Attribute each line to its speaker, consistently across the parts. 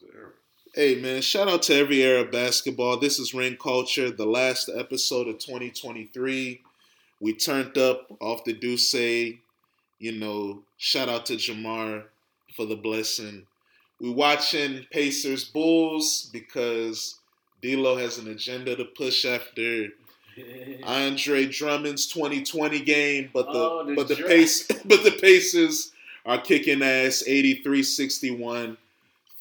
Speaker 1: the era.
Speaker 2: Hey man, shout out to every era of basketball. This is Ring Culture, the last episode of 2023. We turned up off the Duce. You know, shout out to Jamar for the blessing. We watching Pacers Bulls because D'Lo has an agenda to push after Andre Drummond's 2020 game, but the,
Speaker 3: Oh, the
Speaker 2: but the
Speaker 3: dra-
Speaker 2: pace but the Pacers are kicking ass 83-61.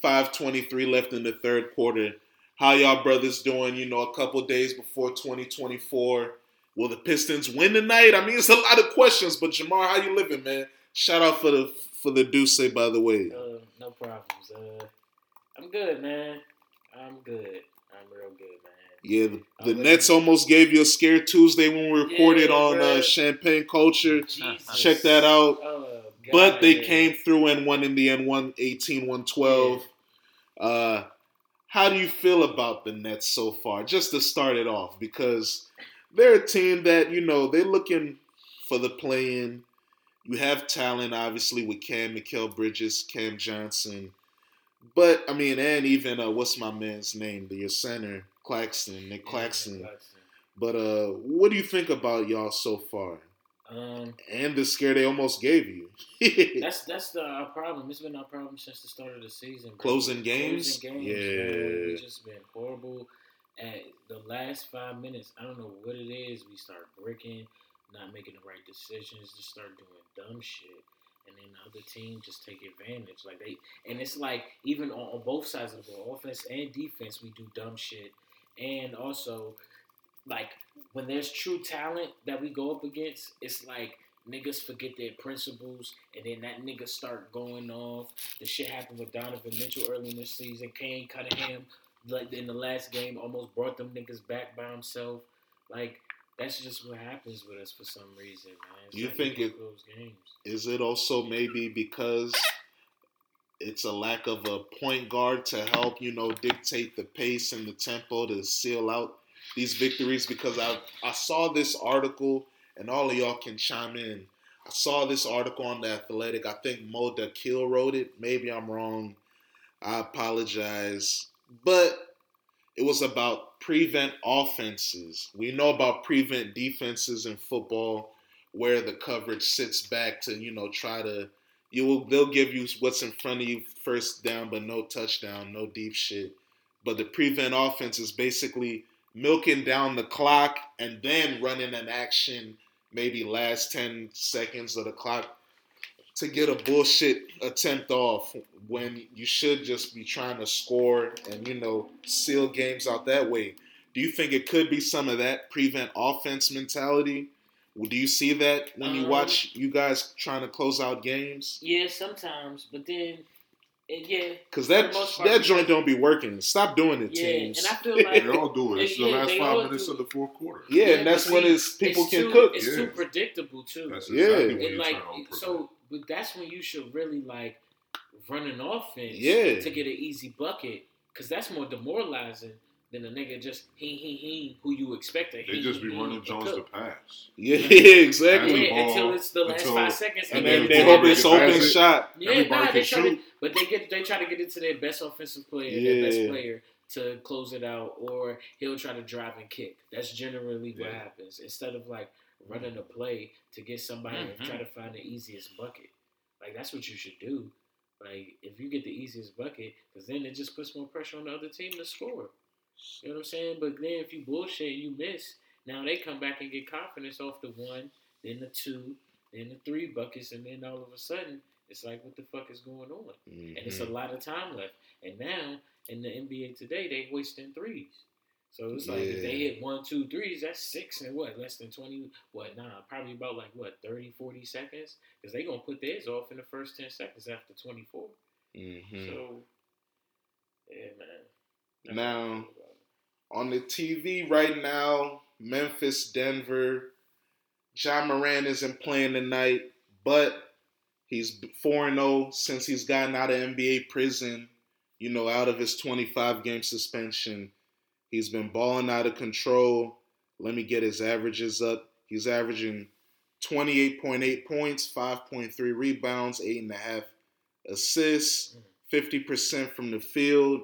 Speaker 2: 523 left in the third quarter. How y'all brothers doing, you know, a couple days before 2024? Will the Pistons win tonight? I mean, it's a lot of questions, but Jamar, how you living, man? Shout out for the for the Duce, by the way.
Speaker 3: Uh, no problems. Uh, I'm good, man. I'm good. I'm real good, man.
Speaker 2: Yeah, the, the
Speaker 3: I'm living.
Speaker 2: Nets almost gave you a scare Tuesday when we reported
Speaker 3: Yeah,
Speaker 2: on uh,
Speaker 3: bruh.
Speaker 2: Champagne Culture.
Speaker 3: Jesus.
Speaker 2: Check that out.
Speaker 3: Oh, God,
Speaker 2: but they
Speaker 3: yeah.
Speaker 2: came through and won in the end 118 112 uh how do you feel about the nets so far just to start it off because they're a team that you know they're looking for the play-in you have talent obviously with cam Mikal bridges cam johnson but i mean and even uh, what's my man's name the uh, center claxton nick
Speaker 3: Yeah,
Speaker 2: claxton
Speaker 3: Claxton.
Speaker 2: but uh what do you think about y'all so far
Speaker 3: Um,
Speaker 2: and the scare they almost gave you
Speaker 3: that's that's the our problem. It's been our problem since the start of the season. bro.
Speaker 2: Closing games?
Speaker 3: Closing games.
Speaker 2: Yeah.
Speaker 3: Yeah, we just been horrible. At the last five minutes, I don't know what it is. We start bricking, not making the right decisions, just start doing dumb shit, and then the other team just take advantage. Like they, and it's like even on, on both sides of the ball, offense and defense, we do dumb shit, and also like when there's true talent that we go up against, it's like niggas forget their principles, and then that nigga start going off. The shit happened with Donovan Mitchell early in the season. Kane Cunningham, like in the last game, almost brought them niggas back by himself. Like that's just what happens with us for some reason, man. It's
Speaker 2: You
Speaker 3: like
Speaker 2: think
Speaker 3: we
Speaker 2: it-
Speaker 3: close games?
Speaker 2: Is it also maybe because it's a lack of a point guard to help, you know, dictate the pace and the tempo to seal out these victories? Because I I saw this article and all of y'all can chime in. I saw this article on the Athletic. I think Mo Dakil wrote it. Maybe I'm wrong. I apologize. But it was about prevent offenses. We know about prevent defenses in football where the coverage sits back to you know try to you will they'll give you what's in front of you first down but no touchdown no deep shit but the prevent offense is basically milking down the clock and then running an action maybe last 10 seconds of the clock to get a bullshit attempt off when you should just be trying to score and you know seal games out that way do you think it could be some of that prevent offense mentality do you see that when you
Speaker 3: Um,
Speaker 2: watch you guys trying to close out games?
Speaker 3: Yeah, sometimes, but then, it, yeah,
Speaker 2: Cause
Speaker 3: For
Speaker 2: that
Speaker 3: the most part,
Speaker 2: that joint don't be working. Stop doing it,
Speaker 3: yeah, and
Speaker 2: teams.
Speaker 3: I feel like
Speaker 1: They all do it. It's the
Speaker 3: Yeah,
Speaker 1: last
Speaker 3: they
Speaker 1: five
Speaker 3: all
Speaker 1: minutes
Speaker 3: do.
Speaker 1: of the fourth quarter.
Speaker 2: yeah,
Speaker 3: Yeah,
Speaker 2: and that's
Speaker 3: but
Speaker 2: when
Speaker 3: see,
Speaker 2: it's people
Speaker 3: it's
Speaker 2: can
Speaker 3: too,
Speaker 2: cook.
Speaker 3: It's
Speaker 1: Yeah.
Speaker 3: too predictable too.
Speaker 1: That's
Speaker 2: Yeah.
Speaker 1: exactly what
Speaker 3: it
Speaker 1: you're
Speaker 3: like
Speaker 1: trying to
Speaker 3: so, but that's when you should really like run an offense,
Speaker 2: Yeah.
Speaker 3: to get an easy bucket, because that's more demoralizing than a nigga just he he he who you expect a he.
Speaker 1: They just
Speaker 3: he,
Speaker 1: be
Speaker 3: he
Speaker 1: running
Speaker 3: to
Speaker 1: Jones
Speaker 3: cook.
Speaker 1: to pass.
Speaker 2: Yeah,
Speaker 3: yeah,
Speaker 2: exactly.
Speaker 1: the ball
Speaker 3: until it's the last
Speaker 1: until-
Speaker 3: five seconds,
Speaker 2: And
Speaker 1: Yeah,
Speaker 2: then
Speaker 1: the
Speaker 2: they
Speaker 1: ball
Speaker 2: hope
Speaker 1: really
Speaker 2: it's
Speaker 1: gets
Speaker 2: open
Speaker 1: passed.
Speaker 2: shot.
Speaker 3: yeah,
Speaker 1: everybody
Speaker 3: nah,
Speaker 1: can
Speaker 3: they try to,
Speaker 1: shoot.
Speaker 3: but they get they try to get it to their best offensive player, their best
Speaker 2: Yeah.
Speaker 3: player to close it out, or he'll try to drive and kick. That's generally what
Speaker 1: Yeah.
Speaker 3: happens instead of like running a play to get somebody
Speaker 2: Mhm.
Speaker 3: and try to find the easiest bucket. Like that's what you should do. Like if you get the easiest bucket, because then it just puts more pressure on the other team to score. You know what I'm saying? But then if you bullshit, you miss. Now they come back and get confidence off the one, then the two, then the three buckets, and then all of a sudden it's like, what the fuck is going on?
Speaker 2: Mm-hmm.
Speaker 3: And it's a lot of time left. And now in the NBA today, they wasting threes. So it's like if they
Speaker 2: Yeah.
Speaker 3: hit one, two, threes, that's six and what? Less than 20, what? Nah, probably about like what, 30, 40 seconds? Because they going to put theirs off in the first 10 seconds after 24.
Speaker 2: Mhm.
Speaker 3: So, yeah, man. That's what
Speaker 2: Now-
Speaker 3: I feel about it.
Speaker 2: On the TV right now, Memphis, Denver. John Moran isn't playing tonight, but he's 4 0 since he's gotten out of NBA prison, you know, out of his 25 game suspension. He's been balling out of control. Let me get his averages up. He's averaging 28.8 points, 5.3 rebounds, 8.5 assists, 50% from the field,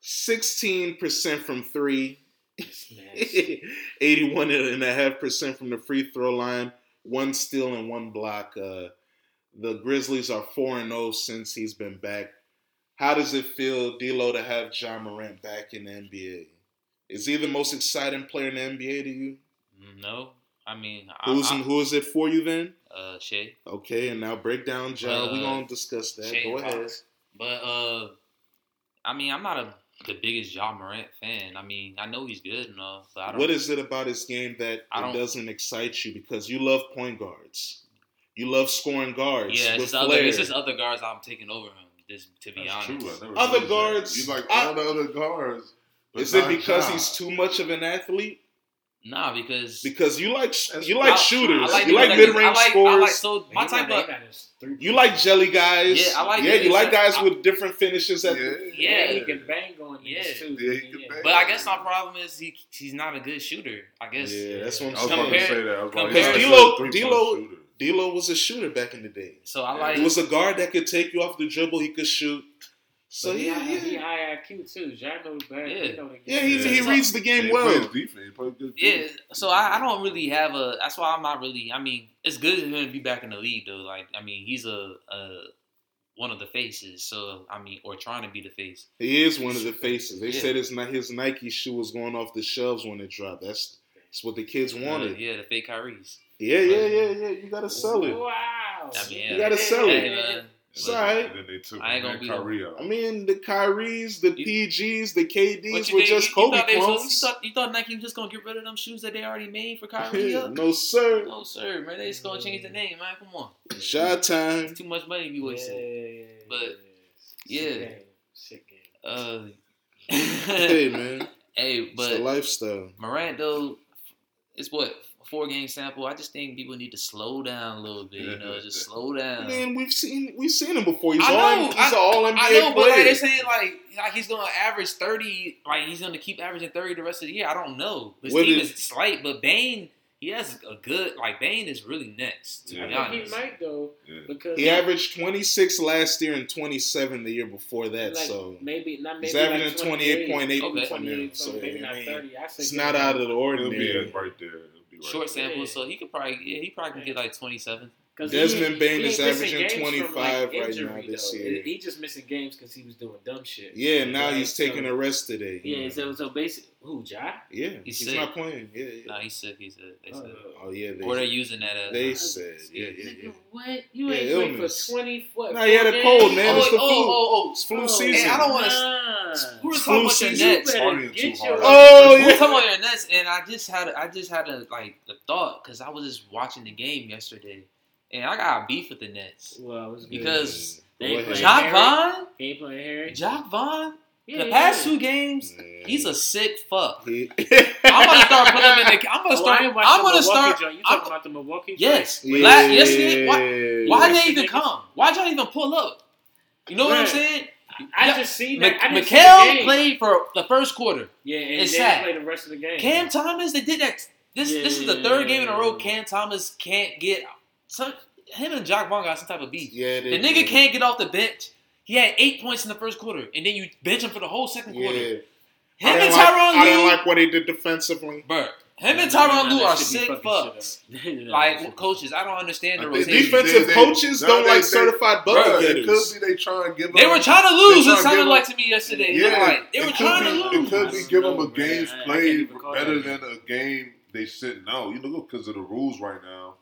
Speaker 2: 16% from three,
Speaker 3: It's nasty.
Speaker 2: 81.5% from the free throw line, one steal and one block. Uh, the Grizzlies are 4 and 0 since he's been back. How does it feel, D'Lo, to have John Morant back in the NBA? Is he the most exciting player in the NBA to you?
Speaker 4: No, I mean,
Speaker 2: Who's
Speaker 4: I, I,
Speaker 2: who is it for you then?
Speaker 4: uh, Shay.
Speaker 2: Okay, and now break down John. We're
Speaker 4: Uh,
Speaker 2: gonna discuss that.
Speaker 4: Shane
Speaker 2: Go ahead.
Speaker 4: Fox. But uh, I mean, I'm not a the biggest Ja Morant fan. I mean, I know he's good and all, but I don't.
Speaker 2: What is it about his game that
Speaker 4: I
Speaker 2: it
Speaker 4: don't-
Speaker 2: doesn't excite you? Because you love point guards. You love scoring guards.
Speaker 4: Yeah, it's
Speaker 2: with
Speaker 4: just, other, it's
Speaker 2: flair.
Speaker 4: just other guards I'm taking over him. Just to be
Speaker 1: That's
Speaker 4: honest,
Speaker 1: true. I never
Speaker 2: Other
Speaker 1: noticed that.
Speaker 2: guards-
Speaker 1: You like
Speaker 2: I-
Speaker 1: all the other guards. but
Speaker 2: Is it
Speaker 1: not
Speaker 2: because
Speaker 1: Ja.
Speaker 2: he's too much of an athlete?
Speaker 4: nah, because
Speaker 2: Because you like sh-
Speaker 1: That's-
Speaker 2: you like
Speaker 4: I-
Speaker 2: shooters.
Speaker 4: I like
Speaker 2: you like
Speaker 4: because
Speaker 2: mid range
Speaker 4: I like,
Speaker 2: scores.
Speaker 4: I like so my
Speaker 3: He
Speaker 4: type
Speaker 3: got-
Speaker 4: of
Speaker 3: he got his three
Speaker 2: you
Speaker 3: points.
Speaker 2: like jelly guys.
Speaker 4: Yeah, I like
Speaker 2: Yeah, you
Speaker 4: it.
Speaker 2: like
Speaker 4: It's like-
Speaker 2: guys with different finishes. At
Speaker 1: Yeah,
Speaker 4: Yeah,
Speaker 3: Yeah, he can bang on yeah.
Speaker 4: Yeah.
Speaker 3: too.
Speaker 1: Yeah, he can bang.
Speaker 4: But I guess my problem is he he's not a good shooter. I guess.
Speaker 2: yeah, that's what
Speaker 1: I
Speaker 2: I'm
Speaker 1: was about
Speaker 2: saying.
Speaker 1: to
Speaker 4: Compare-
Speaker 1: say that. I was about to
Speaker 4: compare-
Speaker 1: say
Speaker 2: D'Lo-
Speaker 1: three-point
Speaker 2: D'Lo-
Speaker 1: shooter.
Speaker 2: D'Lo was a shooter back in the day.
Speaker 4: So I
Speaker 1: Yeah.
Speaker 4: like.
Speaker 2: He was a guard that could take you off the dribble. He could shoot. So
Speaker 3: But he,
Speaker 2: yeah,
Speaker 3: high, he
Speaker 2: yeah,
Speaker 3: high IQ too. John knows bad.
Speaker 4: Yeah.
Speaker 3: He know the
Speaker 2: yeah.
Speaker 3: game.
Speaker 2: He, he
Speaker 4: Yeah.
Speaker 2: reads the
Speaker 1: And
Speaker 2: game
Speaker 1: he
Speaker 2: well.
Speaker 1: plays defense. He plays good
Speaker 4: yeah,
Speaker 1: defense.
Speaker 4: so I, I don't really have a. That's why I'm not really. I mean, it's good for him to be back in the league, though. Like, I mean, he's a, a one of the faces. So I mean, or trying to be the face.
Speaker 2: He is one of the faces. They
Speaker 4: Yeah.
Speaker 2: said his Ni- his Nike shoe was going off the shelves when it dropped. That's that's what the kids
Speaker 4: Uh,
Speaker 2: wanted.
Speaker 4: yeah, the fake Kyrie's.
Speaker 2: Yeah, yeah, yeah, yeah. You gotta sell it.
Speaker 3: Wow.
Speaker 4: I mean,
Speaker 2: You
Speaker 4: yeah.
Speaker 2: gotta sell
Speaker 4: Hey,
Speaker 2: it.
Speaker 4: man.
Speaker 2: It's
Speaker 1: But-
Speaker 2: alright.
Speaker 1: And then they took
Speaker 4: I ain't gonna
Speaker 1: Matt
Speaker 4: be the-
Speaker 1: Kyrie out.
Speaker 2: I mean, the Kyries, the
Speaker 4: You-
Speaker 2: PGs, the
Speaker 4: What
Speaker 2: KDs
Speaker 4: you
Speaker 2: were
Speaker 4: think?
Speaker 2: just
Speaker 4: you,
Speaker 2: Kobe
Speaker 4: thought they was
Speaker 2: clones.
Speaker 4: supposed- you thought you thought Nike was just gonna get rid of them shoes that they already made for Kyrie? huh?
Speaker 2: no sir,
Speaker 4: no, sir, man. They just gonna change the name, man. Come on,
Speaker 2: shot time.
Speaker 4: it's too much money to be wasted. But, yeah.
Speaker 3: Sick game. Sick game.
Speaker 4: Uh,
Speaker 2: Hey
Speaker 4: hey,
Speaker 2: man, it's the
Speaker 4: but
Speaker 2: lifestyle.
Speaker 4: Morant though, it's what four game sample. I just think people need to slow down a little bit. You know, just slow down.
Speaker 2: Man, we've seen we've seen him before. He's
Speaker 4: I
Speaker 2: all
Speaker 4: know,
Speaker 2: he's
Speaker 4: I-
Speaker 2: an all NBA
Speaker 4: I know, but like
Speaker 2: player.
Speaker 4: they're saying like like he's gonna average thirty, like he's gonna keep averaging thirty the rest of the year. I don't know. His
Speaker 2: What
Speaker 4: team
Speaker 2: is-
Speaker 4: is slight, but Bain, he has a good like Bain is really next to
Speaker 1: Yeah.
Speaker 4: be
Speaker 3: I think he
Speaker 4: honest.
Speaker 3: might though
Speaker 1: Yeah.
Speaker 3: because
Speaker 2: he averaged 26 last year and 27 the year before that.
Speaker 3: like,
Speaker 2: so
Speaker 3: maybe not maybe
Speaker 2: he's
Speaker 3: like
Speaker 2: averaging
Speaker 3: 28.8.
Speaker 2: 28.8
Speaker 4: Okay.
Speaker 2: from him.
Speaker 3: 28,
Speaker 2: So
Speaker 3: maybe
Speaker 2: I
Speaker 3: not
Speaker 2: mean,
Speaker 3: 30. I say
Speaker 2: it's
Speaker 3: give
Speaker 2: not
Speaker 3: him-
Speaker 2: out of the
Speaker 1: It'll be
Speaker 2: ordinary.
Speaker 1: at- right there. It'll be right
Speaker 4: Short
Speaker 1: there.
Speaker 4: sample, so he could probably yeah, he probably can get like twenty seven.
Speaker 3: 'cause
Speaker 2: Desmond
Speaker 3: he-
Speaker 2: Bain
Speaker 3: he
Speaker 2: is
Speaker 3: ain't missing
Speaker 2: averaging
Speaker 3: games from,
Speaker 2: 25 right
Speaker 3: injury,
Speaker 2: now this
Speaker 3: though.
Speaker 2: year.
Speaker 3: He just missing games because he was doing dumb shit.
Speaker 2: Yeah, now
Speaker 3: Right,
Speaker 2: he's taking
Speaker 3: so-
Speaker 2: a rest today.
Speaker 3: Yeah, so so basically, who Ja?
Speaker 2: yeah,
Speaker 4: He's
Speaker 2: he's,
Speaker 4: sick.
Speaker 2: not playing. Yeah, yeah.
Speaker 4: No, he's sick. He's sick. They
Speaker 3: Uh,
Speaker 4: said.
Speaker 2: Oh yeah, they,
Speaker 4: Or they're using that as
Speaker 2: they
Speaker 4: uh,
Speaker 2: said yeah, yeah, yeah.
Speaker 3: Nigga, What? You
Speaker 2: Yeah,
Speaker 3: ain't played
Speaker 2: illness.
Speaker 3: for 20 what?
Speaker 2: Nah, he had a
Speaker 3: four
Speaker 2: cold,
Speaker 3: games?
Speaker 2: man. It's
Speaker 4: Oh,
Speaker 2: the
Speaker 4: oh, oh, oh,
Speaker 2: It's flu
Speaker 3: Oh,
Speaker 2: season.
Speaker 4: hey, I don't wanna-
Speaker 3: nah.
Speaker 4: We were
Speaker 2: Flu
Speaker 4: talking about your
Speaker 2: season.
Speaker 4: nets.
Speaker 1: It's partying
Speaker 3: Get
Speaker 1: too
Speaker 3: your-
Speaker 1: hard.
Speaker 2: Oh,
Speaker 4: We were
Speaker 2: yeah.
Speaker 4: talking about your nets, and I just had I just had a like a thought because I was just watching the game yesterday, and I got beef with the Nets.
Speaker 3: Well, it was good.
Speaker 4: Because
Speaker 2: Go
Speaker 3: they
Speaker 2: ahead.
Speaker 3: play-
Speaker 4: Jock Vaughn,
Speaker 3: He ain't playing Harry.
Speaker 4: Jock Vaughn,
Speaker 3: Yeah,
Speaker 4: the
Speaker 3: yeah,
Speaker 4: past
Speaker 3: yeah.
Speaker 4: two games, he's a sick fuck.
Speaker 2: He-
Speaker 4: I'm gonna start putting him in the. I'm
Speaker 3: Oh,
Speaker 4: gonna
Speaker 3: I
Speaker 4: start.
Speaker 3: ain't watching
Speaker 4: I'm
Speaker 3: the
Speaker 4: gonna
Speaker 3: Milwaukee
Speaker 4: start.
Speaker 3: joint. You
Speaker 4: I'm-
Speaker 3: talking about the Milwaukee? joint?
Speaker 4: Yes,
Speaker 2: Yeah.
Speaker 4: La- yesterday. Why, why
Speaker 3: Yeah.
Speaker 4: did they even come? Why did y'all even pull up? You know what I'm
Speaker 3: Right.
Speaker 4: saying?
Speaker 3: I
Speaker 4: Yeah.
Speaker 3: just seen that. I
Speaker 4: Mik-
Speaker 3: didn't see the
Speaker 4: Mikhail
Speaker 3: game.
Speaker 4: played for the first quarter.
Speaker 3: Yeah, and
Speaker 4: It's
Speaker 3: they
Speaker 4: sad.
Speaker 3: play the rest of the game.
Speaker 4: Cam Thomas, they did that. This this is the third game in a row.
Speaker 3: Yeah.
Speaker 4: Cam Thomas can't get some. Him and Jock Vaughn got some type of beef.
Speaker 2: yeah,
Speaker 4: The
Speaker 2: they
Speaker 4: nigga
Speaker 2: did.
Speaker 4: can't get off the bench. He had eight points in the first quarter, and then you bench him for the whole second
Speaker 2: Yeah.
Speaker 4: quarter. Him
Speaker 2: I
Speaker 4: and
Speaker 2: didn't like,
Speaker 4: Tyronn
Speaker 2: I didn't
Speaker 4: Lue,
Speaker 2: like what he did defensively.
Speaker 4: bro. Him and
Speaker 3: Nah, nah,
Speaker 4: Tyronn
Speaker 3: nah,
Speaker 4: Lue
Speaker 3: that
Speaker 4: are
Speaker 3: should be
Speaker 4: sick
Speaker 3: fucking
Speaker 4: fucks.
Speaker 3: shit up. Nah, that should
Speaker 4: Like
Speaker 3: be-
Speaker 4: coaches, I don't understand the
Speaker 1: I think They-
Speaker 4: rotation.
Speaker 2: Defensive
Speaker 1: they-
Speaker 2: coaches
Speaker 1: nah,
Speaker 2: don't
Speaker 1: they-
Speaker 2: like
Speaker 1: they-
Speaker 2: certified
Speaker 1: Bruh,
Speaker 2: bucket
Speaker 1: it
Speaker 2: getters.
Speaker 1: could be they trying to give
Speaker 4: They
Speaker 1: him-
Speaker 4: were trying to lose.
Speaker 1: They
Speaker 4: It
Speaker 1: trying to give
Speaker 4: sounded
Speaker 1: him-
Speaker 4: like to me yesterday. It looked like they
Speaker 1: it
Speaker 4: were
Speaker 1: could
Speaker 4: trying
Speaker 1: be,
Speaker 4: to lose.
Speaker 1: It could
Speaker 3: I
Speaker 1: be
Speaker 3: don't
Speaker 1: give them
Speaker 3: know,
Speaker 1: a
Speaker 3: Oh, man.
Speaker 1: game's
Speaker 3: I- I can't
Speaker 1: played
Speaker 3: even call
Speaker 1: better
Speaker 3: that.
Speaker 1: than a game they sitting out. You look because of the rules right now.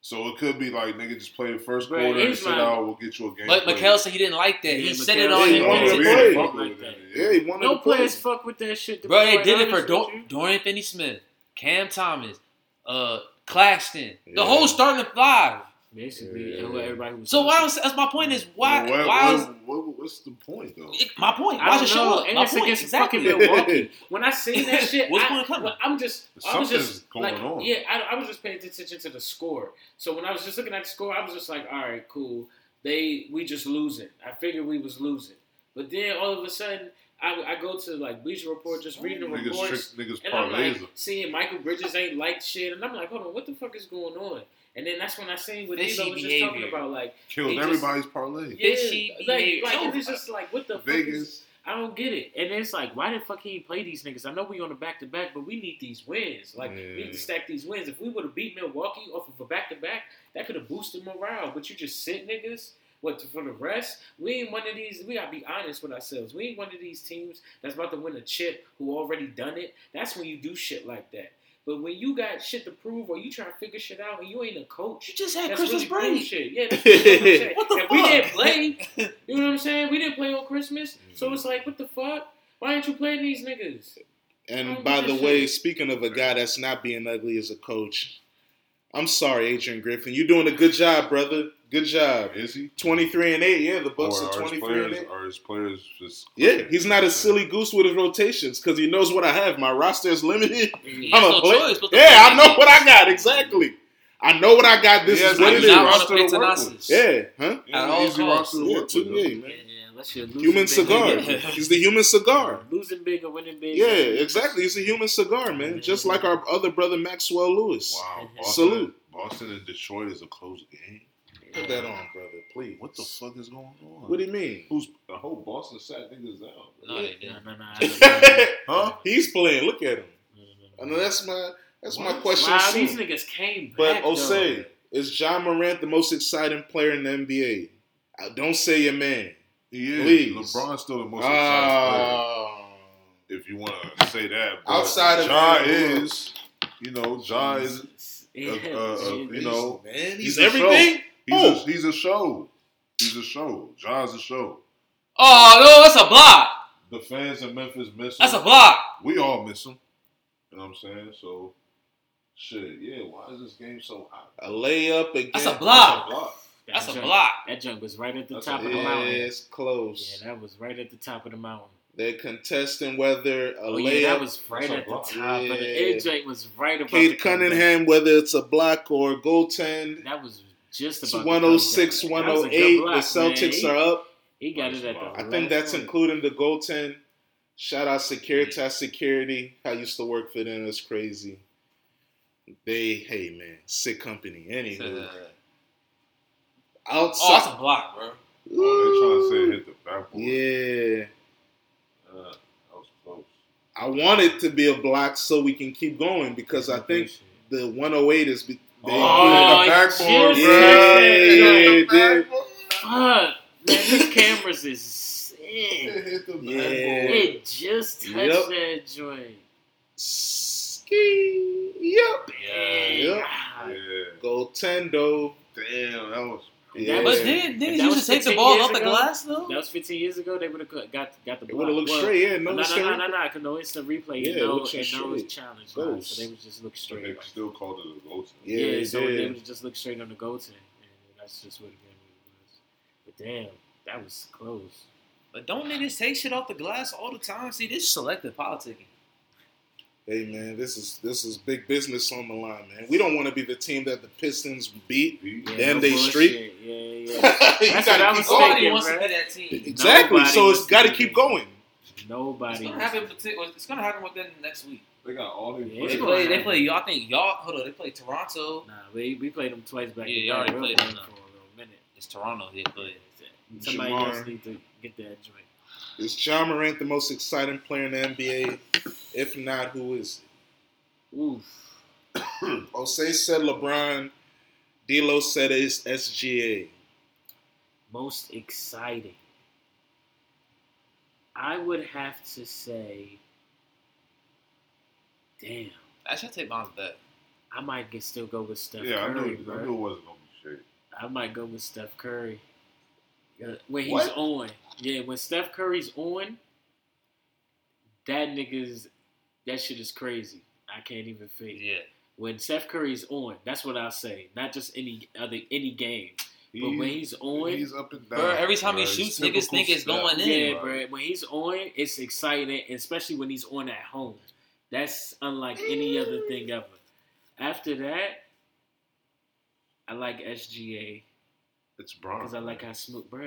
Speaker 1: So it could be like nigga just play the first
Speaker 3: Right,
Speaker 1: quarter and
Speaker 3: here's
Speaker 1: sit
Speaker 3: my-
Speaker 1: out. We'll get you a game.
Speaker 4: But
Speaker 1: played.
Speaker 4: Mikel said he didn't like that.
Speaker 3: Yeah,
Speaker 4: he said it
Speaker 3: Mikal
Speaker 4: on
Speaker 2: said he
Speaker 4: him.
Speaker 2: wanted
Speaker 1: Yeah,
Speaker 2: to
Speaker 1: we
Speaker 2: play.
Speaker 1: didn't fuck with it.
Speaker 2: Yeah, he wanted
Speaker 3: No
Speaker 2: to play.
Speaker 3: players fuck with that shit. to
Speaker 4: Bro,
Speaker 3: be
Speaker 4: they
Speaker 3: quite
Speaker 4: did it for
Speaker 3: honest
Speaker 4: Dor-
Speaker 3: with you.
Speaker 4: Dorian Finney-Smith, Cam Thomas, uh, Claxton, the
Speaker 2: Yeah.
Speaker 4: whole starting five.
Speaker 3: Basically,
Speaker 2: Yeah.
Speaker 3: and what everybody was
Speaker 4: So
Speaker 3: doing.
Speaker 4: why don't? That's my point. Is why?
Speaker 1: Well,
Speaker 4: why
Speaker 1: what-
Speaker 4: is
Speaker 1: what- what's the point though?
Speaker 4: it, my point?
Speaker 3: I
Speaker 4: Why
Speaker 3: don't
Speaker 4: should show
Speaker 3: know.
Speaker 4: up?
Speaker 3: And
Speaker 4: My
Speaker 3: it's
Speaker 4: point
Speaker 3: against
Speaker 4: exactly.
Speaker 3: fucking Milwaukee. When I seen that shit,
Speaker 4: What's
Speaker 3: I,
Speaker 4: gonna come?
Speaker 3: well, I'm just, I was
Speaker 1: Something's
Speaker 3: just
Speaker 1: going
Speaker 3: like,
Speaker 1: on.
Speaker 3: yeah, I, I was just paying attention to the score. So when I was just looking at the score, I was just like, all right, cool. They, we just losing. I figured we was losing, but then all of a sudden, I, I go to like Bleacher Report, just reading the
Speaker 1: Niggas,
Speaker 3: reports,
Speaker 1: trick, niggas
Speaker 3: and I'm
Speaker 1: parlays
Speaker 3: like
Speaker 1: them.
Speaker 3: seeing Michael Bridges ain't like shit, and I'm like, hold on, what the fuck is going on? And then that's when I seen what
Speaker 4: Fishy
Speaker 3: D'Lo was just talking
Speaker 4: behavior.
Speaker 3: about, like,
Speaker 1: Killed
Speaker 3: They just-
Speaker 1: everybody's parlay.
Speaker 3: yeah,
Speaker 4: Fishy
Speaker 3: like,
Speaker 4: behavior.
Speaker 3: like it was just like, what the fuck is
Speaker 1: Vegas.
Speaker 3: I don't get it. And it's like, why the fuck he ain't play these niggas? I know we on the back to back, but we need these wins. Like, we need
Speaker 1: Yeah.
Speaker 3: to stack these wins. If we would have beat Milwaukee off of a back to back, that could have boosted morale. But you just sit niggas. What for the rest? We ain't one of these. We gotta be honest with ourselves. We ain't one of these teams that's about to win a chip who already done it. That's when you do shit like that. But when you got shit to prove or you trying to figure shit out and you ain't a coach,
Speaker 4: you just had
Speaker 3: that's
Speaker 4: Christmas
Speaker 3: really cool
Speaker 4: break.
Speaker 3: shit. Yeah, that's really cool shit.
Speaker 4: What the
Speaker 3: If we
Speaker 4: fuck?
Speaker 3: didn't play, you know what I'm saying? We didn't play on Christmas, so
Speaker 2: Mm-hmm.
Speaker 3: it's like, what the fuck? Why ain't you playing these niggas?
Speaker 2: And
Speaker 3: Oh,
Speaker 2: by the
Speaker 3: shit.
Speaker 2: way, speaking of a guy that's not being ugly as a coach, I'm sorry, Adrian Griffin. You're doing a good job, brother. Good job.
Speaker 1: Is he?
Speaker 2: 23 and 8. Yeah, the Bucks
Speaker 1: Or
Speaker 2: are
Speaker 1: his
Speaker 2: 23 and
Speaker 1: players,
Speaker 2: 8.
Speaker 1: Are his players just?
Speaker 2: Yeah, he's not a silly goose with his rotations because he knows what I have. My roster is limited.
Speaker 4: He
Speaker 2: I'm
Speaker 4: has
Speaker 2: a
Speaker 4: no
Speaker 2: player.
Speaker 4: choice but to
Speaker 2: Yeah, I
Speaker 4: play.
Speaker 2: know what I got exactly. I know what I got. This
Speaker 1: He
Speaker 2: is
Speaker 1: has
Speaker 2: what
Speaker 1: an
Speaker 2: it
Speaker 4: do not want
Speaker 2: is.
Speaker 1: easy roster
Speaker 4: to play
Speaker 1: to work
Speaker 4: Thanasis.
Speaker 1: with.
Speaker 2: Yeah, huh?
Speaker 1: He has
Speaker 4: At
Speaker 1: an
Speaker 4: all
Speaker 1: easy
Speaker 4: costs.
Speaker 1: roster to
Speaker 2: Yeah,
Speaker 1: work
Speaker 2: two
Speaker 1: with,
Speaker 2: game,
Speaker 3: Yeah,
Speaker 2: man.
Speaker 3: that's your losing
Speaker 2: Human
Speaker 3: big
Speaker 2: cigar.
Speaker 3: and winning
Speaker 2: He's the human cigar.
Speaker 3: big. losing big and winning big.
Speaker 2: Yeah, exactly. He's a human cigar, man. Just like our other brother Maxwell Lewis.
Speaker 1: Wow, Boston,
Speaker 2: Salute.
Speaker 1: Boston and Detroit is a close game.
Speaker 2: Put that on, brother, please.
Speaker 1: What the fuck is going on?
Speaker 2: What do you mean?
Speaker 1: Who's the whole Boston sat niggas down?
Speaker 4: No, they didn't.
Speaker 3: No, no, no. I
Speaker 1: Huh?
Speaker 2: He's playing. Look at him. I
Speaker 3: don't
Speaker 2: know
Speaker 3: know.
Speaker 2: that's my that's my
Speaker 1: Wow,
Speaker 2: question.
Speaker 3: Wow,
Speaker 2: soon.
Speaker 3: these niggas came
Speaker 2: But
Speaker 3: back.
Speaker 2: Osei,
Speaker 3: though.
Speaker 2: is John Morant the most exciting player in the NBA? Uh, don't say your man.
Speaker 1: Yeah,
Speaker 2: Please.
Speaker 1: LeBron's still the most exciting player.
Speaker 2: Ah,
Speaker 1: If you want to say that, but
Speaker 2: Outside of
Speaker 1: Ja
Speaker 2: Vanderbilt.
Speaker 1: is, you know, Ja is.
Speaker 3: Yeah,
Speaker 1: uh, uh,
Speaker 3: shit.
Speaker 1: you know,
Speaker 2: man, he's,
Speaker 1: he's a
Speaker 2: everything.
Speaker 1: He's, a,
Speaker 2: Oh.
Speaker 1: he's a show. He's a show. Ja's a show.
Speaker 4: Oh no, that's a block.
Speaker 1: The fans in Memphis miss him.
Speaker 4: That's a block.
Speaker 1: we all miss him. You know what I'm saying? So, shit. Yeah. Why is this game so hot?
Speaker 2: A layup again.
Speaker 4: That's a block.
Speaker 1: That's a block.
Speaker 3: That
Speaker 4: That's a
Speaker 3: junk-
Speaker 4: block.
Speaker 3: That junk was right at the
Speaker 1: That's
Speaker 3: top
Speaker 1: a-
Speaker 3: of the
Speaker 2: Yeah,
Speaker 3: mountain.
Speaker 2: it's close.
Speaker 3: Yeah, that was right at the top of the mountain.
Speaker 2: They're contesting whether a
Speaker 3: Oh
Speaker 2: layup.
Speaker 3: yeah, that was right
Speaker 1: That's a
Speaker 3: at the
Speaker 1: block.
Speaker 3: top. of the
Speaker 2: Yeah.
Speaker 3: AJ was right about. to
Speaker 2: Cade
Speaker 3: come
Speaker 2: Cunningham, whether it's a block or a goaltend.
Speaker 3: back. That was just
Speaker 2: It's
Speaker 3: about. to come
Speaker 2: 106,
Speaker 3: back. That was a good
Speaker 2: 108.
Speaker 3: block,
Speaker 2: The Celtics
Speaker 3: man.
Speaker 2: are up.
Speaker 3: He, he got it at the.
Speaker 1: I
Speaker 2: I think
Speaker 3: last
Speaker 2: that's
Speaker 3: minute.
Speaker 2: including the goaltend. Shout out Securitas Security. I used to work for them. It's crazy. They, hey man, sick company.
Speaker 4: It's
Speaker 2: Anyway,
Speaker 4: a- Oh, that's
Speaker 2: outside.
Speaker 4: a block, bro.
Speaker 1: Oh, they trying to say it hit the backboard.
Speaker 2: yeah,
Speaker 1: Uh, that was close.
Speaker 2: I want it to be a block so we can keep going because I think the 108 is. Be- they
Speaker 3: Oh,
Speaker 2: included-
Speaker 1: backboard,
Speaker 3: Jesus.
Speaker 2: Yeah,
Speaker 1: It hit the
Speaker 2: dude.
Speaker 1: backboard.
Speaker 3: Fuck, man, these cameras is sick.
Speaker 1: It hit the
Speaker 2: Yeah.
Speaker 1: backboard.
Speaker 3: It just touched
Speaker 2: Yep.
Speaker 3: that joint.
Speaker 2: Ski. Yep.
Speaker 3: Yeah.
Speaker 2: Yep.
Speaker 3: Ah,
Speaker 1: Yeah.
Speaker 2: Goaltendo.
Speaker 1: Damn, that was.
Speaker 2: Yeah.
Speaker 4: But
Speaker 3: Yeah.
Speaker 4: didn't, didn't
Speaker 3: That
Speaker 4: you
Speaker 3: was
Speaker 4: just take the
Speaker 3: 15
Speaker 4: ball
Speaker 3: years
Speaker 4: off the
Speaker 3: ago?
Speaker 4: glass though?
Speaker 3: That was 15 years ago. They would have got got the.
Speaker 2: It would have looked
Speaker 3: block. Well,
Speaker 2: straight. Yeah, no,
Speaker 3: No, no,
Speaker 2: it's
Speaker 3: no,
Speaker 2: straight.
Speaker 3: no, no, because no instant replay.
Speaker 2: Yeah,
Speaker 3: and
Speaker 2: it
Speaker 3: no,
Speaker 2: looks
Speaker 3: and no
Speaker 2: straight.
Speaker 3: challenge. line,
Speaker 2: Goes.
Speaker 3: So they would just look
Speaker 1: But
Speaker 3: straight.
Speaker 1: they
Speaker 3: like-
Speaker 1: still called it a goal.
Speaker 2: Yeah,
Speaker 3: Yeah,
Speaker 2: it
Speaker 3: so they
Speaker 2: did.
Speaker 3: would just look straight on the goaltend, and that's just what it really was. But damn, that was close.
Speaker 4: But don't niggas take shit off the glass all the time? See, this is selective politicking.
Speaker 2: Hey man, this is this is big business on the line, man. We don't want to be the team that the Pistons beat.
Speaker 1: Yeah.
Speaker 3: Yeah,
Speaker 2: Damn, they
Speaker 3: bullshit.
Speaker 2: streak.
Speaker 3: Yeah,
Speaker 2: you
Speaker 3: yeah. That's what I
Speaker 2: gotta keep
Speaker 3: was
Speaker 2: going.
Speaker 4: Nobody
Speaker 3: thinking,
Speaker 4: wants to
Speaker 3: bruh.
Speaker 4: be that team.
Speaker 2: Exactly. so
Speaker 3: Nobody
Speaker 2: it's
Speaker 3: was
Speaker 2: got to
Speaker 3: thinking.
Speaker 2: keep going.
Speaker 4: It's
Speaker 3: Nobody.
Speaker 4: gonna happen. partic- It's gonna happen within next week.
Speaker 1: They got all their
Speaker 3: Yeah.
Speaker 4: They
Speaker 3: It's
Speaker 1: players.
Speaker 3: gonna
Speaker 4: play. They
Speaker 3: happen.
Speaker 4: play. Y'all I think y'all? Hold on. They play Toronto.
Speaker 3: Nah, we, we played them twice back.
Speaker 4: Yeah,
Speaker 3: to
Speaker 4: you
Speaker 3: back.
Speaker 4: already
Speaker 3: We'll
Speaker 4: played
Speaker 3: play
Speaker 4: them,
Speaker 3: for a little minute.
Speaker 4: It's Toronto here, but
Speaker 3: Somebody
Speaker 2: Jamar.
Speaker 3: else need to get that joint.
Speaker 2: Is John Morant the most exciting player in the NBA? If not, who is?
Speaker 3: Oof.
Speaker 2: it? Osei said LeBron. D'Lo said it's SGA.
Speaker 3: Most exciting. I would have to say, damn,
Speaker 4: actually, I take mine back.
Speaker 3: I might get, still go with Steph
Speaker 1: Yeah, I
Speaker 3: Curry,
Speaker 1: knew,
Speaker 3: bro.
Speaker 1: I knew it wasn't going to be shit.
Speaker 3: I might go with Steph Curry. Yeah, When he's
Speaker 2: What?
Speaker 3: on. Yeah, when Steph Curry's on, that nigga's that shit is crazy. I can't even fake.
Speaker 4: Yeah.
Speaker 3: When Steph Curry's on, that's what I'll say. Not just any other any game.
Speaker 1: He,
Speaker 3: but when he's on,
Speaker 1: he's up and down.
Speaker 4: Bro, every time he
Speaker 1: Bro,
Speaker 4: shoots,
Speaker 1: it's
Speaker 4: niggas
Speaker 1: typical
Speaker 4: think it's
Speaker 1: Steph.
Speaker 4: going in.
Speaker 3: yeah,
Speaker 1: bro.
Speaker 3: bro. When he's on, it's exciting, especially when he's on at home. That's unlike any other thing ever. After that, I like SGA.
Speaker 1: It's Bron.
Speaker 3: Because I like how smooth, bruh. Oh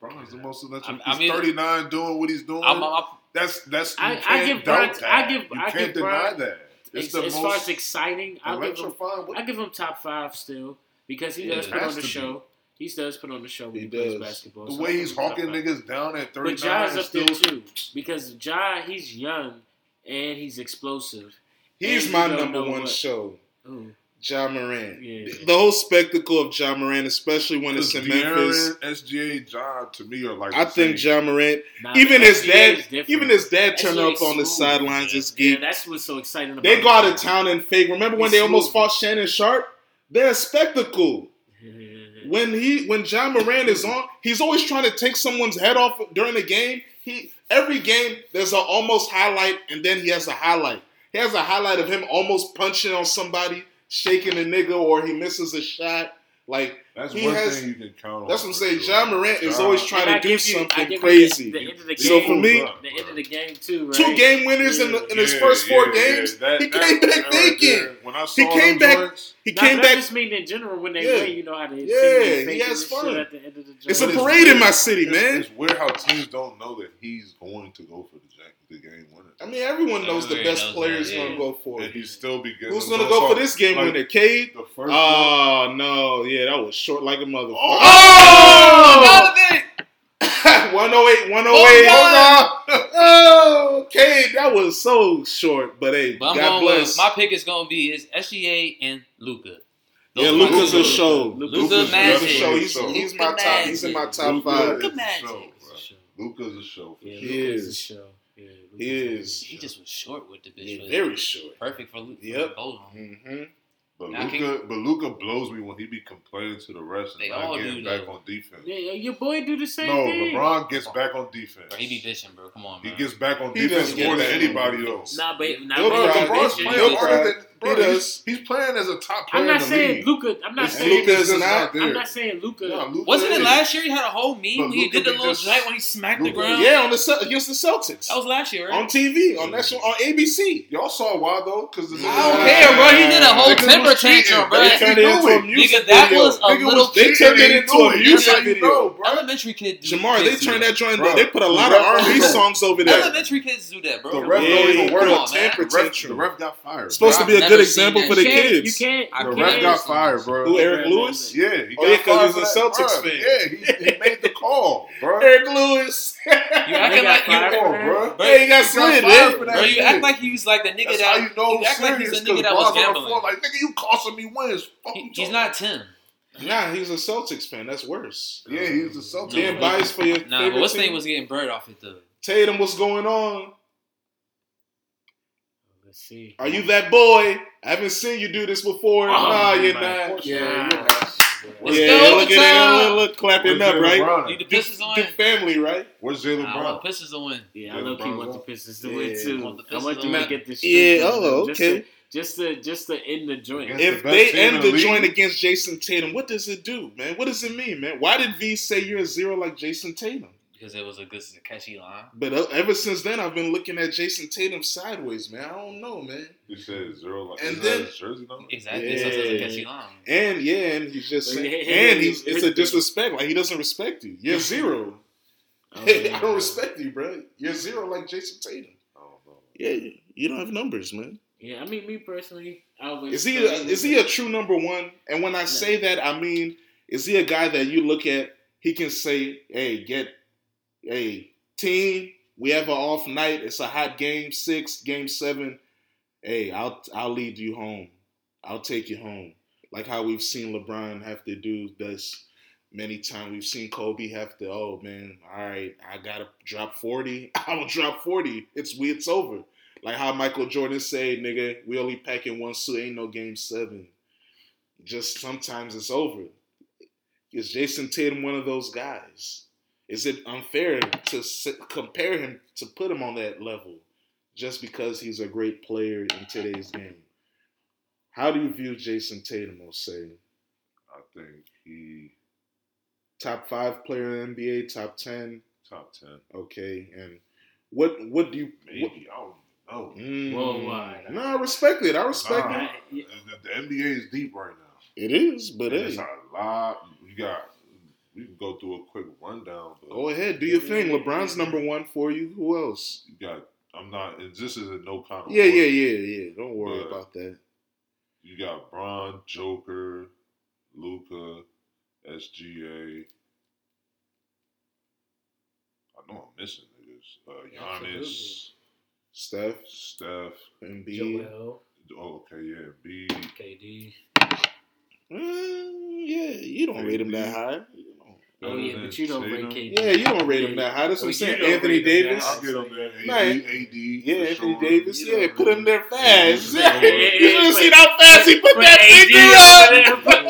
Speaker 3: my
Speaker 1: Bron's the most electric.
Speaker 4: I- I
Speaker 1: he's
Speaker 4: mean-
Speaker 1: 39 doing what he's doing.
Speaker 4: I'm, I'm,
Speaker 1: that's that's you
Speaker 3: I- I
Speaker 1: can't
Speaker 3: give
Speaker 1: doubt
Speaker 3: Bron-
Speaker 1: that.
Speaker 3: I give-
Speaker 1: you
Speaker 3: I
Speaker 1: can't
Speaker 3: give
Speaker 1: deny
Speaker 3: Bron-
Speaker 1: that. It's
Speaker 3: As,
Speaker 1: the
Speaker 3: as
Speaker 1: most
Speaker 3: far as exciting, I'll give him,
Speaker 1: electrifying.
Speaker 3: I give him top five still because he
Speaker 1: Yeah,
Speaker 3: does
Speaker 1: it
Speaker 3: put
Speaker 1: has
Speaker 3: on the
Speaker 1: to be.
Speaker 3: show. He does put on the show when he,
Speaker 2: He
Speaker 3: plays
Speaker 2: does.
Speaker 3: basketball.
Speaker 1: the
Speaker 3: so
Speaker 1: way
Speaker 3: I'll
Speaker 1: he's
Speaker 3: give him top
Speaker 1: hawking
Speaker 3: five.
Speaker 1: niggas down at 39
Speaker 3: But Ja's
Speaker 1: and
Speaker 3: up
Speaker 1: still
Speaker 3: there too because Ja he's young and he's explosive.
Speaker 2: He's
Speaker 3: And
Speaker 2: my
Speaker 3: you don't
Speaker 2: number
Speaker 3: know
Speaker 2: one
Speaker 3: what-
Speaker 2: show.
Speaker 3: Ooh,
Speaker 2: John Moran.
Speaker 3: Yeah.
Speaker 2: The whole spectacle of John Moran, especially when it's
Speaker 1: Because
Speaker 2: in Memphis.
Speaker 1: De'Aaron, SGA, John to me are like
Speaker 2: I
Speaker 1: the
Speaker 2: think
Speaker 1: same.
Speaker 2: John Moran,
Speaker 3: nah,
Speaker 2: even
Speaker 3: but
Speaker 2: his
Speaker 3: NBA
Speaker 2: dad,
Speaker 3: is different.
Speaker 2: even his dad
Speaker 3: That's
Speaker 2: turned
Speaker 3: what
Speaker 2: up on the
Speaker 3: excludes.
Speaker 2: sidelines this
Speaker 3: yeah,
Speaker 2: geek.
Speaker 3: that's what's so exciting. About
Speaker 2: They go out
Speaker 3: him.
Speaker 2: of town and fake. Remember when
Speaker 3: He
Speaker 2: they
Speaker 3: smooth.
Speaker 2: almost fought Shannon Sharp? They're a spectacle.
Speaker 3: Yeah.
Speaker 2: When he when John Moran is on, he's always trying to take someone's head off during the game. He every game there's an almost highlight, and then he has a highlight. He has a highlight of him almost punching on somebody, shaking a nigga, or he misses a shot. Like
Speaker 1: That's
Speaker 2: he
Speaker 1: one
Speaker 2: has-
Speaker 1: thing you can count on.
Speaker 2: that's what I'm
Speaker 1: for
Speaker 2: saying.
Speaker 1: sure.
Speaker 2: John Morant is
Speaker 1: John-
Speaker 2: always
Speaker 3: And I
Speaker 2: trying to do
Speaker 3: give you- I give
Speaker 2: something
Speaker 3: you
Speaker 2: crazy.
Speaker 3: The, the end of the game.
Speaker 1: He
Speaker 2: So for
Speaker 1: moves
Speaker 2: me,
Speaker 1: up,
Speaker 3: the
Speaker 1: bro.
Speaker 3: end of the game too. Right?
Speaker 2: Two game winners in, the, in his first four
Speaker 1: Yeah, yeah,
Speaker 2: games.
Speaker 1: yeah. That-
Speaker 2: he
Speaker 1: that-
Speaker 2: came back
Speaker 1: that right there,
Speaker 2: thinking.
Speaker 1: When I saw
Speaker 2: He came
Speaker 1: them
Speaker 2: back-
Speaker 1: joints,
Speaker 2: He
Speaker 3: Nah,
Speaker 2: came
Speaker 3: but I
Speaker 2: back.
Speaker 3: just mean in general when they
Speaker 2: Yeah.
Speaker 3: win, you know how they.
Speaker 2: Yeah,
Speaker 3: sing and
Speaker 2: he
Speaker 3: fake
Speaker 2: has
Speaker 3: and shit
Speaker 2: fun.
Speaker 3: At the end of the
Speaker 2: It's
Speaker 3: joint.
Speaker 2: a
Speaker 1: But
Speaker 2: parade in
Speaker 1: weird.
Speaker 2: my city,
Speaker 1: It's-
Speaker 2: man.
Speaker 1: It's weird how teams don't know that he's going to go for the, jack, the game winner.
Speaker 2: I mean, everyone knows the
Speaker 4: Everybody
Speaker 2: best
Speaker 4: knows
Speaker 2: player is
Speaker 4: that,
Speaker 2: going to
Speaker 3: yeah.
Speaker 2: go for
Speaker 1: and
Speaker 2: it.
Speaker 1: he still be getting
Speaker 2: Who's
Speaker 1: them
Speaker 2: going to go
Speaker 1: shots
Speaker 2: for
Speaker 1: off.
Speaker 2: this game
Speaker 1: Like,
Speaker 2: winner? Cade?
Speaker 1: The first one-
Speaker 2: Oh, no. Yeah, that was short like a motherfucker.
Speaker 1: Oh!
Speaker 2: Oh!
Speaker 4: it.
Speaker 2: 108, 108.
Speaker 4: Oh,
Speaker 2: Oh, Cade, that was so short. But hey,
Speaker 4: But I'm
Speaker 2: God
Speaker 4: going with,
Speaker 2: bless.
Speaker 4: my pick is gonna be is SGA and Luca.
Speaker 2: Yeah,
Speaker 1: Luka's
Speaker 2: Luca's
Speaker 1: Luka.
Speaker 2: a show.
Speaker 3: Luka
Speaker 4: Luka's
Speaker 2: Luka's a
Speaker 4: magic.
Speaker 2: show. He's,
Speaker 1: Luka
Speaker 2: he's my top. He's in my top
Speaker 1: Luka
Speaker 2: five.
Speaker 1: is
Speaker 4: Luka
Speaker 1: a
Speaker 4: Magic.
Speaker 1: show,
Speaker 3: It's
Speaker 1: bro.
Speaker 3: a show.
Speaker 1: Luka's a show. for
Speaker 3: Yeah,
Speaker 1: sure.
Speaker 2: He
Speaker 3: Luka is a
Speaker 2: is.
Speaker 3: show. Yeah, Luka
Speaker 2: He is.
Speaker 4: He just was short with the bitch.
Speaker 2: Yeah,
Speaker 4: but
Speaker 2: very short.
Speaker 4: perfect for Luca.
Speaker 2: Yep.
Speaker 4: Both of them.
Speaker 2: Mm-hmm.
Speaker 1: But
Speaker 4: Now, can-
Speaker 1: Luca, but Luca blows me when he be complaining to the refs and
Speaker 4: They
Speaker 1: not
Speaker 4: all do
Speaker 1: getting
Speaker 4: that.
Speaker 1: back on defense.
Speaker 3: Yeah, your boy do the
Speaker 1: No,
Speaker 3: same thing.
Speaker 1: LeBron gets back on defense.
Speaker 4: Bro, he be bitching, bro. Come on,
Speaker 1: He
Speaker 4: man.
Speaker 1: gets back on
Speaker 2: He
Speaker 1: defense
Speaker 2: doesn't get
Speaker 1: more than
Speaker 2: back on
Speaker 1: anybody
Speaker 2: defense.
Speaker 1: else.
Speaker 3: Nah, but not
Speaker 2: He'll
Speaker 1: Bro,
Speaker 2: cry.
Speaker 1: LeBron's
Speaker 2: He
Speaker 1: playing harder than bro,
Speaker 2: He
Speaker 1: he's,
Speaker 2: does.
Speaker 1: he's playing as a top player.
Speaker 3: I'm not
Speaker 1: in the
Speaker 3: saying
Speaker 1: league.
Speaker 3: Luca. I'm not
Speaker 1: His
Speaker 3: saying.
Speaker 2: Luka is
Speaker 1: defense is
Speaker 2: not-
Speaker 1: not there.
Speaker 3: I'm not saying Luca.
Speaker 1: Nah, Luka
Speaker 4: Wasn't it
Speaker 1: is.
Speaker 4: last year? He had a whole meme
Speaker 1: But
Speaker 4: when he
Speaker 1: Luka
Speaker 4: did the
Speaker 1: be
Speaker 4: little
Speaker 1: just-
Speaker 4: joint when he smacked the
Speaker 1: Luka-
Speaker 4: ground.
Speaker 2: Yeah, on the Cel- against the Celtics
Speaker 4: that was last year. Right?
Speaker 2: on TV on national on ABC.
Speaker 1: Y'all saw why though? Because
Speaker 2: I don't
Speaker 4: care, bro. He did a whole
Speaker 1: Niggas
Speaker 4: temper
Speaker 1: was cheating, bro.
Speaker 4: tantrum, bro.
Speaker 2: They
Speaker 1: Yes,
Speaker 2: turned
Speaker 1: he
Speaker 2: it
Speaker 1: knew
Speaker 2: into
Speaker 1: it.
Speaker 2: a music
Speaker 4: Nigga, that
Speaker 2: video.
Speaker 4: was a
Speaker 1: Nigga
Speaker 4: little
Speaker 1: was
Speaker 2: They
Speaker 1: cheating,
Speaker 2: turned it
Speaker 1: he
Speaker 2: into
Speaker 1: knew
Speaker 2: a
Speaker 1: it.
Speaker 2: music
Speaker 1: That's how you
Speaker 2: video.
Speaker 1: know, bro.
Speaker 4: Elementary kid. do-
Speaker 2: Jamar, they
Speaker 4: kids do
Speaker 2: turned that joint.
Speaker 1: Bro,
Speaker 2: They put a
Speaker 1: the
Speaker 2: lot of
Speaker 1: ref-
Speaker 2: R&B songs over there.
Speaker 4: Elementary kids do that, bro.
Speaker 1: The
Speaker 4: Come
Speaker 1: ref
Speaker 4: on.
Speaker 1: don't even
Speaker 2: Yeah,
Speaker 1: work.
Speaker 2: put
Speaker 4: Come
Speaker 2: a
Speaker 4: on, man.
Speaker 2: temper
Speaker 1: The ref, the
Speaker 2: tantrum.
Speaker 1: ref got fired.
Speaker 2: Supposed
Speaker 1: bro.
Speaker 2: to be a
Speaker 4: I've
Speaker 2: good
Speaker 4: never seen
Speaker 2: example
Speaker 4: that
Speaker 2: for
Speaker 4: shit.
Speaker 2: the
Speaker 3: you can't,
Speaker 2: kids.
Speaker 3: You can't.
Speaker 4: I
Speaker 1: The
Speaker 3: you
Speaker 4: can't.
Speaker 1: ref
Speaker 3: can't.
Speaker 1: got fired, bro.
Speaker 2: Who, Eric
Speaker 3: Yeah, man.
Speaker 2: Lewis?
Speaker 1: Yeah, he
Speaker 2: Oh, yeah, 'cause
Speaker 1: fired
Speaker 2: he's a
Speaker 1: for that.
Speaker 2: Celtics
Speaker 1: Bruh,
Speaker 2: fan.
Speaker 1: Yeah, he, he made the call, bro.
Speaker 2: Eric Lewis.
Speaker 4: You
Speaker 3: They
Speaker 4: acting
Speaker 3: got
Speaker 4: like you,
Speaker 3: fired
Speaker 1: Come
Speaker 3: for
Speaker 1: on,
Speaker 3: that.
Speaker 1: bro.
Speaker 2: Hey, he got
Speaker 1: He got
Speaker 2: slid,
Speaker 1: fired
Speaker 2: man.
Speaker 1: for that
Speaker 4: bro. You
Speaker 1: shit.
Speaker 4: act like he was like the nigga
Speaker 1: That's
Speaker 4: that.
Speaker 1: how you know
Speaker 4: you act like he's
Speaker 1: serious,
Speaker 4: a nigga
Speaker 1: 'cause
Speaker 4: that was
Speaker 1: Bron's on the
Speaker 4: gambling.
Speaker 1: floor Like nigga, you costing me wins. Fuck
Speaker 4: He-
Speaker 1: you
Speaker 4: he's
Speaker 1: talking
Speaker 4: not Tim.
Speaker 2: Nah, he's a Celtics fan. That's worse.
Speaker 1: about? Yeah, he's a Celtics.
Speaker 4: No,
Speaker 2: Being
Speaker 1: fan.
Speaker 4: but-
Speaker 2: biased for your
Speaker 4: Nah, but
Speaker 2: favorite
Speaker 4: what's
Speaker 2: team.
Speaker 4: name was getting bird off it though.
Speaker 2: Tatum, what's going on?
Speaker 3: Let's see.
Speaker 2: Are you that boy? I haven't seen you do this before.
Speaker 3: Oh,
Speaker 2: nah, you're
Speaker 3: my
Speaker 2: not.
Speaker 3: Yeah,
Speaker 1: Yeah,
Speaker 3: you're
Speaker 4: Let's
Speaker 2: yeah,
Speaker 4: go,
Speaker 2: look
Speaker 4: overtime.
Speaker 2: at it. Look, look clapping up, right?
Speaker 4: You the
Speaker 1: right?
Speaker 4: Pistons on.
Speaker 2: Duke family, right?
Speaker 1: Where's Jalen
Speaker 4: Nah, I want
Speaker 1: Brown?
Speaker 4: the Pistons to win.
Speaker 3: Yeah, I
Speaker 1: Yeah,
Speaker 3: low key
Speaker 1: LeBron's
Speaker 3: want the
Speaker 1: up.
Speaker 3: Pistons to win
Speaker 2: Yeah,
Speaker 3: too.
Speaker 4: I want the
Speaker 3: I
Speaker 4: Pistons
Speaker 3: want
Speaker 4: to
Speaker 3: them to
Speaker 4: win.
Speaker 3: get this.
Speaker 2: Yeah,
Speaker 3: shit done,
Speaker 2: oh,
Speaker 3: just
Speaker 2: okay.
Speaker 3: To, just to just to end the joint.
Speaker 1: Against- That's
Speaker 2: if
Speaker 1: the
Speaker 2: they
Speaker 1: best team
Speaker 2: end
Speaker 1: in
Speaker 2: the
Speaker 1: the
Speaker 2: joint
Speaker 1: league.
Speaker 2: against Jason Tatum, what does it do, man? What does it mean, man? Why did V say you're a zero like Jason Tatum?
Speaker 4: because it was a good catchy line.
Speaker 2: But uh, ever since then, I've been looking at Jason Tatum sideways, man. I don't know, man.
Speaker 1: You said zero. Like,
Speaker 2: And
Speaker 1: is that
Speaker 2: then-
Speaker 1: his jersey number?
Speaker 4: Exactly,
Speaker 2: Yeah.
Speaker 4: so it's a catchy line.
Speaker 2: And yeah, and he's just
Speaker 3: But he- he-
Speaker 2: and
Speaker 3: he-
Speaker 2: he's it's a disrespect. Like he doesn't respect you. You're zero.
Speaker 3: Oh,
Speaker 2: Hey,
Speaker 3: yeah.
Speaker 2: I don't respect you, bro. You're zero like Jason Tatum.
Speaker 1: I don't know.
Speaker 2: Yeah, you don't have numbers, man.
Speaker 3: Yeah, I mean me personally, I always
Speaker 2: Is he a, is he a true number one? And when I say that, I mean is he a guy that you look at? He can say, "Hey, get, hey team, we have an off night. It's a hot game six, game seven. Hey, I'll I'll lead you home. I'll take you home. Like how we've seen LeBron have to do this many times. We've seen Kobe have to. Oh man, all right, I gotta drop forty. I will drop forty. It's we. It's over. Like how Michael Jordan say, nigga, we only packing one suit. Ain't no game seven. Just sometimes it's over. Is Jason Tatum one of those guys? Is it unfair to s- compare him to put him on that level just because he's a great player in today's game? How do you view Jason Tatum? I'll say
Speaker 1: I think he
Speaker 2: top five player in the NBA, top ten.
Speaker 1: top ten,
Speaker 2: Okay, and what what do you? What,
Speaker 1: maybe. I don't know.
Speaker 2: Mm.
Speaker 3: Worldwide.
Speaker 2: No, I respect it. I respect
Speaker 1: Nah.
Speaker 2: it.
Speaker 3: I, yeah,
Speaker 1: The, the NBA is deep right now.
Speaker 2: It is, but
Speaker 1: It's
Speaker 2: hey,
Speaker 1: a lot. You got we can go through a quick rundown. But
Speaker 2: Go ahead, do your thing. LeBron's number one for you. Who else?
Speaker 1: you got, I'm not. And this is in no kind of
Speaker 2: Yeah,
Speaker 1: order.
Speaker 2: yeah, yeah, yeah. Don't worry
Speaker 1: Yeah.
Speaker 2: about that.
Speaker 1: You got Bron, Joker, Luca, SGA. I know I'm missing niggas. Uh, Giannis,
Speaker 2: Steph,
Speaker 1: Steph.
Speaker 2: Embiid.
Speaker 3: Joel,
Speaker 1: Oh, okay, yeah, B.
Speaker 3: KD.
Speaker 2: Mm, yeah, you don't rate him that high. You don't-
Speaker 3: Oh yeah, but you don't rate KD.
Speaker 2: Yeah, you don't rate him that high. That's what I'm saying. Anthony Davis.
Speaker 1: I'll get him there. AD,
Speaker 2: Nah,
Speaker 1: AD
Speaker 2: Yeah,
Speaker 1: for
Speaker 2: Anthony
Speaker 1: sure.
Speaker 2: Davis.
Speaker 3: You
Speaker 2: Yeah,
Speaker 3: don't
Speaker 2: put him there fast.
Speaker 1: Yeah, yeah, yeah,
Speaker 2: you should
Speaker 3: yeah,
Speaker 2: have
Speaker 3: but-
Speaker 2: seen how fast he put
Speaker 3: but
Speaker 2: that
Speaker 3: AD
Speaker 2: finger
Speaker 3: up there. But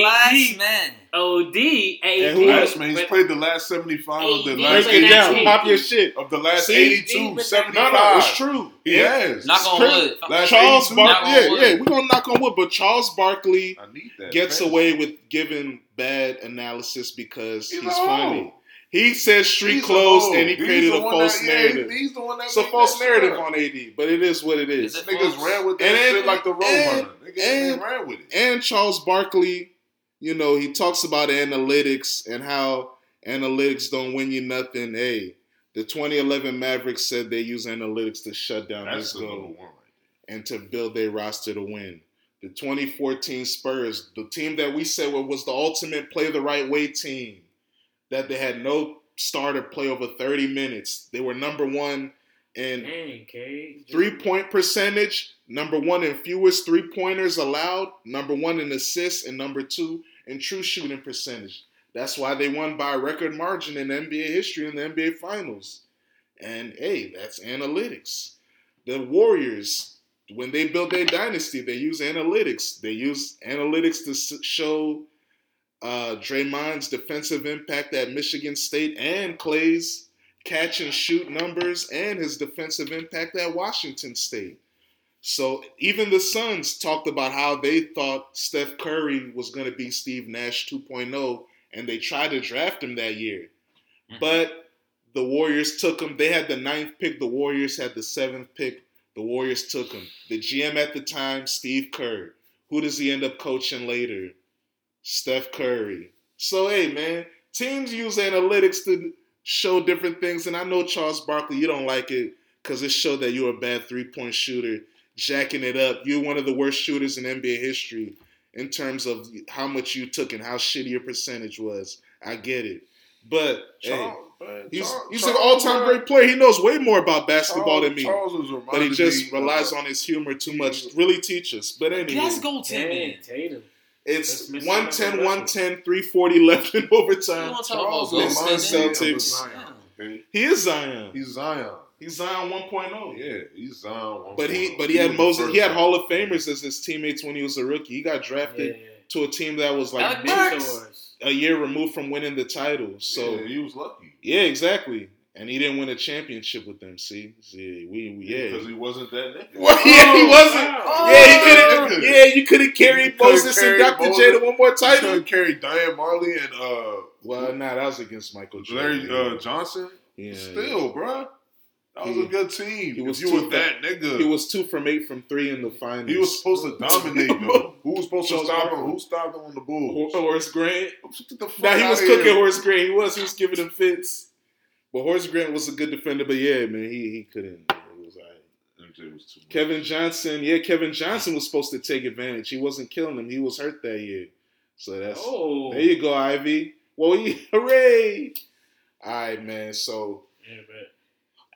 Speaker 4: Last
Speaker 3: AD,
Speaker 4: man.
Speaker 3: OD, AD.
Speaker 2: who
Speaker 1: Last man, he's
Speaker 3: but-
Speaker 1: played the last 75 of the
Speaker 3: AD
Speaker 2: up.
Speaker 1: last
Speaker 3: played
Speaker 2: Break it
Speaker 1: 82.
Speaker 2: down.
Speaker 3: team.
Speaker 2: Pop your shit.
Speaker 1: Of the last
Speaker 2: See?
Speaker 1: 82,
Speaker 2: No,
Speaker 1: 75.
Speaker 2: no, it's true.
Speaker 1: He
Speaker 2: Yeah.
Speaker 1: has.
Speaker 4: Knock on
Speaker 2: Chris-
Speaker 4: wood.
Speaker 1: Last
Speaker 2: Charles
Speaker 1: 82.
Speaker 4: Knock
Speaker 2: Barkley.
Speaker 4: on
Speaker 2: Yeah,
Speaker 4: wood.
Speaker 2: yeah. We're gonna knock on wood, but Charles Barkley
Speaker 1: I need that.
Speaker 2: gets
Speaker 1: man.
Speaker 2: away with giving bad analysis because
Speaker 1: He's,
Speaker 2: he's,
Speaker 1: a hoe.
Speaker 2: funny. He said street
Speaker 1: He's a
Speaker 2: clothes
Speaker 1: hoe.
Speaker 2: and he
Speaker 1: He's
Speaker 2: created
Speaker 1: the
Speaker 2: a
Speaker 1: one
Speaker 2: false
Speaker 1: that- yeah,
Speaker 2: narrative.
Speaker 1: he's the one that
Speaker 2: it's a
Speaker 1: made
Speaker 2: false
Speaker 1: that
Speaker 2: narrative
Speaker 1: shit up.
Speaker 2: on AD, but it is what it is.
Speaker 4: Is it-
Speaker 1: Niggas ran with that
Speaker 2: And then-
Speaker 1: shit like the road
Speaker 2: and-
Speaker 1: runner. Niggas they
Speaker 2: and-
Speaker 1: ran with it.
Speaker 2: and Charles Barkley, you know, he talks about analytics and how analytics don't win you nothing. Hey, the 2011 Mavericks said they use analytics to shut down this
Speaker 1: That's the number
Speaker 2: goal
Speaker 1: one.
Speaker 2: and to build their roster to win. The 2014 Spurs, the team that we said wa- was the ultimate play the right way team, that they had no starter play over 30 minutes. They were number one in
Speaker 3: Dang, K.
Speaker 2: Three point percentage, number one in fewest three pointers allowed, number one in assists, and number two in true shooting percentage. That's why they won by a record margin in NBA history in the NBA Finals. And hey, that's analytics. The Warriors, when they build their dynasty, they use analytics. They use analytics to s- show uh, Draymond's defensive impact at Michigan State and Clay's catch and shoot numbers and his defensive impact at Washington State. So even the Suns talked about how they thought Steph Curry was going to be Steve Nash 2.0, and they tried to draft him that year.
Speaker 4: Mhm.
Speaker 2: But the Warriors took him. They had the ninth pick, the Warriors had the seventh pick. The Warriors took him. The GM at the time, Steve Kerr. Who does he end up coaching later? Steph Curry. So, hey, man, teams use analytics to show different things. And I know, Charles Barkley, you don't like it because it showed that you're a bad three point shooter, jacking it up. You're one of the worst shooters in NBA history in terms of how much you took and how shitty your percentage was. I get it. But hey,
Speaker 1: Charles, man,
Speaker 2: he's,
Speaker 1: Charles-
Speaker 2: he's an all
Speaker 1: Charles
Speaker 2: time
Speaker 1: was-
Speaker 2: great player. He knows way more about basketball
Speaker 1: Charles-
Speaker 2: than me.
Speaker 1: Charles was
Speaker 2: But he
Speaker 1: reminding
Speaker 2: just
Speaker 1: me
Speaker 2: relies
Speaker 1: of-
Speaker 2: on his humor too
Speaker 1: he
Speaker 2: much.
Speaker 1: was-
Speaker 2: Really teach us. But anyway.
Speaker 4: That's
Speaker 3: Dang,
Speaker 4: goaltending.
Speaker 3: Tatum.
Speaker 2: It's
Speaker 3: Let's miss
Speaker 2: 110,
Speaker 3: another
Speaker 2: 110, 340 left in
Speaker 4: You
Speaker 2: overtime.
Speaker 4: want to talk about
Speaker 1: Charles
Speaker 2: Lawrence
Speaker 1: reminded me of
Speaker 4: goaltending?
Speaker 2: Celtics.
Speaker 1: Zion. okay?
Speaker 2: He is Zion.
Speaker 1: He's Zion. Oh,
Speaker 2: He's Zion oh. 1.0.
Speaker 1: Yeah, he's Zion. one
Speaker 2: But he
Speaker 1: point.
Speaker 2: but he had
Speaker 1: was the
Speaker 2: Moses
Speaker 1: first
Speaker 2: he had
Speaker 1: guy.
Speaker 2: Hall of Famers as his teammates when he was a rookie. He got
Speaker 3: Yeah.
Speaker 2: drafted to a team that was like
Speaker 4: Alec
Speaker 2: maybe
Speaker 4: Burks.
Speaker 3: Mentors.
Speaker 2: a year removed from winning the title. So
Speaker 1: Yeah,
Speaker 2: yeah,
Speaker 1: he was lucky.
Speaker 2: exactly. And he didn't win a championship with them. See, see, we, we yeah.
Speaker 1: Because he wasn't that nigga.
Speaker 2: Well, yeah, he
Speaker 3: Oh,
Speaker 2: wasn't.
Speaker 3: wow.
Speaker 2: Yeah, he
Speaker 1: Oh.
Speaker 2: couldn't. Yeah, you couldn't carry
Speaker 1: could've
Speaker 2: Moses
Speaker 1: carried
Speaker 2: and Dr. J
Speaker 1: Moses.
Speaker 2: to one more
Speaker 1: He
Speaker 2: title.
Speaker 1: couldn't carry Diane Marley and uh,
Speaker 2: Well, nah, that was against Michael
Speaker 1: Larry
Speaker 2: Jordan.
Speaker 1: uh, Johnson.
Speaker 2: yeah,
Speaker 1: Still, bruh. That was
Speaker 2: He-
Speaker 1: a good team.
Speaker 2: he was
Speaker 1: if you
Speaker 2: too
Speaker 1: were that nigga,
Speaker 2: He was two from eight from three in the finals.
Speaker 1: supposed to dominate though. Who was supposed to
Speaker 2: Charles
Speaker 1: stop him?
Speaker 2: Barkley.
Speaker 1: Who stopped him on the
Speaker 2: Hor-
Speaker 1: Bulls?
Speaker 2: Horace Grant.
Speaker 1: Get the fuck
Speaker 2: Now he
Speaker 1: outta
Speaker 2: was
Speaker 1: here.
Speaker 2: cooking Horace Grant. He was. He was giving him fits. But Horace Grant was a good defender. But yeah, man, he he couldn't. It was all right.
Speaker 1: MJ was too much.
Speaker 2: Kevin Johnson. Yeah, Kevin Johnson was supposed to take advantage. He wasn't killing him. He was hurt that year. So that's
Speaker 3: Oh.
Speaker 2: there. You go, Ivy. Well, he, hooray! All right, man. So
Speaker 3: Yeah, but,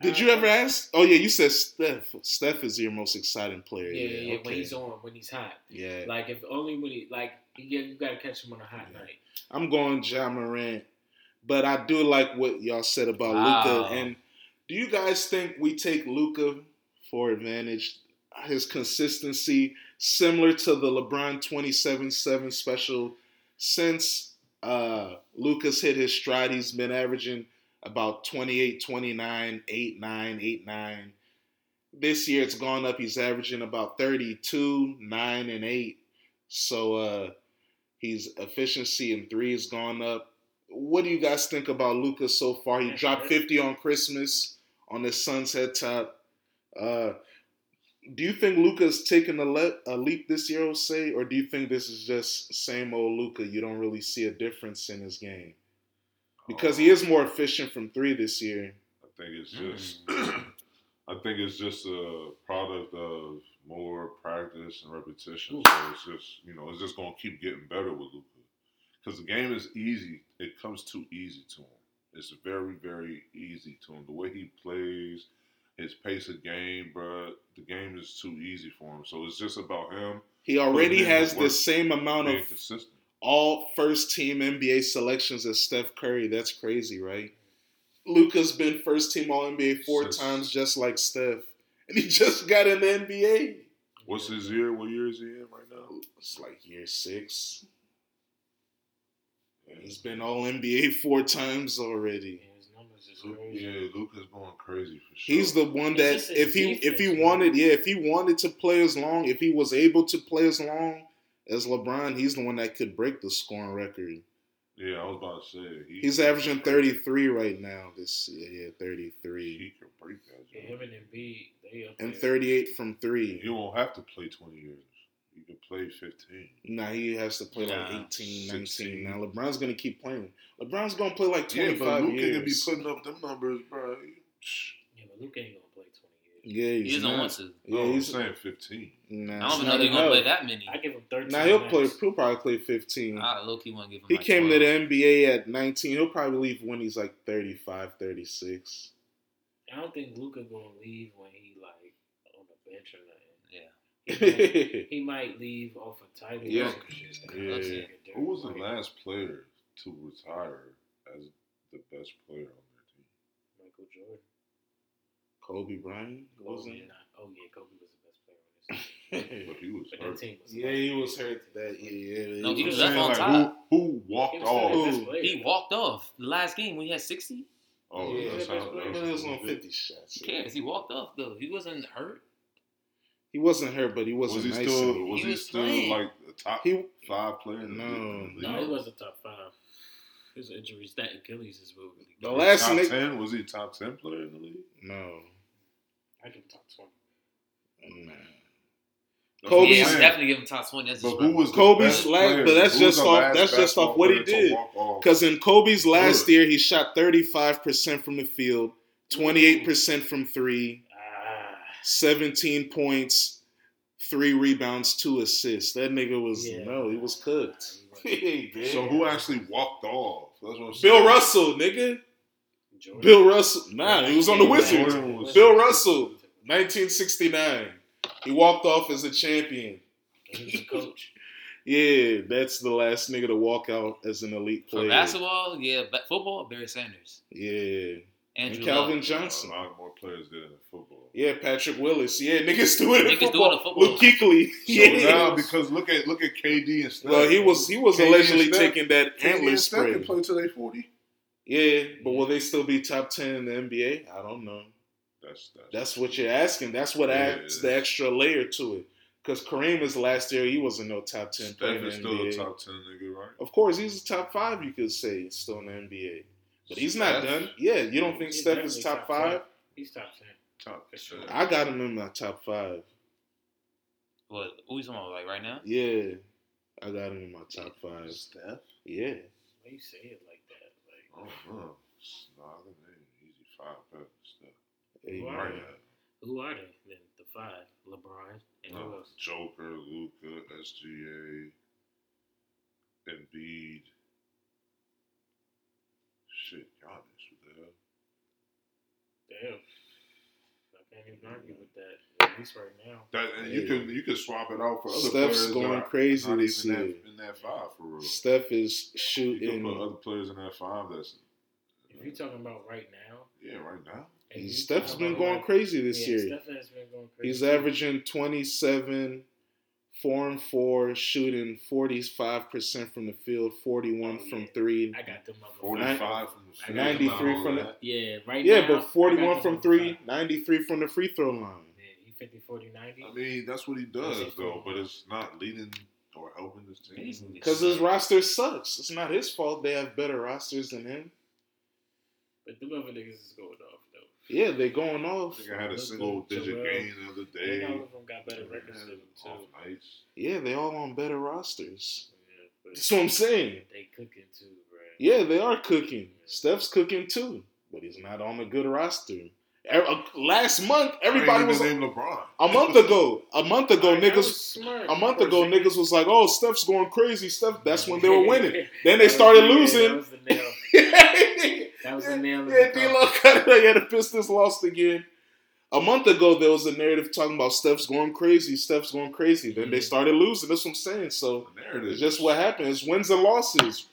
Speaker 2: did you ever ask? Oh yeah, you said Steph. Steph is your most exciting player.
Speaker 3: Yeah, yeah, yeah.
Speaker 2: okay.
Speaker 3: When he's on, when he's hot.
Speaker 2: Yeah,
Speaker 3: Like if only when he like yeah, you gotta catch him on a hot
Speaker 2: Yeah.
Speaker 3: night.
Speaker 2: I'm going Ja Morant, but I do like what y'all said about
Speaker 4: Wow.
Speaker 2: Luca. And do you guys think we take Luca for advantage? His consistency, similar to the LeBron 27-7 special, since uh, Luca's hit his stride, he's been averaging about 28, 29, 8, 9, 8, 9. This year it's gone up. He's averaging about 32, 9, and 8. So uh, he's efficiency in three has gone up. What do you guys think about Luca so far? He dropped 50 on Christmas on the Suns head top. Uh, do you think Luca's taking a, le- a leap this year, Jose, or do you think this is just same old Luca? You don't really see a difference in his game. because
Speaker 1: Oh.
Speaker 2: he is more efficient from three this year.
Speaker 1: I think it's just
Speaker 2: Mm.
Speaker 1: I think it's just a product of more practice and repetition. So it's just you know it's just gonna keep getting better with Luca because the game is easy. It comes too easy to him. It's very very easy to him. The way he plays, his pace of game, bro. The game is too easy for him. So it's just about him
Speaker 2: He already
Speaker 1: Putting in
Speaker 2: has
Speaker 1: the
Speaker 2: the
Speaker 1: work.
Speaker 2: same amount
Speaker 1: being
Speaker 2: of
Speaker 1: consistent.
Speaker 2: all first team NBA selections as Steph Curry. That's crazy, right? Luca's been first team All NBA four
Speaker 1: Since-
Speaker 2: times, just like Steph, and he just got in the NBA.
Speaker 1: What's his year? What year is he in right now?
Speaker 2: It's like year six. And he's been All NBA four times already.
Speaker 3: His numbers is
Speaker 1: Lu-
Speaker 3: crazy.
Speaker 1: Yeah, Luca's going crazy for sure.
Speaker 2: He's the one
Speaker 3: It's
Speaker 2: that
Speaker 3: just his
Speaker 2: if he if he
Speaker 3: defense,
Speaker 2: wanted yeah if he wanted to play as long if he was able to play as long as LeBron he's the one that could break the scoring record.
Speaker 1: yeah. I was about to say he-
Speaker 2: He's averaging 33 right now. This yeah, 33
Speaker 1: He can break that.
Speaker 3: Yeah,
Speaker 1: Joe.
Speaker 3: him and Embiid, they up
Speaker 2: and
Speaker 3: there.
Speaker 2: 38 from
Speaker 1: He
Speaker 2: three.
Speaker 1: won't have to play 20 years. He can play 15.
Speaker 2: Nah, he has to play like
Speaker 4: Nah,
Speaker 2: 18, 19.
Speaker 1: 16.
Speaker 2: Now LeBron's gonna keep playing. LeBron's gonna play like 25
Speaker 1: Luka
Speaker 2: years.
Speaker 1: putting up them numbers, bro.
Speaker 3: Yeah, but Luke ain't gonna play twenty years.
Speaker 2: yeah,
Speaker 4: He
Speaker 2: he's
Speaker 4: doesn't
Speaker 2: not.
Speaker 4: want to.
Speaker 1: No,
Speaker 2: Yeah,
Speaker 1: I'm
Speaker 2: he's
Speaker 1: saying 15.
Speaker 2: nah,
Speaker 4: Oh, I don't
Speaker 2: it's
Speaker 4: even
Speaker 2: not
Speaker 4: know they're gonna
Speaker 2: enough.
Speaker 4: play that many.
Speaker 3: I give him thirteen.
Speaker 2: Now he'll
Speaker 3: max.
Speaker 2: play. He'll probably play 15.
Speaker 4: I low key want to give him.
Speaker 2: he
Speaker 4: like
Speaker 2: came to
Speaker 4: 12.
Speaker 2: the NBA at 19. He'll probably leave when he's like 35, 36.
Speaker 3: I don't think Luca gonna leave when he like on the bench or nothing.
Speaker 4: Yeah.
Speaker 3: He might, he might leave off a title.
Speaker 2: Yeah.
Speaker 3: or some shit.
Speaker 1: Yeah.
Speaker 3: That's like a
Speaker 1: Who was the
Speaker 3: dirty
Speaker 1: last player to retire as the best player on their team?
Speaker 3: Michael Jordan.
Speaker 2: Kobe Bryant
Speaker 3: Oh
Speaker 2: wasn't.
Speaker 3: yeah. oh yeah, Kobe was the best player on this.
Speaker 1: But he was
Speaker 3: But that
Speaker 1: hurt.
Speaker 3: team was
Speaker 2: yeah, he was hurt that year. Yeah,
Speaker 4: No,
Speaker 1: I'm
Speaker 4: he was
Speaker 1: saying,
Speaker 4: up on
Speaker 1: like,
Speaker 4: top.
Speaker 1: Who, who
Speaker 3: He
Speaker 1: walked
Speaker 3: was still the
Speaker 1: off?
Speaker 2: Oh,
Speaker 3: best player.
Speaker 4: He walked off the last game when he had sixty.
Speaker 1: Oh,
Speaker 2: yeah,
Speaker 1: that's how
Speaker 3: best player.
Speaker 1: that
Speaker 2: Well, it was on
Speaker 1: was
Speaker 2: 50 shots.
Speaker 4: Who cares? He walked off though. He wasn't hurt.
Speaker 2: He wasn't hurt, but he
Speaker 1: Was,
Speaker 2: wasn't
Speaker 1: he
Speaker 2: nice.
Speaker 1: still, was
Speaker 4: He
Speaker 1: he
Speaker 4: was
Speaker 1: still
Speaker 4: playing.
Speaker 1: like a top
Speaker 2: he
Speaker 1: five player? in the
Speaker 2: No,
Speaker 1: league?
Speaker 3: No, he was the top five. His injuries, that Achilles is what really.
Speaker 2: The
Speaker 3: got him.
Speaker 2: last-
Speaker 1: top
Speaker 2: Nick-
Speaker 1: 10? Was he top 10 player in the league?
Speaker 2: no. Oh,
Speaker 3: I give him top twenty.
Speaker 2: Nah.
Speaker 1: That's what I'm
Speaker 2: Kobe's-
Speaker 4: yeah,
Speaker 1: saying.
Speaker 4: I'm definitely give him top twenty. That's
Speaker 1: But
Speaker 4: just
Speaker 1: who
Speaker 4: right.
Speaker 1: was the
Speaker 2: Kobe's
Speaker 1: best
Speaker 2: last-
Speaker 1: player?
Speaker 2: but that's
Speaker 1: Who was
Speaker 2: just
Speaker 1: the
Speaker 2: off-
Speaker 1: last
Speaker 2: that's just off
Speaker 1: basketball
Speaker 2: what he
Speaker 1: player to
Speaker 2: did.
Speaker 1: walk off?
Speaker 2: Because in Kobe's last
Speaker 1: Good.
Speaker 2: year, he shot 35% from the field, 28% from three,
Speaker 3: Ah,
Speaker 2: 17 points, three rebounds, two assists. That nigga was,
Speaker 3: Yeah.
Speaker 2: no, he was cooked.
Speaker 3: Nah, he wasn't.
Speaker 2: He ain't
Speaker 1: So
Speaker 2: dead.
Speaker 1: who actually walked off? That's what I'm saying.
Speaker 2: Bill Russell, nigga.
Speaker 3: Jordan.
Speaker 2: Bill Russell. Nah, he was on the
Speaker 1: Yeah,
Speaker 2: Wizards.
Speaker 1: Jordan was-
Speaker 2: Bill Russell, 1969. He walked off as a champion.
Speaker 3: He was the coach.
Speaker 2: Yeah, that's the last nigga to walk out as an elite
Speaker 4: for
Speaker 2: player.
Speaker 4: basketball? Yeah, but football. Barry Sanders,
Speaker 2: Yeah.
Speaker 4: Andrew
Speaker 2: and Calvin
Speaker 4: Love.
Speaker 2: Johnson.
Speaker 1: A lot more players did in football.
Speaker 2: Yeah, Patrick Willis. Yeah, niggas doing it.
Speaker 4: Niggas
Speaker 2: football.
Speaker 4: doing it football.
Speaker 2: Luke Kuechly.
Speaker 1: So
Speaker 2: yeah.
Speaker 1: now because look at look at KD and Steph.
Speaker 2: well, he was he was
Speaker 1: KD and
Speaker 2: allegedly
Speaker 1: Steph-
Speaker 2: taking that
Speaker 1: KD
Speaker 2: antler
Speaker 1: and Steph can
Speaker 2: spray.
Speaker 1: play till they forty.
Speaker 2: Yeah, but will they still be top ten in the NBA? I don't know.
Speaker 1: That's that's,
Speaker 2: That's what you're asking. That's what
Speaker 1: Yeah.
Speaker 2: adds the extra layer to it. Because Kareem is last year, he wasn't no top ten player
Speaker 1: Steph
Speaker 2: in
Speaker 1: is
Speaker 2: the
Speaker 1: still
Speaker 2: NBA.
Speaker 1: a top ten nigga, right?
Speaker 2: Of course, he's a top five. You could say still in the NBA, but he's not
Speaker 1: Steph,
Speaker 2: done. Yeah, you don't think
Speaker 3: He's
Speaker 2: Steph is
Speaker 3: definitely
Speaker 2: top
Speaker 3: top ten.
Speaker 2: five?
Speaker 3: He's top ten.
Speaker 1: Top ten.
Speaker 2: I got him in my top five.
Speaker 4: What? Who you talking about? Like right now?
Speaker 2: Yeah, I got him in my top five.
Speaker 1: Steph.
Speaker 2: Yeah,
Speaker 3: Why you say it like that? Like,
Speaker 1: Oh no, It's not an easy five better than
Speaker 2: Hey,
Speaker 1: Steph.
Speaker 3: Wow.
Speaker 2: man.
Speaker 1: Right.
Speaker 3: who are they? Then the five: LeBron and who
Speaker 2: Oh.
Speaker 1: Uh,
Speaker 3: else?
Speaker 1: Joker, Luca, SGA, Embiid. Shit, Giannis, what the hell?
Speaker 3: Damn, I can't even argue with that. At least right now.
Speaker 1: That, and you
Speaker 2: Yeah.
Speaker 1: can you can swap it out for other
Speaker 2: Steph's
Speaker 1: players.
Speaker 2: going
Speaker 1: that are
Speaker 2: crazy
Speaker 1: not
Speaker 2: this
Speaker 1: even
Speaker 2: year.
Speaker 1: That, in that five for real.
Speaker 2: Steph is
Speaker 1: You can put
Speaker 2: shooting.
Speaker 1: other players in that five. That's
Speaker 3: If you're talking about right now,
Speaker 1: yeah, right now.
Speaker 3: and you
Speaker 2: Steph's
Speaker 3: talking
Speaker 2: been
Speaker 3: about
Speaker 2: going
Speaker 3: right-
Speaker 2: crazy this
Speaker 3: yeah,
Speaker 2: year.
Speaker 3: Steph has been going crazy.
Speaker 2: He's averaging twenty-seven, four and four, shooting forty-five percent from the field, forty-one
Speaker 3: Oh,
Speaker 2: from
Speaker 3: yeah.
Speaker 2: three,
Speaker 3: I got them up.
Speaker 1: Forty five from the field,
Speaker 2: 93
Speaker 1: all
Speaker 2: from the-
Speaker 1: that.
Speaker 3: Yeah, right now.
Speaker 2: Yeah,
Speaker 3: I
Speaker 2: but
Speaker 3: got
Speaker 2: 41
Speaker 3: them
Speaker 2: from
Speaker 3: up
Speaker 2: three,
Speaker 3: five.
Speaker 2: 93 from the free throw line.
Speaker 3: Yeah, he 50, 40, 90.
Speaker 1: I mean, that's what he does
Speaker 3: That's it.
Speaker 1: though, but it's not leading or helping this team.
Speaker 4: He's-
Speaker 2: Because his roster sucks. It's not his fault they have better rosters than him.
Speaker 3: but them other niggas is going off, though.
Speaker 2: Yeah, they're going off.
Speaker 1: I think I had a single digit game the other
Speaker 3: And all
Speaker 1: day.
Speaker 3: of them got better records than him, too.
Speaker 1: Off nights.
Speaker 2: Yeah, they all on better rosters.
Speaker 3: Yeah, but
Speaker 2: That's what I'm saying.
Speaker 3: they cooking, too, bro.
Speaker 2: Yeah, they are cooking. Steph's cooking too, but he's not on a good roster. E- uh, Last month, everybody
Speaker 1: I
Speaker 2: was
Speaker 1: ain't
Speaker 2: a
Speaker 1: even named LeBron.
Speaker 2: month ago. A month ago,
Speaker 3: That
Speaker 2: niggas.
Speaker 3: was smart.
Speaker 2: A month ago, niggas was like, "Oh, Steph's going crazy." Steph. That's when they were winning. Then
Speaker 3: That
Speaker 2: they
Speaker 3: was-
Speaker 2: started
Speaker 3: yeah, That
Speaker 2: losing.
Speaker 3: was the nail.
Speaker 2: yeah,
Speaker 3: That was the nail. in the
Speaker 2: D-Lo cut it. Yeah, the Pistons lost again. A month ago, there was a narrative talking about Steph's going crazy. Steph's going crazy. Then they started losing. That's what I'm saying. So
Speaker 1: There it
Speaker 2: it's
Speaker 1: is.
Speaker 2: just what happens. Wins and losses.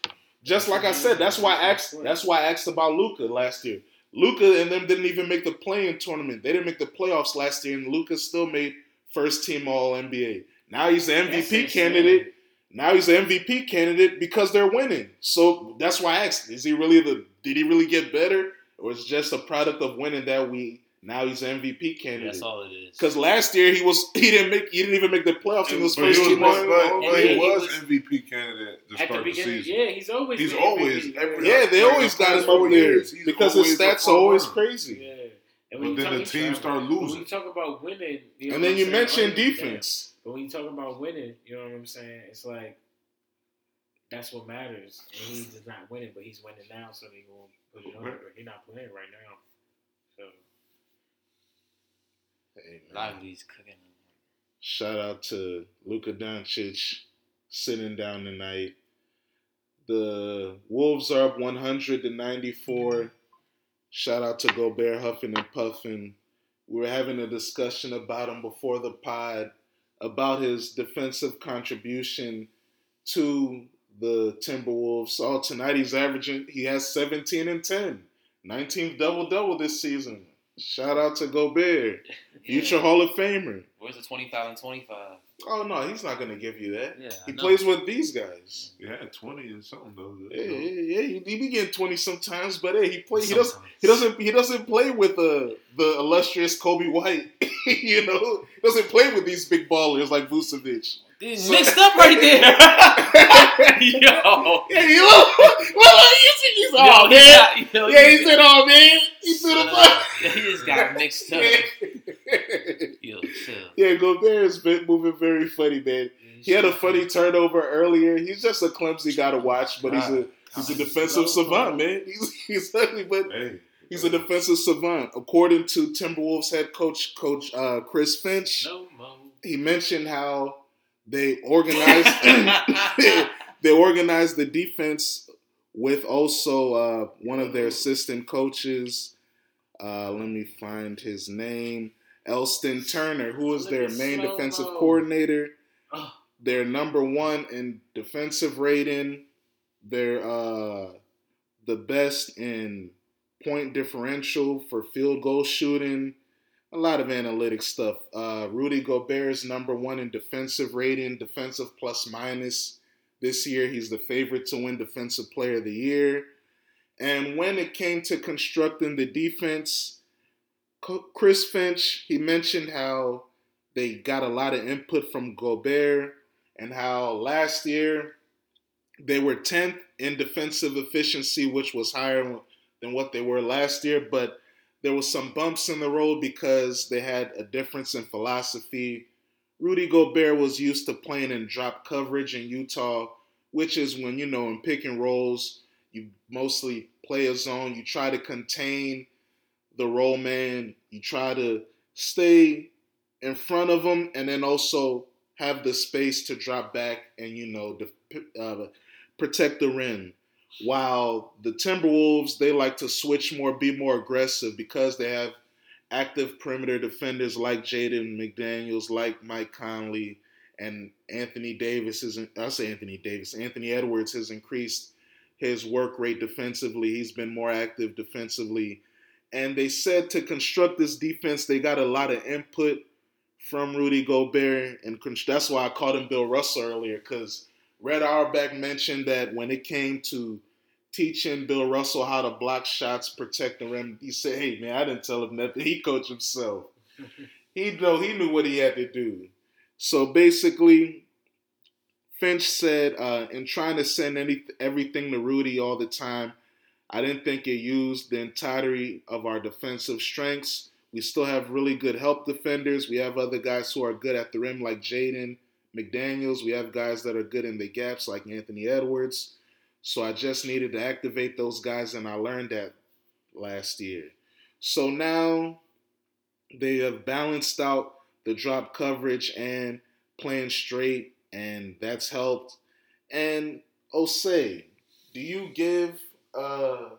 Speaker 2: Just like I said, that's why I asked. That's why I asked about Luca last year. Luca and them didn't even make the playing tournament. They didn't make the playoffs last year, and Luca still made first team All NBA. Now he's the
Speaker 3: cup. That's
Speaker 2: MVP
Speaker 3: insane.
Speaker 2: candidate. Now he's the MVP candidate because they're winning. So that's why I asked: Is he really the? Did he really get better, or is it just a product of winning that we now he's the MVP candidate?
Speaker 4: That's all it is.
Speaker 2: Because last year he was he didn't make he didn't even make the playoffs in
Speaker 1: And-
Speaker 2: his
Speaker 1: but
Speaker 2: first
Speaker 1: he was,
Speaker 2: team.
Speaker 1: but,
Speaker 2: All-
Speaker 1: but,
Speaker 3: All-
Speaker 1: but he
Speaker 3: Yeah, he
Speaker 1: was
Speaker 3: was-
Speaker 1: MVP candidate to
Speaker 3: At the
Speaker 1: start the,
Speaker 3: beginning,
Speaker 1: season.
Speaker 3: yeah, he's always
Speaker 1: He's
Speaker 3: been
Speaker 1: always
Speaker 3: MVP.
Speaker 1: every-
Speaker 2: Yeah, they always got him up there
Speaker 1: He's
Speaker 2: because his
Speaker 1: always the
Speaker 2: stats are
Speaker 1: front
Speaker 2: always
Speaker 1: runner.
Speaker 2: crazy.
Speaker 3: Yeah. And when
Speaker 1: But
Speaker 3: you
Speaker 1: then the
Speaker 3: talk-
Speaker 1: team start
Speaker 3: When
Speaker 1: losing.
Speaker 3: you talk about winning, you know what
Speaker 2: And then
Speaker 3: I'm
Speaker 2: you
Speaker 3: saying?
Speaker 2: mentioned
Speaker 3: Running,
Speaker 2: defense.
Speaker 3: yeah. But when you talk about winning, you know what I'm saying? It's like that's what matters. And he's not winning, but he's winning now, so they gonna put it on. it, But he's not playing right now, so
Speaker 4: Lively's cooking.
Speaker 2: Shout out to Luka Doncic sitting down tonight. The Wolves are up 100 to 94. Shout out to Gobert huffing and puffing. We were having a discussion about him before the pod about his defensive contribution to the Timberwolves. So tonight he's averaging he has 17 and 10. 19th double double this season. Shout out to Gobert, future
Speaker 4: Yeah.
Speaker 2: Hall of Famer.
Speaker 4: Where's the twenty-five and twenty-five?
Speaker 2: Oh no, he's not gonna give you that.
Speaker 4: Yeah,
Speaker 2: He
Speaker 4: I know.
Speaker 2: plays with these guys.
Speaker 1: Yeah, twenty and something though.
Speaker 2: Yeah, yeah, yeah. He, he be getting twenty sometimes, but hey, he play. He
Speaker 4: Sometimes.
Speaker 2: doesn't. He doesn't. He doesn't play with the the illustrious Kobe White. you know, he doesn't play with these big ballers like Vucevic.
Speaker 4: This is mixed up right there. Yo.
Speaker 2: Yeah, you look. look, look, you see, he's all
Speaker 4: Yo,
Speaker 2: man.
Speaker 4: he got- yo,
Speaker 2: Yeah,
Speaker 4: he
Speaker 2: he said, "Oh man, he threw the ball."
Speaker 4: got- He just got mixed up.
Speaker 2: Yeah.
Speaker 4: Yo, chill.
Speaker 2: yeah, Gobert has been moving very funny, man. He had a funny turnover earlier. He's just a clumsy guy to watch, but he's a He's a defensive savant, man. He's he's ugly, but
Speaker 1: Hey,
Speaker 2: he's a defensive savant. According to Timberwolves head coach, Coach uh, Chris Finch,
Speaker 3: no mo.
Speaker 2: he mentioned how they organized they organized the defense with also uh, one of their assistant coaches. Uh, let me find his name, Elston Turner, who was
Speaker 3: Look
Speaker 2: their
Speaker 3: at
Speaker 2: main
Speaker 3: slow-mo.
Speaker 2: defensive coordinator
Speaker 3: Oh,
Speaker 2: they're number one in defensive rating. They're uh, the best in point differential for field goal shooting. A lot of analytic stuff. Uh, Rudy Gobert is number one in defensive rating, defensive plus minus. This year, he's the favorite to win Defensive Player of the Year. And when it came to constructing the defense, Co- Chris Finch, he mentioned how they got a lot of input from Gobert and how last year they were 10th in defensive efficiency, which was higher than what they were last year. But there was some bumps in the road because they had a difference in philosophy. Rudy Gobert was used to playing in drop coverage in Utah, which is when, you know, in pick and rolls, you mostly play a zone, you try to contain the roll man, you try to stay in front of them and then also have the space to drop back and you know def- uh, protect the rim while the timberwolves they like to switch more be more aggressive because they have active perimeter defenders like jaden mcdaniels like mike conley and anthony davis is i say anthony davis anthony edwards has increased his work rate defensively he's been more active defensively and they said to construct this defense they got a lot of input from Rudy Gobert, and con- that's why I called him Bill Russell earlier because Red Auerbach mentioned that when it came to teaching Bill Russell how to block shots, protect the rim, he said, "Hey man, I didn't tell him nothing. He coached himself. he know he knew what he had to do." So basically, Finch said, uh, in trying to send any everything to Rudy all the time, I didn't think it used the entirety of our defensive strengths. We still have really good help defenders. We have other guys who are good at the rim, like Jaden McDaniels. We have guys that are good in the gaps, like Anthony Edwards. So I just needed to activate those guys, and I learned that last year. So now they have balanced out the drop coverage and playing straight, and that's helped. And Osei, do you give uh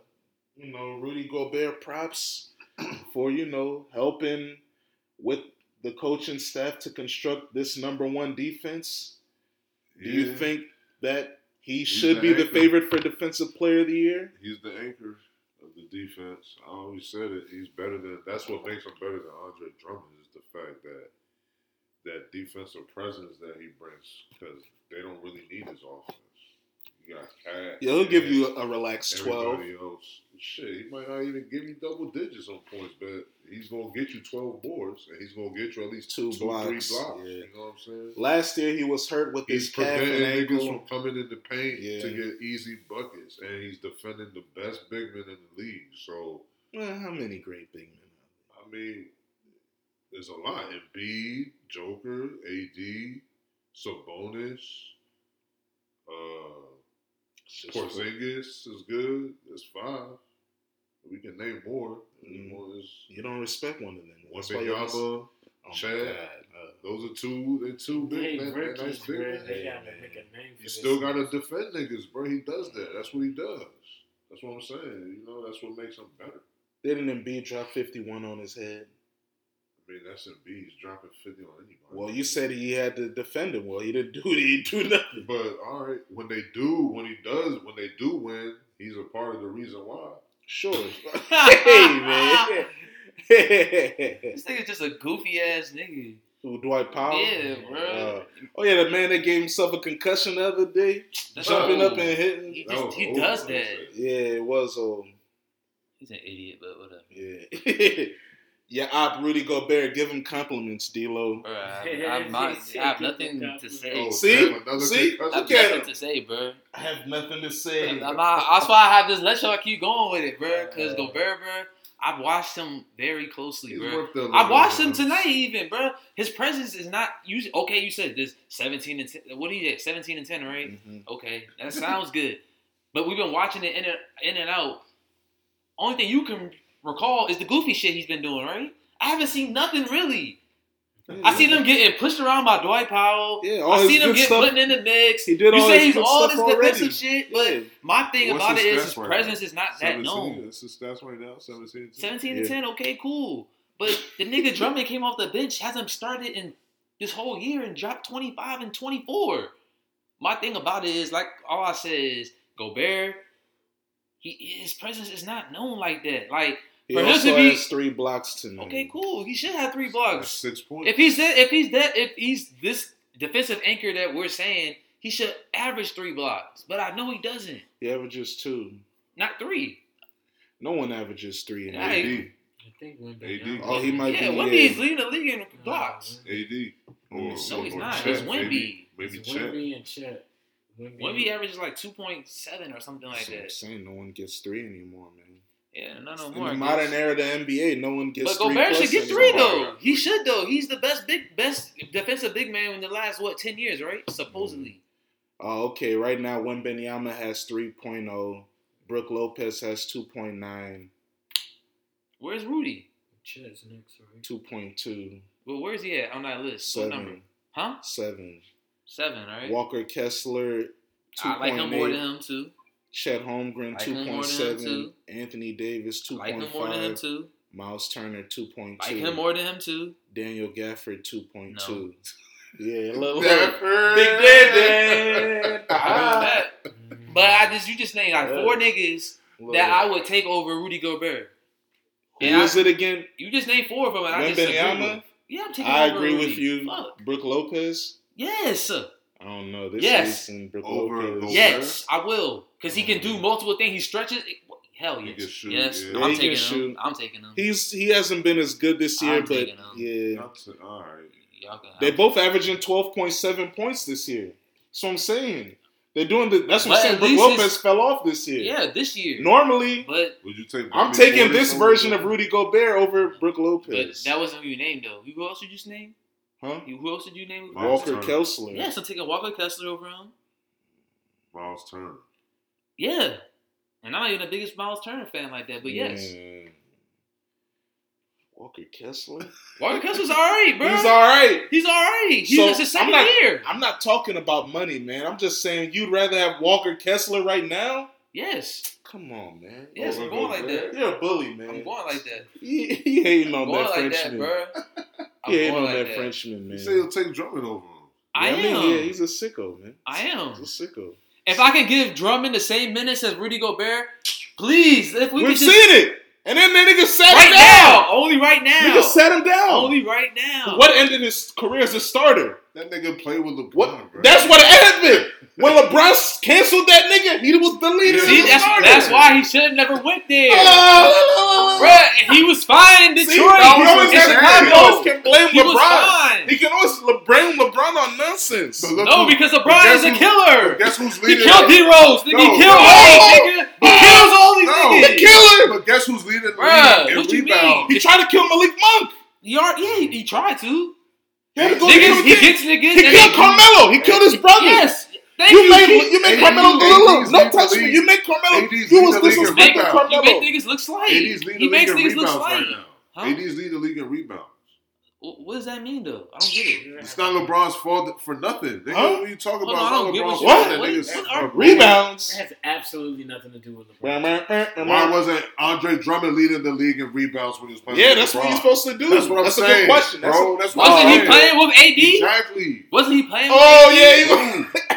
Speaker 2: you know Rudy Gobert props for you know helping with the coaching staff to construct this number one defense? Do you
Speaker 1: Yeah,
Speaker 2: think that he
Speaker 1: He's
Speaker 2: should
Speaker 1: the
Speaker 2: be the
Speaker 1: anchor.
Speaker 2: favorite for defensive player of the year?
Speaker 1: he's the anchor of the defense? I always said it. He's better than. That's what makes him better than Andre Drummond is the fact that that defensive presence that he brings because they don't really need his offense. You got Cat.
Speaker 2: Yeah, he'll give you a relaxed twelve.
Speaker 1: Everybody else, shit, he might not even give you double digits on points, but he's gonna get you twelve boards, and he's gonna get you at least
Speaker 2: Two
Speaker 1: two,
Speaker 2: blocks,
Speaker 1: three blocks.
Speaker 2: yeah.
Speaker 1: You know what I'm saying?
Speaker 2: Last year he was hurt with
Speaker 1: He's
Speaker 2: his calf and
Speaker 1: preventing niggas from
Speaker 2: ankle.
Speaker 1: coming in the paint
Speaker 2: Yeah.
Speaker 1: to get easy buckets, and he's defending the best big men in the league. So,
Speaker 2: Well, how many great big men?
Speaker 1: I mean, there's a lot. Embiid, Joker, AD, Sabonis, uh,
Speaker 2: It's just-
Speaker 1: Porzingis is good. It's five. We can name more.
Speaker 2: Mhm.
Speaker 1: More is-
Speaker 2: You don't respect one of them. That's why you always- oh
Speaker 1: Wembanyama,
Speaker 2: my
Speaker 1: Chad.
Speaker 2: God, uh,
Speaker 1: those are two. They're two
Speaker 3: Hey,
Speaker 1: big men. They're
Speaker 3: Rick
Speaker 1: nice
Speaker 3: is
Speaker 1: big
Speaker 3: great.
Speaker 1: men.
Speaker 3: They
Speaker 2: Hey,
Speaker 3: gotta
Speaker 2: man.
Speaker 3: make a name for
Speaker 1: You
Speaker 3: this.
Speaker 1: still gotta defend niggas, bro. He does that. That's what he does. That's what I'm saying. You know, that's what makes him better.
Speaker 2: Didn't Embiid drop 51 on his head?
Speaker 1: I mean, that's Embiid. He's dropping fifty on anybody.
Speaker 2: Well, you said he had to defend him. Well, he didn't do it. He didn't do nothing.
Speaker 1: But all right, when they do, when he does, when they do win, he's a part of the reason why.
Speaker 2: Sure. hey, man.
Speaker 4: This nigga's just a goofy ass nigga.
Speaker 2: Who, Dwight Powell?
Speaker 4: Yeah, bro.
Speaker 2: Uh, oh, yeah, the man that gave himself a concussion the other day,
Speaker 4: That's
Speaker 2: jumping
Speaker 4: old.
Speaker 2: up and Oh, hitting.
Speaker 4: He,
Speaker 1: That
Speaker 4: just,
Speaker 1: was
Speaker 4: he
Speaker 1: old,
Speaker 4: does
Speaker 1: like I
Speaker 4: that.
Speaker 1: said.
Speaker 2: Yeah, it was oh, old.
Speaker 4: He's an idiot, but whatever.
Speaker 2: Yeah. yeah, op Rudy Gobert. Give him compliments, D-Lo.
Speaker 4: Bro, I, I'm not, I have nothing to say.
Speaker 1: Oh,
Speaker 2: See?
Speaker 1: damn, another
Speaker 2: See?
Speaker 4: I have
Speaker 1: concussion.
Speaker 2: Look at
Speaker 4: nothing
Speaker 2: him.
Speaker 4: to say, bro.
Speaker 2: I have nothing to
Speaker 4: I'm
Speaker 2: say.
Speaker 4: not- that's why I have this. Let y'all keep going with it, bro. Because Gobert, bro, I've watched him very closely,
Speaker 1: He's
Speaker 4: bro.
Speaker 1: worth a little
Speaker 4: I watched him
Speaker 1: bit.
Speaker 4: tonight, even, bro. His presence is not usually okay. You said this 17 and 10. What do you at? 17 and 10, right?
Speaker 2: Mhm.
Speaker 4: Okay, that sounds good. But we've been watching it in and, in and out. Only thing you can recall is the goofy shit he's been doing, right? I haven't seen nothing really. I see them getting pushed around by Dwight Powell.
Speaker 2: Mm-hmm. Yeah, all
Speaker 4: I
Speaker 2: his
Speaker 4: see them
Speaker 2: good
Speaker 4: get
Speaker 2: stuff.
Speaker 4: put in the mix.
Speaker 2: He did
Speaker 4: you
Speaker 2: all
Speaker 4: say
Speaker 2: his
Speaker 4: he's
Speaker 2: good
Speaker 4: all
Speaker 2: stuff
Speaker 4: this
Speaker 2: already.
Speaker 4: defensive shit, but
Speaker 2: Yeah.
Speaker 4: my thing
Speaker 1: What's
Speaker 4: about it
Speaker 1: his
Speaker 4: is
Speaker 1: stats
Speaker 4: his
Speaker 1: right
Speaker 4: presence is not that
Speaker 1: 17.
Speaker 4: known.
Speaker 1: That's his stats right now. 17.
Speaker 4: 17
Speaker 2: Yeah.
Speaker 4: to 10, okay, cool. But the nigga Drummond came off the bench, hasn't started in this whole year and dropped 25 and 24. My thing about it is, like, all I said is Gobert, he, his presence is not known like that. Like,
Speaker 2: He
Speaker 4: For him
Speaker 2: also
Speaker 4: to be-
Speaker 2: has three blocks tonight.
Speaker 4: okay, cool. He should have three
Speaker 1: That's
Speaker 4: blocks.
Speaker 1: Six points.
Speaker 4: If he's that, if he's that, if he's this defensive anchor that we're saying, he should average three blocks. But I know he doesn't.
Speaker 2: He averages two.
Speaker 4: Not three.
Speaker 2: No one averages three. In the
Speaker 4: Right.
Speaker 2: league.
Speaker 1: AD.
Speaker 3: I think
Speaker 1: AD.
Speaker 2: Oh, he might
Speaker 4: yeah,
Speaker 2: be.
Speaker 4: Wemby
Speaker 2: yeah.
Speaker 4: is leading the league in blocks.
Speaker 1: AD. Or,
Speaker 4: So he's
Speaker 1: or
Speaker 4: not.
Speaker 1: Chet,
Speaker 4: It's
Speaker 1: maybe-
Speaker 4: Wemby.
Speaker 1: Maybe
Speaker 3: It's
Speaker 1: Chet.
Speaker 3: Wemby and Chet.
Speaker 4: Wemby averages like two point seven or something like
Speaker 2: That's what I'm
Speaker 4: that.
Speaker 2: saying no one gets three anymore, man.
Speaker 4: Yeah, not no
Speaker 2: In
Speaker 4: more. I
Speaker 2: the
Speaker 4: guess.
Speaker 2: modern era, of the NBA, no one gets
Speaker 4: but
Speaker 2: three.
Speaker 4: Gobert
Speaker 2: plus
Speaker 4: should get
Speaker 2: anymore.
Speaker 4: three though. He should though. He's the best big best defensive big man in the last what ten years, right? Supposedly.
Speaker 2: Oh, okay. Right now, Wembenyama has 3.0. Brooke Lopez has 2.9, Mm-hmm.
Speaker 4: Where's Rudy?
Speaker 3: Chet's next, right?
Speaker 2: 2.2,
Speaker 4: Well, where's he at on that list? What number?
Speaker 2: 7.
Speaker 4: Huh?
Speaker 2: 7.
Speaker 4: Seven, right?
Speaker 2: Walker Kessler,
Speaker 4: I like him more
Speaker 2: 2.8.
Speaker 4: than him too.
Speaker 2: Chet Holmgren,
Speaker 4: Like him more than him,
Speaker 2: 2.7.
Speaker 4: too.
Speaker 2: Anthony Davis,
Speaker 4: I like him more than him
Speaker 2: 2.5.
Speaker 4: too.
Speaker 2: Miles Turner, 2.2.
Speaker 4: Like him more than him too.
Speaker 2: Daniel Gafford, 2.2.
Speaker 4: No.
Speaker 2: Yeah, look, look.
Speaker 1: Dapper.
Speaker 2: Big Dad, Dad.
Speaker 4: I bet.
Speaker 3: Mm-hmm.
Speaker 4: But I just you just named like
Speaker 2: Yeah.
Speaker 4: four niggas that I would take over Rudy Gobert. And
Speaker 2: Who
Speaker 4: I-
Speaker 2: is it again?
Speaker 4: You just named four of them, and I just agree with-
Speaker 2: Wembenyama.
Speaker 4: Yeah, I'm taking
Speaker 2: I
Speaker 4: over
Speaker 2: agree
Speaker 4: Rudy.
Speaker 2: with you.
Speaker 4: Fuck.
Speaker 2: Brooke Lopez.
Speaker 4: Yes,
Speaker 2: I don't know this
Speaker 4: Yes.
Speaker 2: season. Brooke
Speaker 1: Over
Speaker 2: Lopez.
Speaker 1: Gobert.
Speaker 4: yes, I will, because he can do
Speaker 2: Mm.
Speaker 4: multiple things. He stretches. Hell
Speaker 1: He
Speaker 4: yes,
Speaker 1: can shoot,
Speaker 4: yes.
Speaker 1: yeah.
Speaker 2: Yeah,
Speaker 4: I'm
Speaker 2: he can
Speaker 4: taking him.
Speaker 2: shoot.
Speaker 4: I'm taking him.
Speaker 2: He's he hasn't been as good this
Speaker 4: I'm
Speaker 2: year, but
Speaker 4: taking him.
Speaker 2: yeah,
Speaker 1: That's it. All right.
Speaker 4: Y'all can-
Speaker 2: they're both averaging twelve point seven points this year. That's what I'm saying. They're doing the. That's what
Speaker 4: But
Speaker 2: I'm saying.
Speaker 4: at
Speaker 2: Brooke
Speaker 4: least
Speaker 2: Lopez
Speaker 4: it's-
Speaker 2: fell off this year.
Speaker 4: Yeah, this year.
Speaker 2: Normally,
Speaker 4: But
Speaker 1: Would you take?
Speaker 2: I'm
Speaker 1: Bobby
Speaker 2: taking
Speaker 1: Portis
Speaker 2: this
Speaker 1: over
Speaker 2: version of
Speaker 1: him?
Speaker 2: Rudy Gobert over Brooke
Speaker 4: but
Speaker 2: Lopez.
Speaker 4: that wasn't who you named though. Who else did you just name?
Speaker 2: huh?
Speaker 4: You- Who else did you name?
Speaker 1: Miles
Speaker 2: Walker
Speaker 1: Turner.
Speaker 2: Kessler.
Speaker 4: Yes, I'm taking Walker Kessler over him.
Speaker 1: Miles Turner.
Speaker 4: Yeah. And I'm not even the biggest Miles Turner fan like that, but yes.
Speaker 1: Mm.
Speaker 2: Hmm. Walker Kessler.
Speaker 4: Walker Kessler's all right, bro.
Speaker 2: He's all right.
Speaker 4: He's all right. He's
Speaker 2: So,
Speaker 4: just his second
Speaker 2: I'm not-
Speaker 4: year.
Speaker 2: I'm not talking about money, man. I'm just saying you'd rather have Walker Kessler right now.
Speaker 4: Yes.
Speaker 2: Come on, man.
Speaker 4: Yes,
Speaker 1: Over
Speaker 4: I'm going like
Speaker 1: Gobert.
Speaker 4: that.
Speaker 2: You're a bully, man.
Speaker 4: I'm going like that.
Speaker 2: he, he hating
Speaker 4: I'm
Speaker 2: on
Speaker 4: going
Speaker 2: that
Speaker 4: like that,
Speaker 2: Frenchman.
Speaker 4: bro. I'm
Speaker 2: he hating
Speaker 4: going
Speaker 2: on
Speaker 4: like
Speaker 2: that,
Speaker 4: that.
Speaker 2: Frenchman,
Speaker 1: You
Speaker 2: man.
Speaker 1: say he'll take Drummond over him.
Speaker 4: I
Speaker 2: Yeah,
Speaker 4: am.
Speaker 2: mean, yeah, he's a sicko, man.
Speaker 4: I am.
Speaker 2: He's a sicko.
Speaker 4: If I can give Drummond the same minutes as Rudy Gobert, please. If we
Speaker 2: We
Speaker 4: can
Speaker 2: have
Speaker 4: just
Speaker 2: seen it, and then the nigga sat
Speaker 4: right
Speaker 2: him down.
Speaker 4: now, only right now,
Speaker 2: Nigga sat him down.
Speaker 4: only right now.
Speaker 2: What ended his career as a starter?
Speaker 1: That nigga played with LeBron,
Speaker 2: What?
Speaker 1: bro.
Speaker 2: That's what it ended. When LeBron canceled that nigga, he was the leader.
Speaker 4: See,
Speaker 2: of the
Speaker 4: that's
Speaker 2: starter.
Speaker 4: that's why he should have never went there,
Speaker 2: Oh, la, la, la, la.
Speaker 4: Bruh, He was fine in
Speaker 2: See,
Speaker 4: Detroit.
Speaker 2: now we
Speaker 4: He was
Speaker 2: always
Speaker 4: in
Speaker 2: have- we always
Speaker 4: Chicago.
Speaker 2: can blame
Speaker 4: He was
Speaker 2: LeBron.
Speaker 4: fine.
Speaker 2: He can always le- blame LeBron on nonsense.
Speaker 1: But look
Speaker 4: No,
Speaker 1: who-
Speaker 4: because
Speaker 1: but
Speaker 4: LeBron
Speaker 1: guess
Speaker 4: is a
Speaker 1: who-
Speaker 4: killer.
Speaker 1: but Guess who's
Speaker 4: He
Speaker 1: leading?
Speaker 4: killed D Rose. Nigga,
Speaker 1: No,
Speaker 4: he killed
Speaker 1: no.
Speaker 4: Wade. Nigga, he kills all these
Speaker 1: No.
Speaker 4: niggas.
Speaker 2: The killer.
Speaker 1: But guess who's leading the
Speaker 4: Bruh,
Speaker 1: league in
Speaker 4: what you
Speaker 1: rebound?
Speaker 4: mean?
Speaker 2: He tried to kill Malik Monk.
Speaker 4: He are, yeah, he, he tried to.
Speaker 2: He had to go
Speaker 4: Niggas,
Speaker 2: kill
Speaker 4: he
Speaker 2: him.
Speaker 4: gets niggas.
Speaker 2: He
Speaker 4: and
Speaker 2: killed
Speaker 4: they-
Speaker 2: Carmelo. He killed his brother.
Speaker 4: Yes. Thank
Speaker 2: You
Speaker 4: you.
Speaker 2: made
Speaker 4: Keith.
Speaker 2: you made
Speaker 1: AD
Speaker 2: Carmelo
Speaker 1: lead-
Speaker 2: little.
Speaker 1: AD's
Speaker 2: No
Speaker 1: leading
Speaker 2: touch
Speaker 1: the
Speaker 2: me.
Speaker 1: league.
Speaker 2: You made Carmelo.
Speaker 1: AD's
Speaker 2: You
Speaker 1: leading
Speaker 2: was
Speaker 1: the league in
Speaker 4: Make,
Speaker 2: disrespecting
Speaker 1: rebound.
Speaker 4: you make
Speaker 2: Carmelo.
Speaker 4: niggas look slight.
Speaker 1: AD's leading
Speaker 4: He
Speaker 1: the league
Speaker 4: makes
Speaker 1: in
Speaker 4: niggas look
Speaker 1: rebounds
Speaker 4: slight.
Speaker 1: right now.
Speaker 4: Huh?
Speaker 1: AD's leading the league in rebounds.
Speaker 4: Wh- What does that mean, though? I don't get it.
Speaker 1: It's not LeBron's fault for nothing. Nigga,
Speaker 2: Huh?
Speaker 1: what you talking
Speaker 4: Hold
Speaker 1: about?
Speaker 4: on, I don't
Speaker 1: It's
Speaker 4: give a
Speaker 1: not LeBron's
Speaker 4: shit.
Speaker 1: fault. That
Speaker 4: What-
Speaker 1: nigga's
Speaker 4: what are-
Speaker 2: Rebounds.
Speaker 3: That has absolutely nothing to do with LeBron.
Speaker 1: Why
Speaker 2: Yeah,
Speaker 1: wasn't Andre Drummond leading the league in rebounds when he was playing? with
Speaker 2: that's what
Speaker 1: LeBron?
Speaker 2: you're supposed to do.
Speaker 1: That's what I'm
Speaker 2: That's
Speaker 1: saying,
Speaker 2: a good question. That's
Speaker 1: bro.
Speaker 2: a-
Speaker 1: That's what
Speaker 4: Wasn't
Speaker 1: I'm
Speaker 4: he
Speaker 1: saying.
Speaker 4: playing with AD?
Speaker 1: Exactly.
Speaker 4: Wasn't he playing? With,
Speaker 2: Oh yeah, he was. Oh,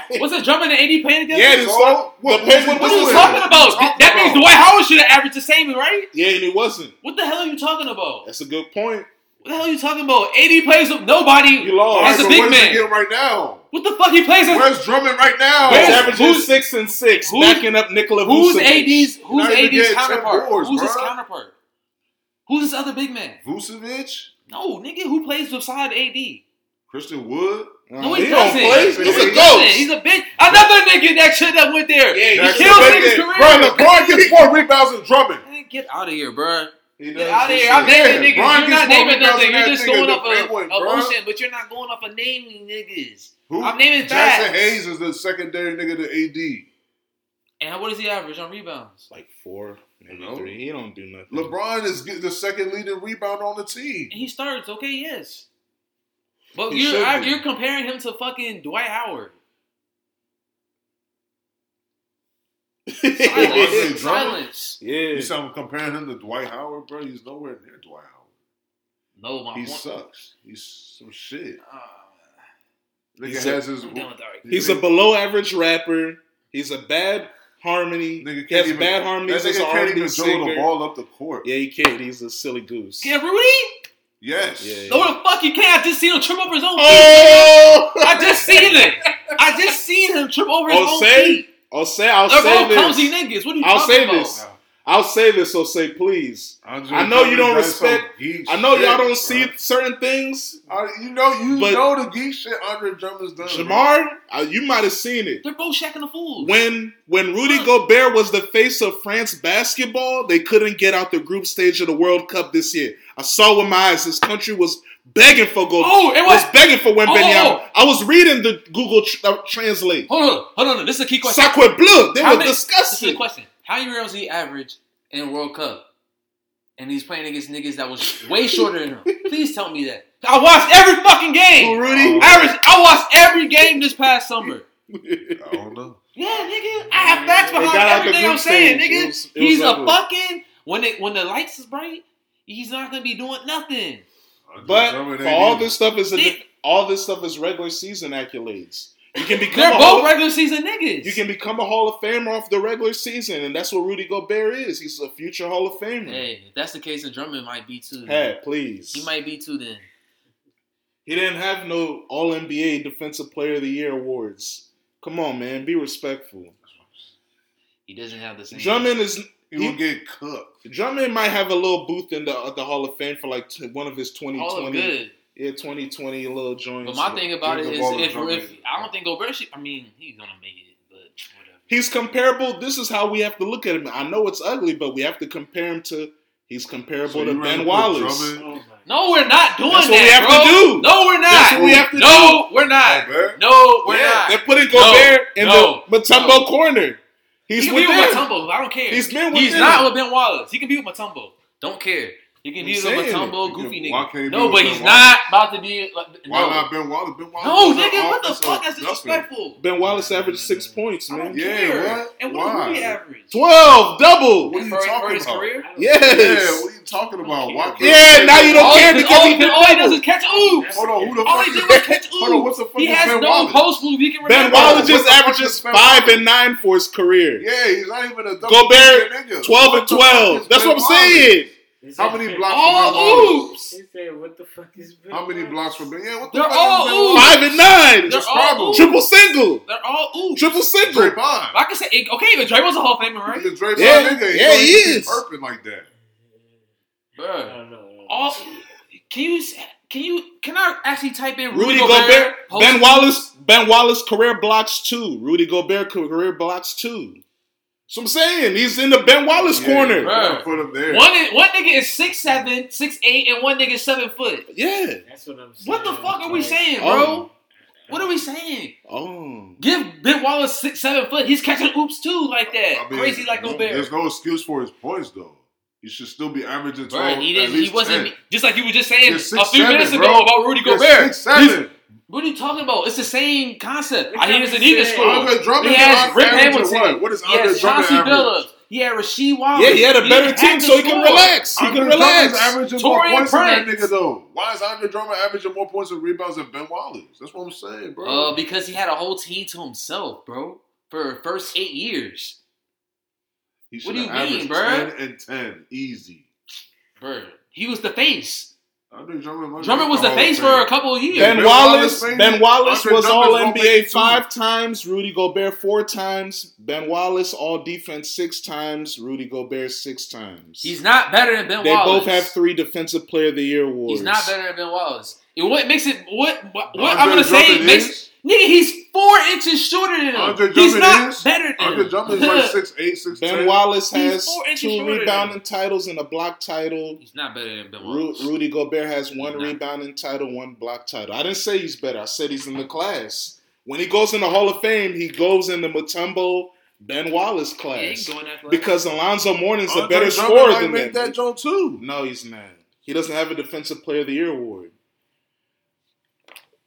Speaker 1: Boom.
Speaker 4: wasn't Drummond and AD playing together?
Speaker 2: Yeah, it is.
Speaker 1: So,
Speaker 2: so, the
Speaker 1: what-
Speaker 2: Pacers
Speaker 1: what
Speaker 4: What
Speaker 1: you
Speaker 4: are you
Speaker 1: Listen,
Speaker 4: talking about?
Speaker 1: talking
Speaker 4: Th- that means
Speaker 1: about-
Speaker 4: Dwight Howard should have averaged the same, right?
Speaker 2: Yeah, and it wasn't.
Speaker 4: What the hell are you talking about?
Speaker 2: That's a good point.
Speaker 4: What the hell are you talking about? AD plays with nobody.
Speaker 2: You lost.
Speaker 1: Alright,
Speaker 4: That's a
Speaker 1: so
Speaker 4: big
Speaker 1: where's
Speaker 4: man.
Speaker 1: he getting right now?
Speaker 4: What the fuck he plays as?
Speaker 1: Where's Drummond right now?
Speaker 2: Who's
Speaker 4: Who's-
Speaker 2: averaging
Speaker 4: who's-
Speaker 2: six and six,
Speaker 4: who's-
Speaker 2: backing up Nikola
Speaker 4: Who's
Speaker 2: Vucevic.
Speaker 4: AD's? Who's
Speaker 1: not even
Speaker 4: AD's
Speaker 1: getting ten
Speaker 4: counterpart?
Speaker 1: boards,
Speaker 4: Who's his
Speaker 1: bruh.
Speaker 4: counterpart? Who's this other big man?
Speaker 1: Vucevic,
Speaker 4: No, nigga, who plays beside AD?
Speaker 1: Christian Wood.
Speaker 4: No, he,
Speaker 2: Uh, he
Speaker 4: doesn't.
Speaker 2: don't play. He's
Speaker 1: He
Speaker 2: a
Speaker 1: doesn't.
Speaker 2: ghost.
Speaker 4: He's a bitch. Another nigga that should have went there.
Speaker 2: Yeah,
Speaker 4: he
Speaker 1: That's
Speaker 4: killed
Speaker 1: the
Speaker 4: niggas'
Speaker 1: big-
Speaker 4: career.
Speaker 1: Bro, LeBron gets more rebounds than Drummond.
Speaker 4: Man, get out of here, bro.
Speaker 2: He
Speaker 4: Get
Speaker 2: does
Speaker 4: out of
Speaker 2: this
Speaker 4: here. I'm
Speaker 2: shit.
Speaker 1: Yeah,
Speaker 4: naming niggas.
Speaker 1: Bron gets
Speaker 4: you're
Speaker 1: more
Speaker 4: not naming
Speaker 1: rebounds
Speaker 4: nothing.
Speaker 1: than
Speaker 4: You're
Speaker 1: that
Speaker 4: just
Speaker 1: nigga
Speaker 4: going
Speaker 1: in the
Speaker 4: up a,
Speaker 1: fairway,
Speaker 4: a
Speaker 1: bruh.
Speaker 4: motion, but you're not going up a naming niggas.
Speaker 1: Who?
Speaker 4: I'm naming
Speaker 1: Jackson
Speaker 4: facts.
Speaker 1: Hayes is the secondary nigga to AD.
Speaker 4: And what does he average on rebounds?
Speaker 2: Like four, maybe
Speaker 1: No.
Speaker 2: three. He don't do nothing.
Speaker 1: LeBron is get- the second leading rebound on the team.
Speaker 4: And he starts. Okay, yes. But
Speaker 1: He
Speaker 4: you're
Speaker 1: should
Speaker 4: I-
Speaker 1: be.
Speaker 4: you're comparing him to fucking Dwight
Speaker 1: Andre
Speaker 4: Howard.
Speaker 1: Drummond?
Speaker 4: Silence. Silence.
Speaker 2: yeah.
Speaker 1: You sound comparing him to Dwight Howard, bro. He's nowhere near Dwight Howard.
Speaker 4: No, my
Speaker 1: He
Speaker 4: point-
Speaker 1: sucks. He's some shit.
Speaker 4: Ah,
Speaker 1: Nigga
Speaker 2: He's a-
Speaker 1: has his.
Speaker 4: I'm done with that.
Speaker 2: He's a below average rapper. He's a bad harmony.
Speaker 1: Nigga
Speaker 2: he has
Speaker 1: can't even-
Speaker 2: bad
Speaker 1: That
Speaker 2: harmonies. He's
Speaker 1: nigga
Speaker 2: an
Speaker 1: can't
Speaker 2: R&B
Speaker 1: even dribble the
Speaker 2: singer.
Speaker 1: ball up the court.
Speaker 2: Yeah, he can't. He's a silly goose.
Speaker 4: Yeah, Rudy.
Speaker 1: Yes.
Speaker 2: Yeah, yeah.
Speaker 4: No, the fuck he can't. I just seen him trip over his own feet.
Speaker 2: Oh,
Speaker 4: I just seen it. I just seen him trip over his
Speaker 2: I'll
Speaker 4: own
Speaker 2: say,
Speaker 4: feet.
Speaker 2: I'll say, I'll
Speaker 4: They're both
Speaker 2: say
Speaker 4: clumsy
Speaker 2: this.
Speaker 4: niggas. What are you
Speaker 2: I'll
Speaker 4: talking
Speaker 2: say
Speaker 4: about?
Speaker 2: this. I'll say this. I'll say, please.
Speaker 1: Andre
Speaker 2: I know you
Speaker 1: Drummond
Speaker 2: don't
Speaker 1: does some
Speaker 2: respect-
Speaker 1: geek
Speaker 2: I know
Speaker 1: shit,
Speaker 2: y'all
Speaker 1: bro.
Speaker 2: don't see certain things.
Speaker 1: I, you know, you
Speaker 2: But-
Speaker 1: know the geek shit Andre Drummond's done.
Speaker 2: Shamar, uh, you might have seen it.
Speaker 4: They're both shacking the fools.
Speaker 2: When when Rudy Gobert was the face of France basketball, they couldn't get out the group stage of the World Cup this year. I saw with my eyes this country was begging for Gobert.
Speaker 4: oh, it was.
Speaker 2: was begging for Wembenyama.
Speaker 4: Oh.
Speaker 2: I was reading the Google tr- uh, Translate.
Speaker 4: Hold on, hold on. This is a key question.
Speaker 2: Sacre bleu. They
Speaker 4: How
Speaker 2: were
Speaker 4: many- This is a
Speaker 2: discussing.
Speaker 4: question. How many rebounds he average in World Cup? And he's playing against niggas that was way shorter than him. Please tell me that. I watched every fucking
Speaker 2: Who,
Speaker 4: game.
Speaker 2: Rudy?
Speaker 4: Average. I watched every game this past summer.
Speaker 1: I don't know.
Speaker 4: Yeah, nigga. I have facts
Speaker 2: They
Speaker 4: behind
Speaker 2: got out the
Speaker 4: everything
Speaker 2: group
Speaker 4: I'm saying,
Speaker 2: stage.
Speaker 4: nigga.
Speaker 2: It was- it
Speaker 4: he's
Speaker 2: was
Speaker 4: a
Speaker 2: ugly.
Speaker 4: fucking when it when the lights is bright, he's not gonna be doing nothing.
Speaker 1: Andre
Speaker 2: But
Speaker 1: Drummond
Speaker 2: for
Speaker 1: ain't
Speaker 2: all
Speaker 1: even-
Speaker 2: this stuff is a,
Speaker 4: They-
Speaker 2: all this stuff is regular season accolades. You can become
Speaker 4: They're
Speaker 2: a
Speaker 4: both
Speaker 2: Hall,
Speaker 4: regular season niggas.
Speaker 2: you can become a Hall of Famer off the regular season, and that's what Rudy Gobert is. He's a future Hall of Famer. Hey,
Speaker 4: Hey, if that's the case, then Drummond might be too.
Speaker 2: please.
Speaker 4: He might be too then.
Speaker 2: He didn't have no All NBA Defensive Player of the Year awards. Come on, man, be respectful.
Speaker 4: He doesn't have the same.
Speaker 2: Drummond is
Speaker 1: he will get cooked.
Speaker 2: Drummond might have a little booth in the at the Hall of Fame for like t- one of his
Speaker 4: all of
Speaker 2: 2020
Speaker 4: good.
Speaker 2: yeah 2020 little joints.
Speaker 4: But my thing about it
Speaker 1: Give the
Speaker 4: is,
Speaker 1: ball to
Speaker 4: if,
Speaker 1: Drummond.
Speaker 4: if I don't think Gobert, should, I mean, he's gonna make it, but whatever.
Speaker 2: he's comparable. This is how we have to look at him. I know it's ugly, but we have to compare him to. He's
Speaker 1: So
Speaker 2: comparable to
Speaker 1: you rather
Speaker 2: Ben
Speaker 1: put
Speaker 2: Wallace.
Speaker 1: Drummond-
Speaker 3: Oh my
Speaker 4: No, we're not doing
Speaker 2: That's what we
Speaker 4: that,
Speaker 2: have to
Speaker 4: bro.
Speaker 2: do.
Speaker 4: No, we're
Speaker 2: That's
Speaker 4: not.
Speaker 2: what we have to
Speaker 4: No, we're not.
Speaker 1: Gobert?
Speaker 4: No, we're
Speaker 2: Yeah,
Speaker 4: not.
Speaker 2: they're putting
Speaker 4: No,
Speaker 2: Gobert in
Speaker 4: no,
Speaker 2: the Matumbo
Speaker 4: no.
Speaker 2: corner. He's
Speaker 4: he can
Speaker 2: with
Speaker 4: be with
Speaker 2: them.
Speaker 4: Matumbo. I don't care.
Speaker 2: He's been with
Speaker 4: He's
Speaker 2: them.
Speaker 4: not with Ben Wallace. He can be with Matumbo. Don't care. He can
Speaker 2: I'm
Speaker 4: be with
Speaker 2: saying
Speaker 1: it.
Speaker 4: Matumbo,
Speaker 1: You
Speaker 4: goofy
Speaker 1: can- why can't he
Speaker 4: nigga.
Speaker 1: be
Speaker 4: No, but
Speaker 1: with
Speaker 4: he's
Speaker 1: Ben Wallace?
Speaker 4: not about to be. Like,
Speaker 1: Why
Speaker 4: no.
Speaker 1: not Ben Wallace? Ben Wallace
Speaker 4: No,
Speaker 1: was an
Speaker 4: nigga, what the
Speaker 1: offensive
Speaker 4: fuck? That's
Speaker 1: nothing.
Speaker 4: disrespectful.
Speaker 2: Ben Wallace averaged six points,
Speaker 4: I don't
Speaker 2: man.
Speaker 1: Yeah,
Speaker 4: care.
Speaker 1: what?
Speaker 4: And what
Speaker 1: Why?
Speaker 4: was he average?
Speaker 2: Twelve double.
Speaker 1: What are you
Speaker 4: For- for
Speaker 1: talking
Speaker 4: his
Speaker 1: about?
Speaker 4: career?
Speaker 1: Yeah,
Speaker 2: Yes.
Speaker 1: what are you talking about? Why can't-
Speaker 2: Yeah. Now you don't
Speaker 4: all
Speaker 2: care
Speaker 4: Oh, he-
Speaker 2: because
Speaker 4: all
Speaker 2: he
Speaker 4: he,
Speaker 2: did
Speaker 4: all he does
Speaker 2: double.
Speaker 4: is catch oops.
Speaker 1: Hold on, who the
Speaker 4: All
Speaker 1: fuck
Speaker 4: he
Speaker 1: is
Speaker 4: did was catch
Speaker 1: Hold on, what
Speaker 4: oops.
Speaker 1: the fuck
Speaker 4: He
Speaker 1: is
Speaker 4: has
Speaker 1: Ben
Speaker 4: no
Speaker 1: Wallace?
Speaker 4: post move he can
Speaker 2: Ben
Speaker 4: remember.
Speaker 2: Wallace
Speaker 1: What
Speaker 2: just
Speaker 1: the fuck
Speaker 2: averages
Speaker 1: is Ben
Speaker 2: five
Speaker 1: Wallace?
Speaker 2: and nine for his career.
Speaker 1: Yeah, he's not even a double
Speaker 2: Gobert,
Speaker 1: nigga.
Speaker 2: Twelve and
Speaker 1: What the fuck
Speaker 2: twelve.
Speaker 1: is
Speaker 2: That's
Speaker 1: Ben
Speaker 2: what I'm
Speaker 1: Wallace?
Speaker 2: saying.
Speaker 1: How many blocks for Ben Wallace?
Speaker 4: All oops.
Speaker 3: He said, "What the fuck is Ben
Speaker 1: How many
Speaker 3: Wallace?"
Speaker 1: blocks for Ben? Yeah, what the
Speaker 4: They're
Speaker 1: fuck
Speaker 4: all
Speaker 1: is Ben
Speaker 4: ooze.
Speaker 1: Wallace?
Speaker 2: Five and nine.
Speaker 4: They're
Speaker 1: Just
Speaker 4: all
Speaker 1: problem.
Speaker 4: oops.
Speaker 2: Triple single.
Speaker 4: They're all oops.
Speaker 2: Triple single.
Speaker 1: Draymond.
Speaker 4: I can say okay, but Dre was a Hall of Famer, right?
Speaker 1: He's a Draymond
Speaker 2: Yeah,
Speaker 1: nigga. He
Speaker 2: yeah,
Speaker 1: don't
Speaker 2: he
Speaker 1: even be
Speaker 2: is.
Speaker 1: Burping like that.
Speaker 3: I
Speaker 4: Bruh.
Speaker 3: don't know.
Speaker 4: All can you s- can you can I actually type in
Speaker 2: Rudy
Speaker 4: Rudy,
Speaker 2: Gobert,
Speaker 4: post-
Speaker 2: Ben Wallace, Ben Wallace career blocks two. Rudy Gobert career blocks two. So I'm saying he's in the Ben Wallace
Speaker 1: Yeah,
Speaker 2: corner.
Speaker 1: you gotta Put him there.
Speaker 4: One is, one nigga is six seven, six eight, and one nigga is seven foot.
Speaker 2: Yeah.
Speaker 3: That's what I'm saying.
Speaker 4: What the fuck are we
Speaker 3: Like,
Speaker 4: saying,
Speaker 2: Oh.
Speaker 4: bro? What are we saying?
Speaker 2: Oh.
Speaker 4: Give Ben Wallace six seven foot. He's catching oops too like that,
Speaker 1: I mean,
Speaker 4: crazy like
Speaker 1: no-
Speaker 4: Gobert.
Speaker 1: There's no excuse for his points though. He should still be averaging twelve.
Speaker 4: Bro, he
Speaker 1: at
Speaker 4: didn't. He
Speaker 1: least
Speaker 4: wasn't
Speaker 1: 10.
Speaker 4: just like you were just saying
Speaker 1: You're
Speaker 4: a
Speaker 1: six,
Speaker 4: few
Speaker 1: seven,
Speaker 4: minutes ago
Speaker 1: bro.
Speaker 4: about Rudy
Speaker 1: You're
Speaker 4: Gobert.
Speaker 1: Six, seven.
Speaker 4: What are you talking about? It's the same concept.
Speaker 3: Look how
Speaker 4: I didn't
Speaker 3: he
Speaker 4: need to
Speaker 3: said-
Speaker 4: score.
Speaker 1: Andre Drummond
Speaker 4: He
Speaker 1: is
Speaker 4: has
Speaker 1: on
Speaker 4: Rip
Speaker 1: average or
Speaker 4: Hamilton.
Speaker 1: What? what is
Speaker 4: He
Speaker 1: Andre
Speaker 4: has
Speaker 1: Drummond
Speaker 4: Chauncey
Speaker 1: average?
Speaker 4: Billups. He had Rasheed Wallace.
Speaker 2: Oh. Yeah, he had a better
Speaker 4: didn't
Speaker 2: team,
Speaker 4: have to
Speaker 2: so he can
Speaker 4: score.
Speaker 2: relax. He can
Speaker 1: Andre Drummond's
Speaker 2: relax.
Speaker 1: averaging more
Speaker 4: Torian
Speaker 1: points than that
Speaker 4: Prince.
Speaker 1: nigga though. Why is Andre Drummond averaging more points and rebounds than Ben Wallace? That's what I'm saying, bro.
Speaker 4: Uh, because he had a whole team to himself, bro, for first eight years.
Speaker 1: he
Speaker 4: what
Speaker 1: should
Speaker 4: do you
Speaker 1: have averaged
Speaker 4: mean, bro?
Speaker 1: ten and ten, easy.
Speaker 4: Bro, he was the face.
Speaker 1: Andre Drummond, might
Speaker 4: Drummond
Speaker 1: make
Speaker 4: was the
Speaker 1: Hall of
Speaker 4: face
Speaker 1: Fame.
Speaker 4: for a couple of years.
Speaker 1: Yeah,
Speaker 2: Ben
Speaker 1: Ben
Speaker 2: Wallace,
Speaker 1: Wallace made
Speaker 2: Ben
Speaker 1: it.
Speaker 2: Wallace
Speaker 1: Andre
Speaker 2: was
Speaker 1: Drummond's
Speaker 2: all
Speaker 1: gonna make
Speaker 2: NBA
Speaker 1: two.
Speaker 2: five times, Rudy Gobert four times, Ben Wallace all defense six times, Rudy Gobert six times.
Speaker 4: He's not better than Ben
Speaker 2: they
Speaker 4: Wallace.
Speaker 2: both have three defensive player of the year awards.
Speaker 4: He's not better than Ben Wallace. And what makes it what what, what
Speaker 1: Andre
Speaker 4: I'm gonna say
Speaker 1: Drummond
Speaker 4: makes
Speaker 1: is-
Speaker 4: nigga he's four inches shorter than him.
Speaker 1: Andre
Speaker 4: he's
Speaker 1: Drummond
Speaker 4: not
Speaker 1: is-
Speaker 4: better than
Speaker 1: Andre
Speaker 4: him.
Speaker 1: Drummond is like six eight, six
Speaker 2: Ben
Speaker 1: ten.
Speaker 2: Wallace
Speaker 4: He's
Speaker 2: has
Speaker 4: four inches
Speaker 2: two
Speaker 4: shorter than
Speaker 2: rebounding titles and a block title.
Speaker 4: he's not better than Ben
Speaker 2: Ru-
Speaker 4: Wallace.
Speaker 2: Rudy Gobert has one
Speaker 4: Nah.
Speaker 2: rebounding title, one block title. I didn't say he's better. I said he's in the class. When he goes in the Hall of Fame, he goes in the Matumbo Ben Wallace
Speaker 4: Yeah, he
Speaker 2: class
Speaker 4: can go in that class.
Speaker 2: because Alonzo Mourning's a
Speaker 1: Andre
Speaker 2: better
Speaker 1: Drummond
Speaker 2: scorer
Speaker 1: might
Speaker 2: than
Speaker 1: make
Speaker 2: that.
Speaker 1: that joke too.
Speaker 2: no, he's not. He doesn't have a Defensive Player of the Year award.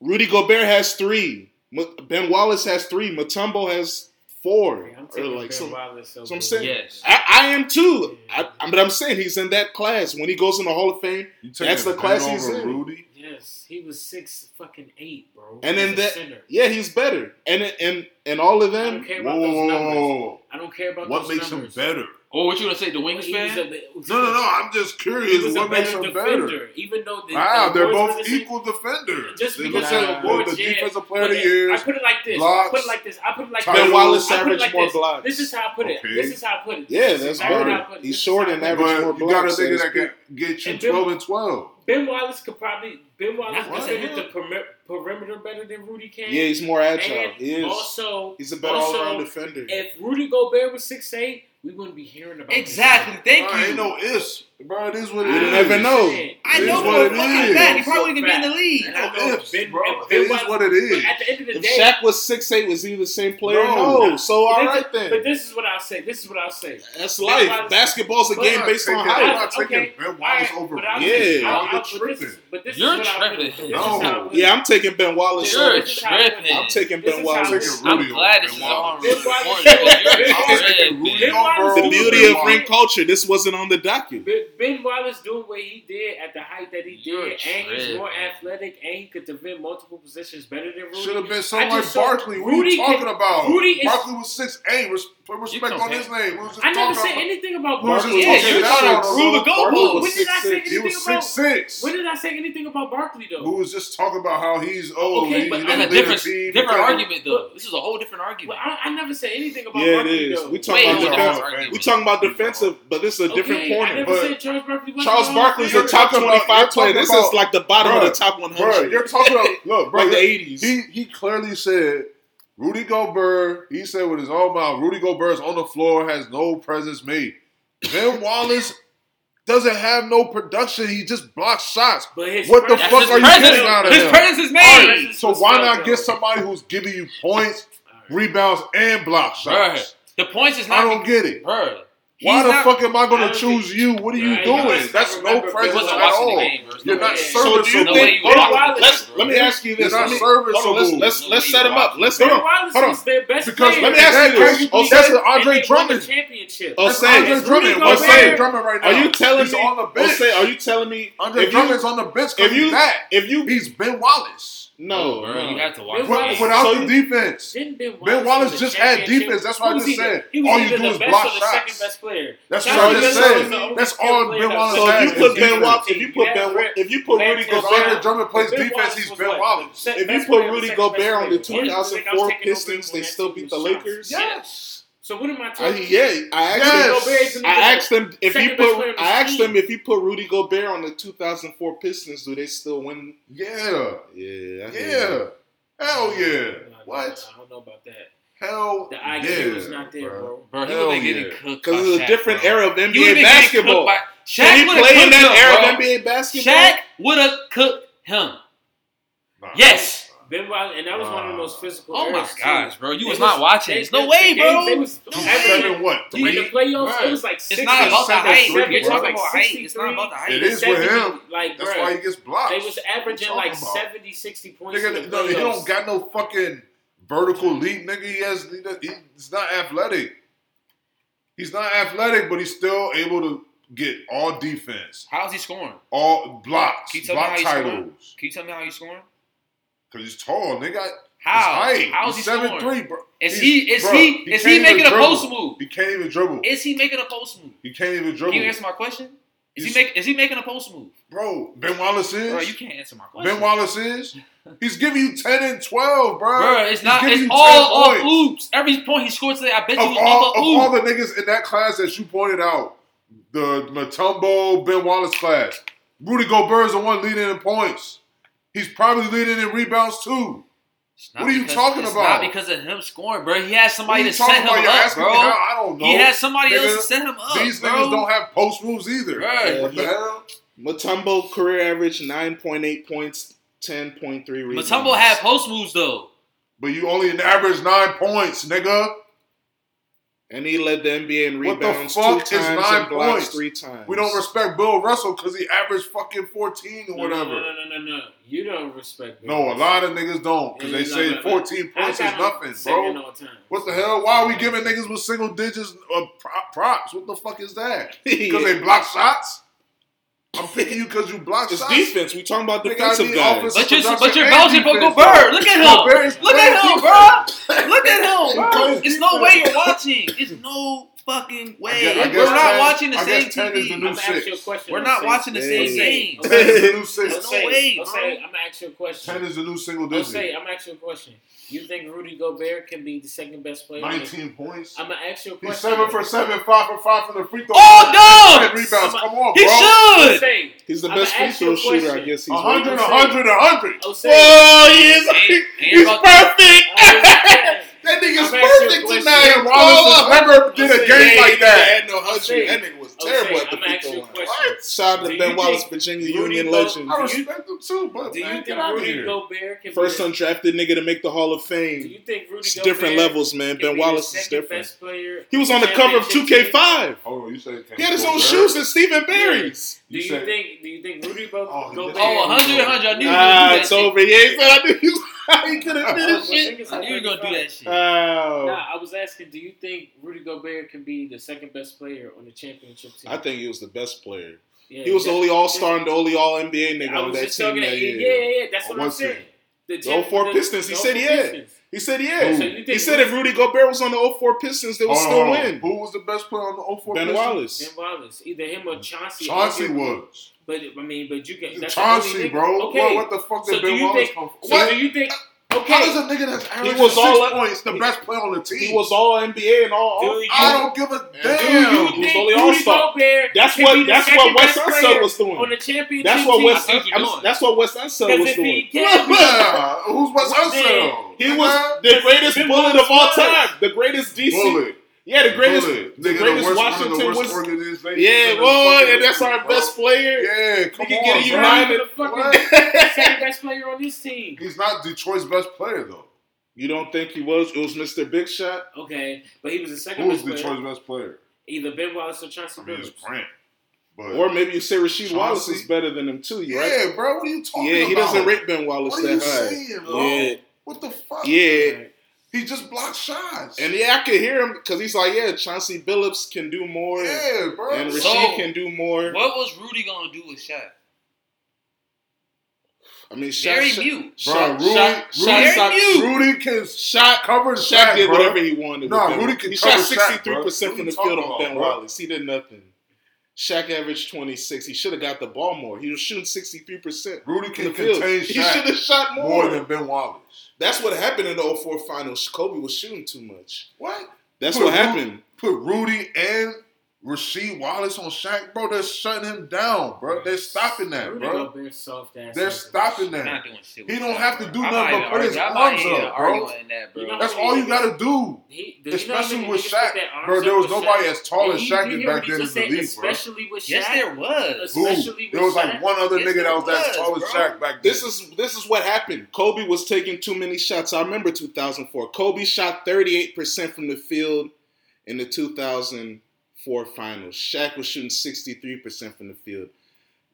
Speaker 2: Rudy Gobert has three. Ma- Ben Wallace has three. Matumbo has four.
Speaker 3: I'm
Speaker 2: Or
Speaker 3: taking
Speaker 2: like
Speaker 3: Ben
Speaker 2: some-
Speaker 3: Wallace over-
Speaker 2: so I'm saying-
Speaker 4: Yes.
Speaker 2: I, I am too. I, I- but I'm saying he's in that class. When he goes in the Hall of Fame,
Speaker 1: You
Speaker 2: That's the
Speaker 1: taking
Speaker 2: class
Speaker 1: Ben
Speaker 2: he's
Speaker 1: over
Speaker 2: in.
Speaker 1: Rudy.
Speaker 3: Yes, he was six fucking eight, bro.
Speaker 2: And
Speaker 3: He
Speaker 2: then
Speaker 3: was a
Speaker 2: that-
Speaker 3: center.
Speaker 2: yeah, he's better. And and and all of
Speaker 3: I don't
Speaker 2: them,
Speaker 3: care
Speaker 1: Whoa,
Speaker 3: about
Speaker 1: whoa,
Speaker 3: those
Speaker 1: whoa,
Speaker 3: numbers.
Speaker 1: whoa.
Speaker 3: I don't care about
Speaker 1: What
Speaker 3: those
Speaker 1: makes him
Speaker 3: numbers.
Speaker 1: better?
Speaker 4: Oh, what you gonna say? The wings
Speaker 3: He was a-
Speaker 4: fan?
Speaker 1: No, no, no. I'm just
Speaker 3: He
Speaker 1: curious.
Speaker 3: was a
Speaker 1: What makes
Speaker 3: better
Speaker 1: him
Speaker 3: defender,
Speaker 1: better?
Speaker 3: even though the
Speaker 1: Wow, they're
Speaker 3: awards were
Speaker 1: both
Speaker 3: the same.
Speaker 1: equal defenders.
Speaker 3: Just
Speaker 1: They
Speaker 3: because
Speaker 1: both
Speaker 2: of
Speaker 1: have
Speaker 2: the awards,
Speaker 1: the
Speaker 3: yeah.
Speaker 1: defensive player of the
Speaker 3: But
Speaker 1: year.
Speaker 3: I put it like this.
Speaker 1: blocks,
Speaker 3: put it like this. I put it like
Speaker 1: titles.
Speaker 2: Ben
Speaker 3: this.
Speaker 2: Wallace
Speaker 3: I put it
Speaker 2: averaged
Speaker 3: like
Speaker 2: more
Speaker 3: this.
Speaker 2: blocks.
Speaker 3: This is how I put it.
Speaker 1: Okay.
Speaker 3: This is how I put it.
Speaker 2: Yeah,
Speaker 3: This is
Speaker 2: that's
Speaker 3: how I
Speaker 1: better.
Speaker 3: put it.
Speaker 2: He's
Speaker 3: This is
Speaker 2: short
Speaker 3: how I
Speaker 2: in
Speaker 3: put it.
Speaker 2: average more
Speaker 1: But you got a
Speaker 2: blocks, so to
Speaker 1: nigga that can get you
Speaker 3: And Ben-
Speaker 1: twelve and twelve.
Speaker 3: Ben Wallace could probably Ben Wallace
Speaker 1: Not
Speaker 3: could hit the
Speaker 1: bad.
Speaker 3: perimeter- perimeter better than Rudy can.
Speaker 2: yeah, he's more agile.
Speaker 3: and
Speaker 2: He is.
Speaker 3: also
Speaker 2: He's a better
Speaker 3: also,
Speaker 2: all around defender.
Speaker 3: if Rudy Gobert was six eight, we wouldn't be hearing about this.
Speaker 4: Exactly. Thank
Speaker 1: Bro,
Speaker 4: you.
Speaker 1: ain't no ifs, bro. It is what it
Speaker 2: We
Speaker 1: is.
Speaker 2: didn't ever know.
Speaker 4: I
Speaker 1: It is
Speaker 4: know
Speaker 1: what
Speaker 4: for a
Speaker 1: it
Speaker 4: fact
Speaker 1: is.
Speaker 4: that he probably
Speaker 3: So
Speaker 4: can be in the
Speaker 3: fact.
Speaker 4: league.
Speaker 1: Ain't
Speaker 3: I know
Speaker 1: no ifs,
Speaker 3: Ben-
Speaker 1: bro.
Speaker 3: Ben- Ben
Speaker 1: it is
Speaker 3: Wallace-
Speaker 1: what it is.
Speaker 3: But at the end of the
Speaker 2: If
Speaker 3: day,
Speaker 2: Shaq was six eight, was he the same player? No.
Speaker 1: No.
Speaker 2: So all
Speaker 3: But
Speaker 2: right
Speaker 3: this-
Speaker 2: then.
Speaker 3: But this is what I'll say. This is what I'll say.
Speaker 2: That's
Speaker 3: Ben
Speaker 2: life.
Speaker 3: Wallace-
Speaker 2: Basketball's a
Speaker 3: But
Speaker 2: game
Speaker 1: I'm
Speaker 2: based
Speaker 1: taking-
Speaker 2: on
Speaker 1: I'm
Speaker 2: height.
Speaker 1: not taking
Speaker 3: Okay.
Speaker 1: Ben
Speaker 3: All
Speaker 1: Wallays
Speaker 3: right,
Speaker 1: over.
Speaker 3: but I'll-
Speaker 1: Rudy.
Speaker 2: Yeah.
Speaker 3: I'll-
Speaker 1: Y'all
Speaker 3: I'll-
Speaker 1: are
Speaker 3: but this is-
Speaker 1: tripping.
Speaker 3: But this is
Speaker 4: You're
Speaker 3: what I'll put
Speaker 4: tripping.
Speaker 3: it. This is
Speaker 1: No.
Speaker 3: how I put it.
Speaker 2: Yeah, I'm taking Ben Wallace.
Speaker 4: You're
Speaker 2: over.
Speaker 3: This is how I put it.
Speaker 4: tripping.
Speaker 2: I'm taking
Speaker 3: This
Speaker 2: Ben
Speaker 3: is how it
Speaker 2: Wallace.
Speaker 3: is.
Speaker 1: Rudy
Speaker 4: I'm glad
Speaker 1: over
Speaker 4: this is
Speaker 1: Ben Wallace.
Speaker 4: on
Speaker 3: This why-
Speaker 4: recording. You're
Speaker 1: I was taking
Speaker 4: tripping.
Speaker 1: Rudy
Speaker 3: Ben
Speaker 1: over
Speaker 3: Wallace-
Speaker 2: The
Speaker 1: Ben
Speaker 2: beauty of
Speaker 1: Wallace.
Speaker 2: ring culture. This wasn't on the document.
Speaker 3: Ben- Ben Wallace doing what he did at the height that he did,
Speaker 4: You're
Speaker 3: and he's
Speaker 4: tripping.
Speaker 3: more athletic, and he could defend multiple positions better than Rudy.
Speaker 1: Should have been
Speaker 3: I
Speaker 1: someone
Speaker 3: just
Speaker 1: like
Speaker 3: saw-
Speaker 1: Barkley. What are
Speaker 3: Rudy
Speaker 1: you talking
Speaker 3: can-
Speaker 1: about?
Speaker 3: Rudy is-
Speaker 1: Barkley was six eight. Put respect
Speaker 4: You
Speaker 1: on
Speaker 4: compare-
Speaker 1: his name. We was just
Speaker 3: I never
Speaker 1: talking
Speaker 3: said
Speaker 1: about-
Speaker 3: anything about
Speaker 1: Who was
Speaker 3: Barkley.
Speaker 1: just
Speaker 4: Yeah,
Speaker 1: talking
Speaker 4: you're
Speaker 1: about
Speaker 4: trying to
Speaker 1: that.
Speaker 4: rule the goalpost.
Speaker 2: Barkley was
Speaker 3: When did I say
Speaker 2: 6'6".
Speaker 1: He was
Speaker 3: anything about?
Speaker 1: six six.
Speaker 3: When did I say anything about Barkley though?
Speaker 1: We was just talking about how he's oh
Speaker 3: Okay,
Speaker 1: he,
Speaker 3: but
Speaker 1: he
Speaker 3: I'm
Speaker 1: didn't
Speaker 4: That's a
Speaker 1: lead the
Speaker 4: different,
Speaker 1: team.
Speaker 4: different
Speaker 1: because-
Speaker 4: argument, though. This is a whole different
Speaker 3: Well,
Speaker 4: argument.
Speaker 3: I, I never said anything about
Speaker 2: Yeah, it
Speaker 3: Barkley
Speaker 2: is.
Speaker 3: though.
Speaker 2: We
Speaker 4: Wait,
Speaker 2: talking about
Speaker 4: hold on.
Speaker 2: defense.
Speaker 4: argument.
Speaker 2: We talking about defensive, but this is a different
Speaker 3: okay, I
Speaker 2: corner.
Speaker 3: never
Speaker 1: but-
Speaker 3: said Charles Barkley. wasn't
Speaker 2: Charles
Speaker 3: on-
Speaker 2: Barkley's a
Speaker 1: You're
Speaker 2: top
Speaker 1: talking about-
Speaker 2: twenty
Speaker 1: you're
Speaker 2: five
Speaker 1: talking
Speaker 2: player. This
Speaker 1: about-
Speaker 2: is like the bottom of
Speaker 1: Bruh,
Speaker 2: the top one
Speaker 1: Bro,
Speaker 2: hundred.
Speaker 1: you're talking about look, bro.
Speaker 2: Like the
Speaker 1: you're-
Speaker 2: eighties.
Speaker 1: He he clearly said Rudy Gobert. He said with his own mouth, Rudy Gobert's on the floor has no presence made. Ben Wallace doesn't have no production. He just blocks shots.
Speaker 3: But his
Speaker 1: What the
Speaker 3: first-
Speaker 4: That's
Speaker 1: fuck
Speaker 4: his
Speaker 1: are you
Speaker 4: presence.
Speaker 1: getting out of
Speaker 4: His
Speaker 1: him?
Speaker 4: presence is
Speaker 3: All
Speaker 4: made.
Speaker 3: right.
Speaker 1: So why not get somebody who's giving you points,
Speaker 3: All right.
Speaker 1: rebounds, and block shots?
Speaker 4: The points is
Speaker 1: I
Speaker 4: not,
Speaker 1: don't get it.
Speaker 4: bro.
Speaker 1: Why
Speaker 4: he's
Speaker 1: the
Speaker 4: not-
Speaker 1: fuck am I
Speaker 3: I
Speaker 1: going
Speaker 3: don't
Speaker 1: to choose you? What are you
Speaker 3: Yeah, I know.
Speaker 1: doing? That's no
Speaker 2: Remember,
Speaker 4: He
Speaker 1: presence
Speaker 4: wasn't
Speaker 1: at
Speaker 4: watching the
Speaker 1: all.
Speaker 4: game, bro. There's
Speaker 1: You're
Speaker 4: no
Speaker 1: not
Speaker 4: way.
Speaker 1: serviceable.
Speaker 2: So do you
Speaker 4: No
Speaker 2: think-
Speaker 4: way he was
Speaker 2: hold on,
Speaker 4: watching the
Speaker 2: let's-
Speaker 4: game, bro.
Speaker 2: Let me ask you
Speaker 1: You're
Speaker 2: this.
Speaker 1: not
Speaker 2: Let me-
Speaker 1: serviceable.
Speaker 2: Hold on, let's let's,
Speaker 4: No,
Speaker 2: let's
Speaker 4: he
Speaker 2: set him
Speaker 4: watched
Speaker 2: up. Let's
Speaker 3: Ben
Speaker 2: hold on.
Speaker 3: Wallace
Speaker 2: Hold
Speaker 3: is their best
Speaker 1: Because
Speaker 3: player.
Speaker 1: let me ask you this.
Speaker 2: Oh,
Speaker 1: that's
Speaker 2: say-
Speaker 1: what
Speaker 3: And
Speaker 1: Andre
Speaker 3: they won the
Speaker 1: Drummond.
Speaker 3: championship.
Speaker 2: Oh,
Speaker 1: That's
Speaker 2: say-
Speaker 1: Andre Drummond. Oh,
Speaker 3: Rudy
Speaker 1: What's
Speaker 2: Gobert.
Speaker 1: Andre Drummond right now?
Speaker 2: Are you telling
Speaker 1: He's
Speaker 2: me?
Speaker 1: on the bench.
Speaker 2: Jose, are you telling me?
Speaker 1: Andre
Speaker 2: if you,
Speaker 1: Drummond's on the bench
Speaker 2: if
Speaker 1: because
Speaker 2: you
Speaker 1: he's back.
Speaker 2: if you
Speaker 1: He's Ben Wallace.
Speaker 2: no,
Speaker 4: bro,
Speaker 2: no.
Speaker 4: you have to watch.
Speaker 3: Ben
Speaker 4: the
Speaker 1: Wi-
Speaker 3: Wallace-
Speaker 4: game.
Speaker 1: Without
Speaker 2: So
Speaker 1: the
Speaker 2: you-
Speaker 1: defense.
Speaker 3: Didn't Ben Wallace,
Speaker 1: Ben Wallace
Speaker 3: win the
Speaker 1: just had
Speaker 3: championship?
Speaker 1: defense. That's what I
Speaker 3: Who was
Speaker 1: just
Speaker 3: he?
Speaker 1: said.
Speaker 3: He was
Speaker 1: All you
Speaker 3: either
Speaker 1: do
Speaker 3: the
Speaker 1: is
Speaker 3: best
Speaker 1: block
Speaker 3: or the
Speaker 1: shots.
Speaker 3: second best player.
Speaker 1: That's
Speaker 3: That's
Speaker 1: what I
Speaker 2: what
Speaker 1: just
Speaker 2: Ben Wallace
Speaker 1: said.
Speaker 2: is the only
Speaker 1: That's
Speaker 3: skilled
Speaker 1: all
Speaker 3: player
Speaker 1: Ben
Speaker 3: that
Speaker 1: Wallace
Speaker 2: So
Speaker 3: was
Speaker 2: if
Speaker 1: has.
Speaker 2: you
Speaker 3: on
Speaker 1: is
Speaker 2: put
Speaker 3: the
Speaker 2: Ben
Speaker 1: defense.
Speaker 2: Wallace, if you put
Speaker 3: Yeah,
Speaker 2: Ben,
Speaker 3: Rick.
Speaker 2: if you put
Speaker 3: Back
Speaker 2: Rudy
Speaker 3: to the
Speaker 1: Andre
Speaker 2: Gobert,
Speaker 3: ground.
Speaker 1: Drummond plays
Speaker 3: Ben
Speaker 1: defense.
Speaker 3: Wallace
Speaker 1: He's
Speaker 3: was
Speaker 1: Ben
Speaker 3: what?
Speaker 1: Wallace.
Speaker 3: Second
Speaker 2: if you
Speaker 3: best
Speaker 2: put
Speaker 3: player,
Speaker 2: Rudy
Speaker 3: second best
Speaker 2: Gobert
Speaker 3: player.
Speaker 2: on the
Speaker 3: Why do you think I'm
Speaker 2: 2004
Speaker 3: taking over
Speaker 2: Pistons,
Speaker 3: when
Speaker 2: they
Speaker 3: that
Speaker 2: still
Speaker 3: team
Speaker 2: beat
Speaker 3: was
Speaker 2: the
Speaker 3: shots?
Speaker 2: Lakers.
Speaker 4: Yeah.
Speaker 1: Yes.
Speaker 3: So what am I
Speaker 2: I,
Speaker 3: talking about?
Speaker 2: yeah, I asked
Speaker 1: Yes.
Speaker 2: him.
Speaker 3: Gobert's in the
Speaker 2: I
Speaker 3: middle.
Speaker 2: asked him if
Speaker 3: Second
Speaker 2: you
Speaker 3: best player
Speaker 2: put.
Speaker 3: on the
Speaker 2: I asked
Speaker 3: team.
Speaker 2: him if you put Rudy Gobert on the 2004 Pistons, do they still win?
Speaker 1: Yeah.
Speaker 2: Yeah, I hear
Speaker 1: Yeah.
Speaker 2: you.
Speaker 1: Hell yeah.
Speaker 3: No, no,
Speaker 1: What?
Speaker 3: no, I don't know about that.
Speaker 1: Hell
Speaker 3: The
Speaker 1: yeah.
Speaker 3: IQ is not there,
Speaker 1: bruh.
Speaker 3: bro.
Speaker 4: Bro, he
Speaker 1: Hell
Speaker 4: would have getting
Speaker 1: yeah.
Speaker 4: cooked. by
Speaker 2: Because it's a
Speaker 4: Shaq,
Speaker 2: different
Speaker 4: bro.
Speaker 2: era of
Speaker 4: He would've
Speaker 2: NBA
Speaker 4: been
Speaker 2: basketball.
Speaker 4: cooked by-
Speaker 2: Can
Speaker 4: Shaq
Speaker 2: he
Speaker 4: would have
Speaker 2: play in
Speaker 4: cooked him.
Speaker 2: that era
Speaker 4: bro.
Speaker 2: of NBA basketball?
Speaker 4: Shaq would have cooked him.
Speaker 1: Nah.
Speaker 4: Yes.
Speaker 3: Ben Wallace, and that was one of the most physical.
Speaker 4: Oh my
Speaker 3: eras, too.
Speaker 4: gosh, bro! You
Speaker 3: They
Speaker 4: was not watching.
Speaker 3: they-
Speaker 4: There's no
Speaker 3: the
Speaker 4: way,
Speaker 3: games, they
Speaker 4: bro.
Speaker 3: was-
Speaker 1: He's
Speaker 3: every-
Speaker 1: seven what?
Speaker 3: in
Speaker 1: Three?
Speaker 3: the playoffs,
Speaker 1: Right.
Speaker 3: it was like
Speaker 4: It's
Speaker 3: six.
Speaker 4: not about the
Speaker 1: seven,
Speaker 4: height.
Speaker 1: three,
Speaker 4: You're
Speaker 1: bro.
Speaker 4: talking about height. It's not about the
Speaker 1: It
Speaker 4: height.
Speaker 1: is with him.
Speaker 3: Like,
Speaker 1: That's
Speaker 3: bro,
Speaker 1: why he gets blocked.
Speaker 3: they was averaging like
Speaker 1: Talking about.
Speaker 3: 70, 60 points. in
Speaker 1: Nigga,
Speaker 3: the
Speaker 1: no, he
Speaker 3: playoffs.
Speaker 1: don't got no fucking vertical leap, nigga. He has he, does- he's not athletic. He's not athletic, but he's still able to get all defense,
Speaker 4: How's he scoring? Can
Speaker 1: all blocks,
Speaker 4: He told me how
Speaker 1: block
Speaker 4: he's
Speaker 1: titles.
Speaker 4: you tell me how he's scoring?
Speaker 1: Cause he's tall, nigga.
Speaker 4: How?
Speaker 1: His height.
Speaker 4: How's
Speaker 1: he's
Speaker 4: he
Speaker 1: seven
Speaker 4: scoring?
Speaker 1: three, bro. He's-
Speaker 4: Is he is
Speaker 1: bruh,
Speaker 4: he
Speaker 1: he
Speaker 4: is
Speaker 1: can't
Speaker 4: he
Speaker 1: even
Speaker 4: making a
Speaker 1: dribble.
Speaker 4: post move?
Speaker 1: He can't even dribble.
Speaker 4: Is he making a post move?
Speaker 1: he can't even
Speaker 4: Can
Speaker 1: dribble,
Speaker 4: you answer my question? Is he
Speaker 1: He's-
Speaker 4: make is he making a post move?
Speaker 1: bro. Ben Wallace is.
Speaker 4: Bro, you can't answer my question.
Speaker 1: ben Wallace is. He's giving you ten and twelve, bro.
Speaker 4: Bro, it's
Speaker 1: He's
Speaker 4: not.
Speaker 1: giving
Speaker 4: It's
Speaker 1: you 10
Speaker 4: all off
Speaker 1: points.
Speaker 4: loops. Every point he scored today, I bet you
Speaker 1: of
Speaker 4: was
Speaker 1: all, of all
Speaker 4: off a
Speaker 1: the
Speaker 4: loop.
Speaker 1: niggas in that class that you pointed out, the Matumbo, Ben Wallace class, Rudy Gobert is the one leading in points. He's probably leading in rebounds too.
Speaker 4: It's not
Speaker 1: What are you
Speaker 4: because-
Speaker 1: talking
Speaker 4: it's
Speaker 1: about?
Speaker 4: Not because of him scoring, bro. He
Speaker 1: What
Speaker 4: has
Speaker 1: are
Speaker 4: somebody
Speaker 1: you
Speaker 4: to set
Speaker 1: talking
Speaker 4: him
Speaker 1: about? You're
Speaker 4: up,
Speaker 1: asking
Speaker 4: bro.
Speaker 1: me how? I don't know.
Speaker 4: He has somebody else
Speaker 1: Nigga,
Speaker 4: to set him up.
Speaker 1: These
Speaker 4: bro.
Speaker 1: niggas don't have post moves either.
Speaker 4: Bro,
Speaker 1: What the
Speaker 2: yeah.
Speaker 1: hell?
Speaker 2: Matumbo career average nine point eight points, ten point three rebounds.
Speaker 4: Matumbo had post moves though.
Speaker 1: But you only an average nine points, nigga.
Speaker 2: and he led the NBA in
Speaker 1: What the
Speaker 2: rebounds two
Speaker 1: fuck
Speaker 2: times
Speaker 1: is nine
Speaker 2: and blocks
Speaker 1: points?
Speaker 2: three times.
Speaker 1: We don't respect Bill Russell because he averaged fucking 14
Speaker 3: No,
Speaker 1: or
Speaker 3: no,
Speaker 1: whatever.
Speaker 3: No, no, no, no, no. You don't respect. Ben
Speaker 1: No, a
Speaker 3: Wallace.
Speaker 1: lot of niggas don't because
Speaker 3: Yeah,
Speaker 1: they
Speaker 3: no,
Speaker 1: say
Speaker 3: no, no.
Speaker 1: 14
Speaker 3: I
Speaker 1: points is
Speaker 3: got him
Speaker 1: nothing, bro.
Speaker 3: second all time.
Speaker 1: What the hell? Why are we giving niggas with single digits uh, pro- props? What the fuck is that? Because they block shots? I'm picking you because you block
Speaker 2: It's
Speaker 1: shots.
Speaker 2: defense. We talking about
Speaker 1: Nigga, I
Speaker 2: defensive
Speaker 1: need
Speaker 2: guys.
Speaker 1: offense.
Speaker 4: But you're
Speaker 1: Production
Speaker 4: but you're
Speaker 1: and
Speaker 4: vouching for
Speaker 1: defense,
Speaker 4: Gobert.
Speaker 1: bro.
Speaker 4: Look at him.
Speaker 1: Gobert is
Speaker 4: Look at
Speaker 1: playing
Speaker 4: him, bro. Look at him, bro.
Speaker 1: Gobert is
Speaker 4: It's no
Speaker 1: defense.
Speaker 4: way you're watching. It's no fucking
Speaker 1: I
Speaker 4: way.
Speaker 1: guess- I
Speaker 4: We're
Speaker 1: guess
Speaker 4: not
Speaker 1: 10
Speaker 4: watching the
Speaker 1: I guess
Speaker 4: same
Speaker 1: 10 is the
Speaker 3: I'm
Speaker 1: new
Speaker 4: TV.
Speaker 3: gonna ask you a
Speaker 1: six.
Speaker 3: question.
Speaker 4: We're not
Speaker 3: Jose.
Speaker 4: watching the same
Speaker 2: Hey.
Speaker 4: game.
Speaker 3: Okay.
Speaker 1: 10 is the new
Speaker 3: Jose,
Speaker 1: six.
Speaker 4: no
Speaker 3: Jose,
Speaker 4: way, bro.
Speaker 3: I'm gonna ask you a
Speaker 1: 10
Speaker 3: question.
Speaker 1: is the new single
Speaker 3: Jose,
Speaker 1: digit.
Speaker 3: I'm gonna ask you a question. You think Rudy Gobert can be the second best player?
Speaker 1: 19 points.
Speaker 3: I'm gonna ask you a question.
Speaker 1: He's 7 for 7, 5 for 5 from the free throw.
Speaker 4: Oh,
Speaker 1: line.
Speaker 4: dog!
Speaker 1: 10 rebounds. Come on,
Speaker 4: He
Speaker 1: bro.
Speaker 4: should.
Speaker 3: Jose,
Speaker 2: He's the
Speaker 3: I'ma
Speaker 2: best free
Speaker 3: ask you
Speaker 2: throw
Speaker 3: a
Speaker 2: shooter. I
Speaker 3: question.
Speaker 2: guess he's.
Speaker 1: 100,
Speaker 2: rated.
Speaker 1: 100, 100.
Speaker 3: Jose.
Speaker 2: Whoa, he is-
Speaker 4: Ain't- ain't
Speaker 2: he's
Speaker 4: about-
Speaker 2: perfect.
Speaker 3: Jose,
Speaker 1: That nigga's
Speaker 3: I'm asking
Speaker 1: perfect
Speaker 3: a question.
Speaker 1: tonight.
Speaker 2: Bro,
Speaker 1: Wallace has never did
Speaker 3: Jose,
Speaker 1: a game like that.
Speaker 2: Had no
Speaker 3: Jose,
Speaker 2: hundred. That nigga was
Speaker 3: Jose,
Speaker 2: terrible at the
Speaker 3: I'ma
Speaker 2: free
Speaker 3: ask
Speaker 2: throw
Speaker 3: you a
Speaker 2: line.
Speaker 3: question.
Speaker 2: What? Shout out
Speaker 3: Do
Speaker 2: to
Speaker 3: you
Speaker 2: Ben
Speaker 3: think
Speaker 2: Wallace, Virginia
Speaker 3: Rudy
Speaker 2: Union
Speaker 3: Go-
Speaker 2: legend.
Speaker 1: I
Speaker 3: Do you-
Speaker 1: respect him too, but
Speaker 3: Do
Speaker 1: man,
Speaker 3: you
Speaker 1: get
Speaker 3: think
Speaker 1: out of
Speaker 3: Rudy
Speaker 1: here.
Speaker 3: Gobert can
Speaker 2: First
Speaker 3: be the,
Speaker 2: undrafted nigga to make the Hall of
Speaker 3: Do
Speaker 2: Fame.
Speaker 3: you think Rudy
Speaker 2: It's
Speaker 3: Gobert
Speaker 2: different levels, man.
Speaker 3: can be
Speaker 2: Ben
Speaker 3: the
Speaker 2: Wallace is
Speaker 3: second
Speaker 2: different.
Speaker 3: Best player
Speaker 2: He was on the cover of
Speaker 3: championship team?
Speaker 2: 2K5.
Speaker 1: Hold on, you said it can't
Speaker 2: He had his
Speaker 1: go
Speaker 2: own
Speaker 1: there?
Speaker 2: shoes and Stephen Barry's.
Speaker 3: Do
Speaker 1: You
Speaker 3: you
Speaker 1: said-
Speaker 3: think? Do you think Rudy Bo-
Speaker 1: Oh,
Speaker 3: Gobert?
Speaker 4: Oh, 100, 100. I knew you
Speaker 2: Ah,
Speaker 4: were
Speaker 2: it's
Speaker 4: gonna do
Speaker 2: over. Yeah, he said I knew he, was, he couldn't
Speaker 3: Oh,
Speaker 2: finish it.
Speaker 4: that shit. I knew you were gonna do that shit.
Speaker 2: Oh.
Speaker 3: Nah, I was asking. Do you think Rudy Gobert can be the second best player on the championship team?
Speaker 2: I think he was the best player.
Speaker 3: yeah,
Speaker 2: He was the
Speaker 3: that-
Speaker 2: only All Star and the only All NBA nigga
Speaker 3: I
Speaker 2: on
Speaker 3: was
Speaker 2: that
Speaker 3: just talking. E Yeah,
Speaker 2: team that
Speaker 3: yeah,
Speaker 2: year.
Speaker 3: yeah. That's what
Speaker 1: On
Speaker 3: I'm
Speaker 1: one
Speaker 3: saying.
Speaker 1: team.
Speaker 3: The,
Speaker 2: The 04 Pistons, he said he had. He said
Speaker 1: Who?
Speaker 2: yeah.
Speaker 1: So
Speaker 3: Oh, you think
Speaker 2: He said if Rudy Gobert was on the 04 Pistons, they would
Speaker 1: Hold on,
Speaker 2: still
Speaker 1: hold on.
Speaker 2: win.
Speaker 1: Who was the best player on the 04
Speaker 2: Ben
Speaker 1: Pistons?
Speaker 2: Wallace.
Speaker 3: Ben Wallace, either him or Chauncey.
Speaker 1: Chauncey
Speaker 3: Either-
Speaker 1: was.
Speaker 3: But I mean, but you can. that's the only
Speaker 1: Chauncey,
Speaker 3: thing-
Speaker 1: bro.
Speaker 3: Okay.
Speaker 1: What, what the fuck did
Speaker 3: So do
Speaker 1: Ben
Speaker 3: you
Speaker 1: Wallace
Speaker 3: think-
Speaker 1: come from?
Speaker 3: so
Speaker 1: what?
Speaker 3: do you think? Okay.
Speaker 1: How does a nigga that's averaging
Speaker 2: was
Speaker 1: six
Speaker 2: all-
Speaker 1: points the best player on the team?
Speaker 2: He was All NBA and All
Speaker 3: Do
Speaker 2: All.
Speaker 3: you-
Speaker 1: I don't give a
Speaker 2: Do
Speaker 3: Do
Speaker 1: damn.
Speaker 3: you
Speaker 2: He's
Speaker 3: think
Speaker 2: only
Speaker 3: Rudy
Speaker 2: all-star.
Speaker 3: Gobert
Speaker 2: That's
Speaker 3: can be
Speaker 2: what.
Speaker 3: the
Speaker 2: That's
Speaker 3: second
Speaker 2: what West
Speaker 3: best player
Speaker 2: Unseld was
Speaker 3: on
Speaker 2: doing.
Speaker 3: the championship
Speaker 2: That's what
Speaker 3: team?
Speaker 2: West.
Speaker 4: I think you're doing.
Speaker 2: That's what West Unseld
Speaker 3: Because
Speaker 2: was
Speaker 3: if
Speaker 2: doing.
Speaker 3: he can,
Speaker 1: Yeah, Who's West Unsell?
Speaker 2: He was the greatest
Speaker 3: Ben
Speaker 2: bullet
Speaker 3: Wallace
Speaker 2: of all
Speaker 3: was.
Speaker 2: time. The greatest DC.
Speaker 1: bullet.
Speaker 2: Yeah, the greatest.
Speaker 1: bullet.
Speaker 2: The
Speaker 1: Nigga,
Speaker 2: greatest
Speaker 1: the worst, one
Speaker 2: Washington
Speaker 1: of the
Speaker 2: was.
Speaker 1: worst organizations.
Speaker 2: Yeah,
Speaker 1: in the fucking
Speaker 2: boy, and that's our
Speaker 1: league, bro.
Speaker 2: best player.
Speaker 1: Yeah, come
Speaker 2: can
Speaker 1: on,
Speaker 2: get a
Speaker 1: bro.
Speaker 2: United-
Speaker 3: He's the fucking
Speaker 1: What?
Speaker 3: second best player on this team.
Speaker 1: He's not Detroit's best player though.
Speaker 2: You don't think he was? It was Mr. Big Shot.
Speaker 3: Okay, but he was the second
Speaker 1: Who was
Speaker 3: best player.
Speaker 1: Detroit's best player?
Speaker 3: Either Ben Wallace or Chauncey
Speaker 1: I mean, it's
Speaker 3: Billups.
Speaker 1: Grant. But
Speaker 2: Or maybe you say Rasheed
Speaker 1: Chauncey?
Speaker 2: Wallace is better than him too. You right?
Speaker 1: yeah, bro, what are you talking about?
Speaker 2: Yeah, he doesn't rate Ben Wallace
Speaker 1: What are you
Speaker 2: that high.
Speaker 1: saying, bro?
Speaker 2: Yeah.
Speaker 1: What the fuck?
Speaker 2: Yeah,
Speaker 1: He just blocked shots.
Speaker 2: and yeah, I could hear him because he's like, yeah, Chauncey Billups can do more,
Speaker 1: yeah, bro.
Speaker 2: and Rasheed
Speaker 4: So-
Speaker 2: can do more.
Speaker 4: What was Rudy gonna do with Shaq?
Speaker 2: I mean, Shaq,
Speaker 4: Very
Speaker 2: Shaq,
Speaker 4: mute.
Speaker 1: Bro,
Speaker 2: Shaq,
Speaker 1: Rudy-
Speaker 2: Shaq,
Speaker 4: Rudy-
Speaker 2: Shaq,
Speaker 4: Rudy-
Speaker 1: Rudy can
Speaker 2: Shaq,
Speaker 1: cover
Speaker 2: Shaq
Speaker 1: Shaq,
Speaker 2: did
Speaker 1: bro.
Speaker 2: whatever he wanted.
Speaker 1: Nah,
Speaker 2: with Ben.
Speaker 1: Rudy can
Speaker 2: He shot
Speaker 1: cover Shaq,
Speaker 2: sixty-three
Speaker 1: bro.
Speaker 2: percent
Speaker 1: What
Speaker 2: from
Speaker 1: you
Speaker 2: the field
Speaker 1: talking
Speaker 2: on
Speaker 1: about,
Speaker 2: Ben
Speaker 1: bro?
Speaker 2: Wallace. He did nothing. Shaq averaged twenty-six. He should have got the ball more. He was shooting sixty-three percent
Speaker 1: Rudy
Speaker 2: in the
Speaker 1: can
Speaker 2: field.
Speaker 1: contain
Speaker 2: He should
Speaker 1: Shaq
Speaker 2: have shot more.
Speaker 1: more than Ben Wallace.
Speaker 2: That's what happened in the 04 finals. Kobe was shooting too much.
Speaker 1: What?
Speaker 2: That's
Speaker 1: Put
Speaker 2: what
Speaker 1: Ru-
Speaker 2: happened.
Speaker 1: Put Rudy and Rasheed Wallace on Shaq, bro. They're shutting him down, bro. They're stopping that,
Speaker 3: Rudy
Speaker 1: bro.
Speaker 3: got been soft ass.
Speaker 1: They're stopping
Speaker 4: I'm
Speaker 1: that.
Speaker 4: not doing shit.
Speaker 1: He
Speaker 4: with
Speaker 1: don't
Speaker 4: Shaq,
Speaker 1: have to
Speaker 4: bro.
Speaker 1: do
Speaker 4: I'm
Speaker 1: nothing
Speaker 4: not
Speaker 1: but
Speaker 4: even
Speaker 1: put his
Speaker 4: arguing- I'm not
Speaker 1: arms
Speaker 4: even
Speaker 1: up, bro.
Speaker 4: arguing that, bro.
Speaker 3: You know-
Speaker 1: That's all you gotta do.
Speaker 3: He, does you know how many
Speaker 1: Especially with
Speaker 3: niggas put
Speaker 1: Shaq,
Speaker 3: that arms
Speaker 1: bro. There
Speaker 3: up
Speaker 1: was
Speaker 3: with
Speaker 1: nobody
Speaker 3: Shaq?
Speaker 1: as tall as
Speaker 3: And you-
Speaker 1: Shaq
Speaker 3: you
Speaker 1: did
Speaker 3: hear
Speaker 1: back
Speaker 3: what he
Speaker 1: then in
Speaker 3: just
Speaker 1: the
Speaker 3: said,
Speaker 1: league, bro.
Speaker 3: Especially with Shaq.
Speaker 4: yes, there was.
Speaker 1: Who?
Speaker 3: Especially
Speaker 1: There
Speaker 3: with
Speaker 1: was like
Speaker 3: Shaq.
Speaker 1: one other
Speaker 4: Yes,
Speaker 1: nigga that
Speaker 4: there
Speaker 1: was, as
Speaker 4: was,
Speaker 1: tall as
Speaker 4: bro.
Speaker 1: Shaq back then.
Speaker 2: This is this is what happened. Kobe was taking too many shots. I remember 2004. Kobe shot 38% from the field in the 2004 finals. Shaq was shooting 63% from the field.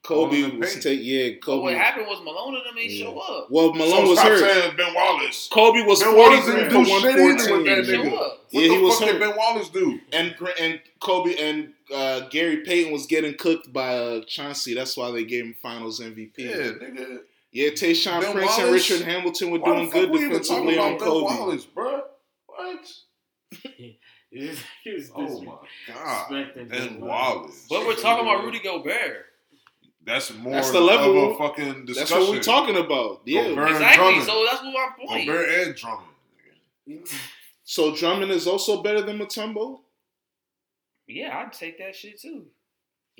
Speaker 1: All in
Speaker 2: Kobe
Speaker 1: the
Speaker 2: was
Speaker 1: paint.
Speaker 2: taking yeah,
Speaker 4: But what
Speaker 2: Kobe.
Speaker 4: happened was Malone and them ain't
Speaker 2: Yeah.
Speaker 4: show up.
Speaker 2: Well, Malone
Speaker 1: so
Speaker 2: was
Speaker 1: stop
Speaker 2: hurt.
Speaker 1: saying Ben Wallace.
Speaker 2: Kobe was
Speaker 1: Ben Wallace
Speaker 2: 40
Speaker 1: didn't
Speaker 2: for
Speaker 1: do shit either with that
Speaker 2: 114.
Speaker 1: nigga.
Speaker 4: Show up.
Speaker 1: What
Speaker 2: Yeah,
Speaker 1: the
Speaker 2: he was
Speaker 1: fuck
Speaker 2: hurt.
Speaker 1: did Ben Wallace do?
Speaker 2: and Gra- and Kobe and uh, Gary Payton was getting cooked by uh, Chauncey. That's why they gave him Finals MVP.
Speaker 1: Yeah,
Speaker 2: Yeah,
Speaker 1: nigga.
Speaker 2: Tayshawn
Speaker 1: Ben
Speaker 2: Prince and
Speaker 1: Wallace?
Speaker 2: Richard Hamilton were
Speaker 1: Why the
Speaker 2: doing
Speaker 1: fuck
Speaker 2: good
Speaker 1: we even talking
Speaker 2: defensively on
Speaker 1: about Ben
Speaker 2: Kobe.
Speaker 1: Wallace, bro? What?
Speaker 3: he was
Speaker 1: Oh my god,
Speaker 3: disrespecting
Speaker 1: Ben
Speaker 3: Ben
Speaker 1: Wallace.
Speaker 4: But we're talking about Rudy Gobert.
Speaker 1: That's more.
Speaker 2: That's the level.
Speaker 1: of a fucking
Speaker 2: That's
Speaker 1: discussion.
Speaker 2: what we're talking about. Yeah.
Speaker 1: Gobert. Aaron
Speaker 4: Exactly.
Speaker 1: Drummond.
Speaker 4: So that's what my point.
Speaker 2: Oh,
Speaker 1: Gobert and Drummond.
Speaker 2: So Drummond is also better than Matumbo.
Speaker 4: Yeah, I'd take that shit too.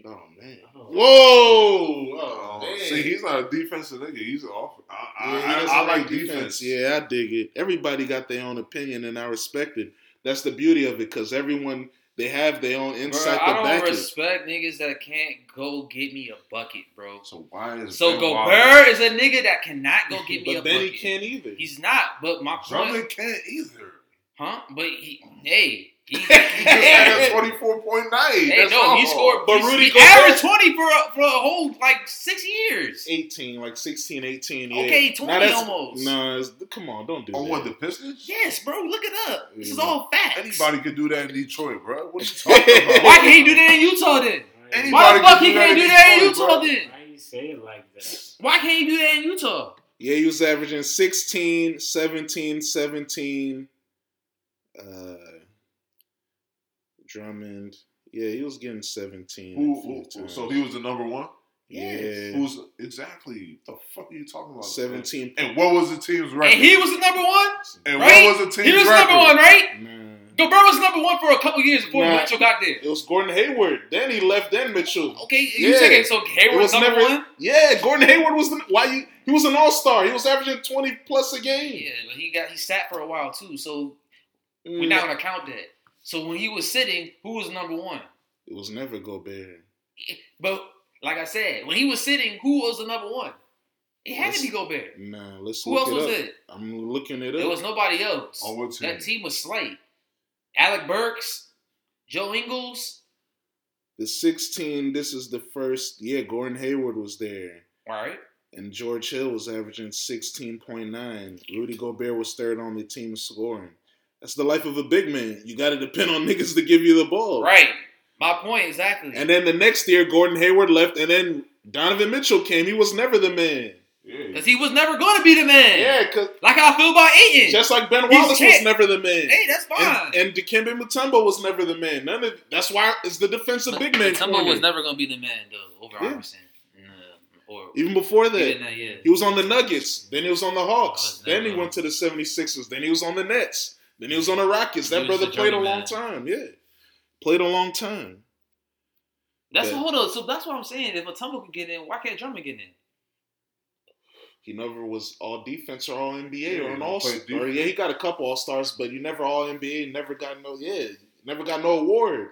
Speaker 2: Oh man.
Speaker 3: Oh.
Speaker 2: Whoa. Oh,
Speaker 1: Oh,
Speaker 2: man.
Speaker 1: see, he's not a defensive nigga. He's off. I, I,
Speaker 2: Yeah, he doesn't
Speaker 1: I, I like defense.
Speaker 2: Yeah, I dig it. Everybody got their own opinion, and I respect it. That's the beauty of it, because everyone they have their own
Speaker 4: Bro,
Speaker 2: insight
Speaker 4: I
Speaker 2: to
Speaker 4: don't
Speaker 2: back it.
Speaker 4: respect niggas that can't go get me a bucket, bro.
Speaker 1: So why is
Speaker 4: So
Speaker 1: ben
Speaker 4: Gobert is a nigga that cannot go get me a
Speaker 2: But then
Speaker 4: bucket.
Speaker 2: he can't either.
Speaker 4: He's not. But my
Speaker 1: Wallace?
Speaker 4: point,
Speaker 1: Drummond can't either.
Speaker 4: huh? But he, hey, he,
Speaker 1: He just had
Speaker 4: hey,
Speaker 1: twenty four point nine.
Speaker 4: no, he scored.
Speaker 2: But
Speaker 4: he-
Speaker 2: Rudy
Speaker 4: he
Speaker 2: Gobert-
Speaker 4: averaged twenty for a, for a whole like six years.
Speaker 2: 18, like 16, 18. Yeah.
Speaker 4: Okay,
Speaker 2: Now
Speaker 4: twenty
Speaker 2: that's-
Speaker 4: almost.
Speaker 2: No, it's, come on, don't do
Speaker 1: On
Speaker 2: that.
Speaker 1: what the Pistons?
Speaker 4: Yes, bro. Look it up. This is
Speaker 2: Yeah.
Speaker 4: all facts.
Speaker 1: Anybody could do that in Detroit, bro. What are you talking about?
Speaker 4: Why can't he do that in Utah then?
Speaker 1: Anybody
Speaker 4: Why the
Speaker 1: can
Speaker 4: fuck
Speaker 1: do
Speaker 4: he
Speaker 1: that
Speaker 4: can't
Speaker 1: in
Speaker 4: do that in
Speaker 1: Detroit,
Speaker 4: Utah
Speaker 1: bro.
Speaker 4: then?
Speaker 3: Why you say it like that?
Speaker 4: Why can't he do that in Utah?
Speaker 2: Yeah, he was averaging 16, 17, 17. Uh, Drummond. Yeah, he was getting 17.
Speaker 1: Who,
Speaker 2: a few
Speaker 1: who- who-
Speaker 2: times.
Speaker 1: so he was the number one.
Speaker 2: yeah.
Speaker 1: Who's exactly? The fuck are you talking about?
Speaker 2: 17.
Speaker 1: And what was the team's record?
Speaker 4: And he was the number one.
Speaker 1: And
Speaker 4: right?
Speaker 1: what was the team's
Speaker 4: He was
Speaker 1: record?
Speaker 4: number one, right?
Speaker 2: Nah.
Speaker 4: Gobert was number one for a couple years before
Speaker 2: Nah.
Speaker 4: Mitchell got there.
Speaker 2: It was Gordon Hayward. Then he left, then Mitchell.
Speaker 4: Okay, you
Speaker 2: Yeah.
Speaker 4: say so
Speaker 2: It
Speaker 4: Hayward
Speaker 2: was
Speaker 4: was number
Speaker 2: never.
Speaker 4: one.
Speaker 2: Yeah, Gordon Hayward was the. Why you? He was an all star. He was averaging 20 plus a
Speaker 4: Yeah,
Speaker 2: game.
Speaker 4: but he got he sat for a while too, so
Speaker 2: Mm.
Speaker 4: we're not gonna count that. So when he was sitting, who was number one?
Speaker 2: It was never Gobert.
Speaker 4: But like I said, when he was sitting, who was the number one? It had to be Gobert.
Speaker 2: Nah, let's
Speaker 4: Who
Speaker 2: look
Speaker 4: else
Speaker 2: it
Speaker 4: was
Speaker 2: up.
Speaker 4: it?
Speaker 2: I'm looking it up.
Speaker 4: There was nobody else.
Speaker 1: On what team?
Speaker 4: That team was slight. Alec Burks, Joe Ingles.
Speaker 2: the 16. This is the first. Yeah, Gordon Hayward was there,
Speaker 4: All right.
Speaker 2: and George Hill was averaging 16.9. Rudy Gobert was third on the team scoring. That's the life of a big man. You got to depend on niggas to give you the ball.
Speaker 4: Right. My point exactly.
Speaker 2: And then the next year, Gordon Hayward left, and then Donovan Mitchell came. He was never the man.
Speaker 1: Yeah.
Speaker 4: Because he was never going to be the man.
Speaker 2: Yeah, cause
Speaker 4: Like I feel about Aiton.
Speaker 2: just like Ben
Speaker 4: He's
Speaker 2: Wallace was
Speaker 4: shit.
Speaker 2: never the man.
Speaker 4: hey, that's fine.
Speaker 2: And, and Dikembe Mutombo was never the man. None of that's why it's the defensive big man.
Speaker 4: Mutombo
Speaker 2: corner.
Speaker 4: was never going to be the man though over
Speaker 2: Yeah.
Speaker 4: Iverson. No, or
Speaker 2: Even before that,
Speaker 4: even that, yeah.
Speaker 2: He was on the Nuggets. Then he was on the Hawks.
Speaker 4: Oh,
Speaker 2: then he
Speaker 4: no.
Speaker 2: went to the 76ers. Then he was on the Nets. Then he was on the Rockets. That
Speaker 4: He was
Speaker 2: brother
Speaker 4: the
Speaker 2: played a long
Speaker 4: journeyman.
Speaker 2: time. Yeah. Played a long time.
Speaker 4: That's
Speaker 2: Yeah.
Speaker 4: hold on. So that's what I'm saying. If Mutombo could get in, why can't Drummond get in?
Speaker 2: He never was all defense or all NBA
Speaker 1: Yeah,
Speaker 2: or
Speaker 1: he
Speaker 2: an all
Speaker 1: played
Speaker 2: star. Yeah, he got a couple all stars, but you never all NBA, never got no yeah, never got no award.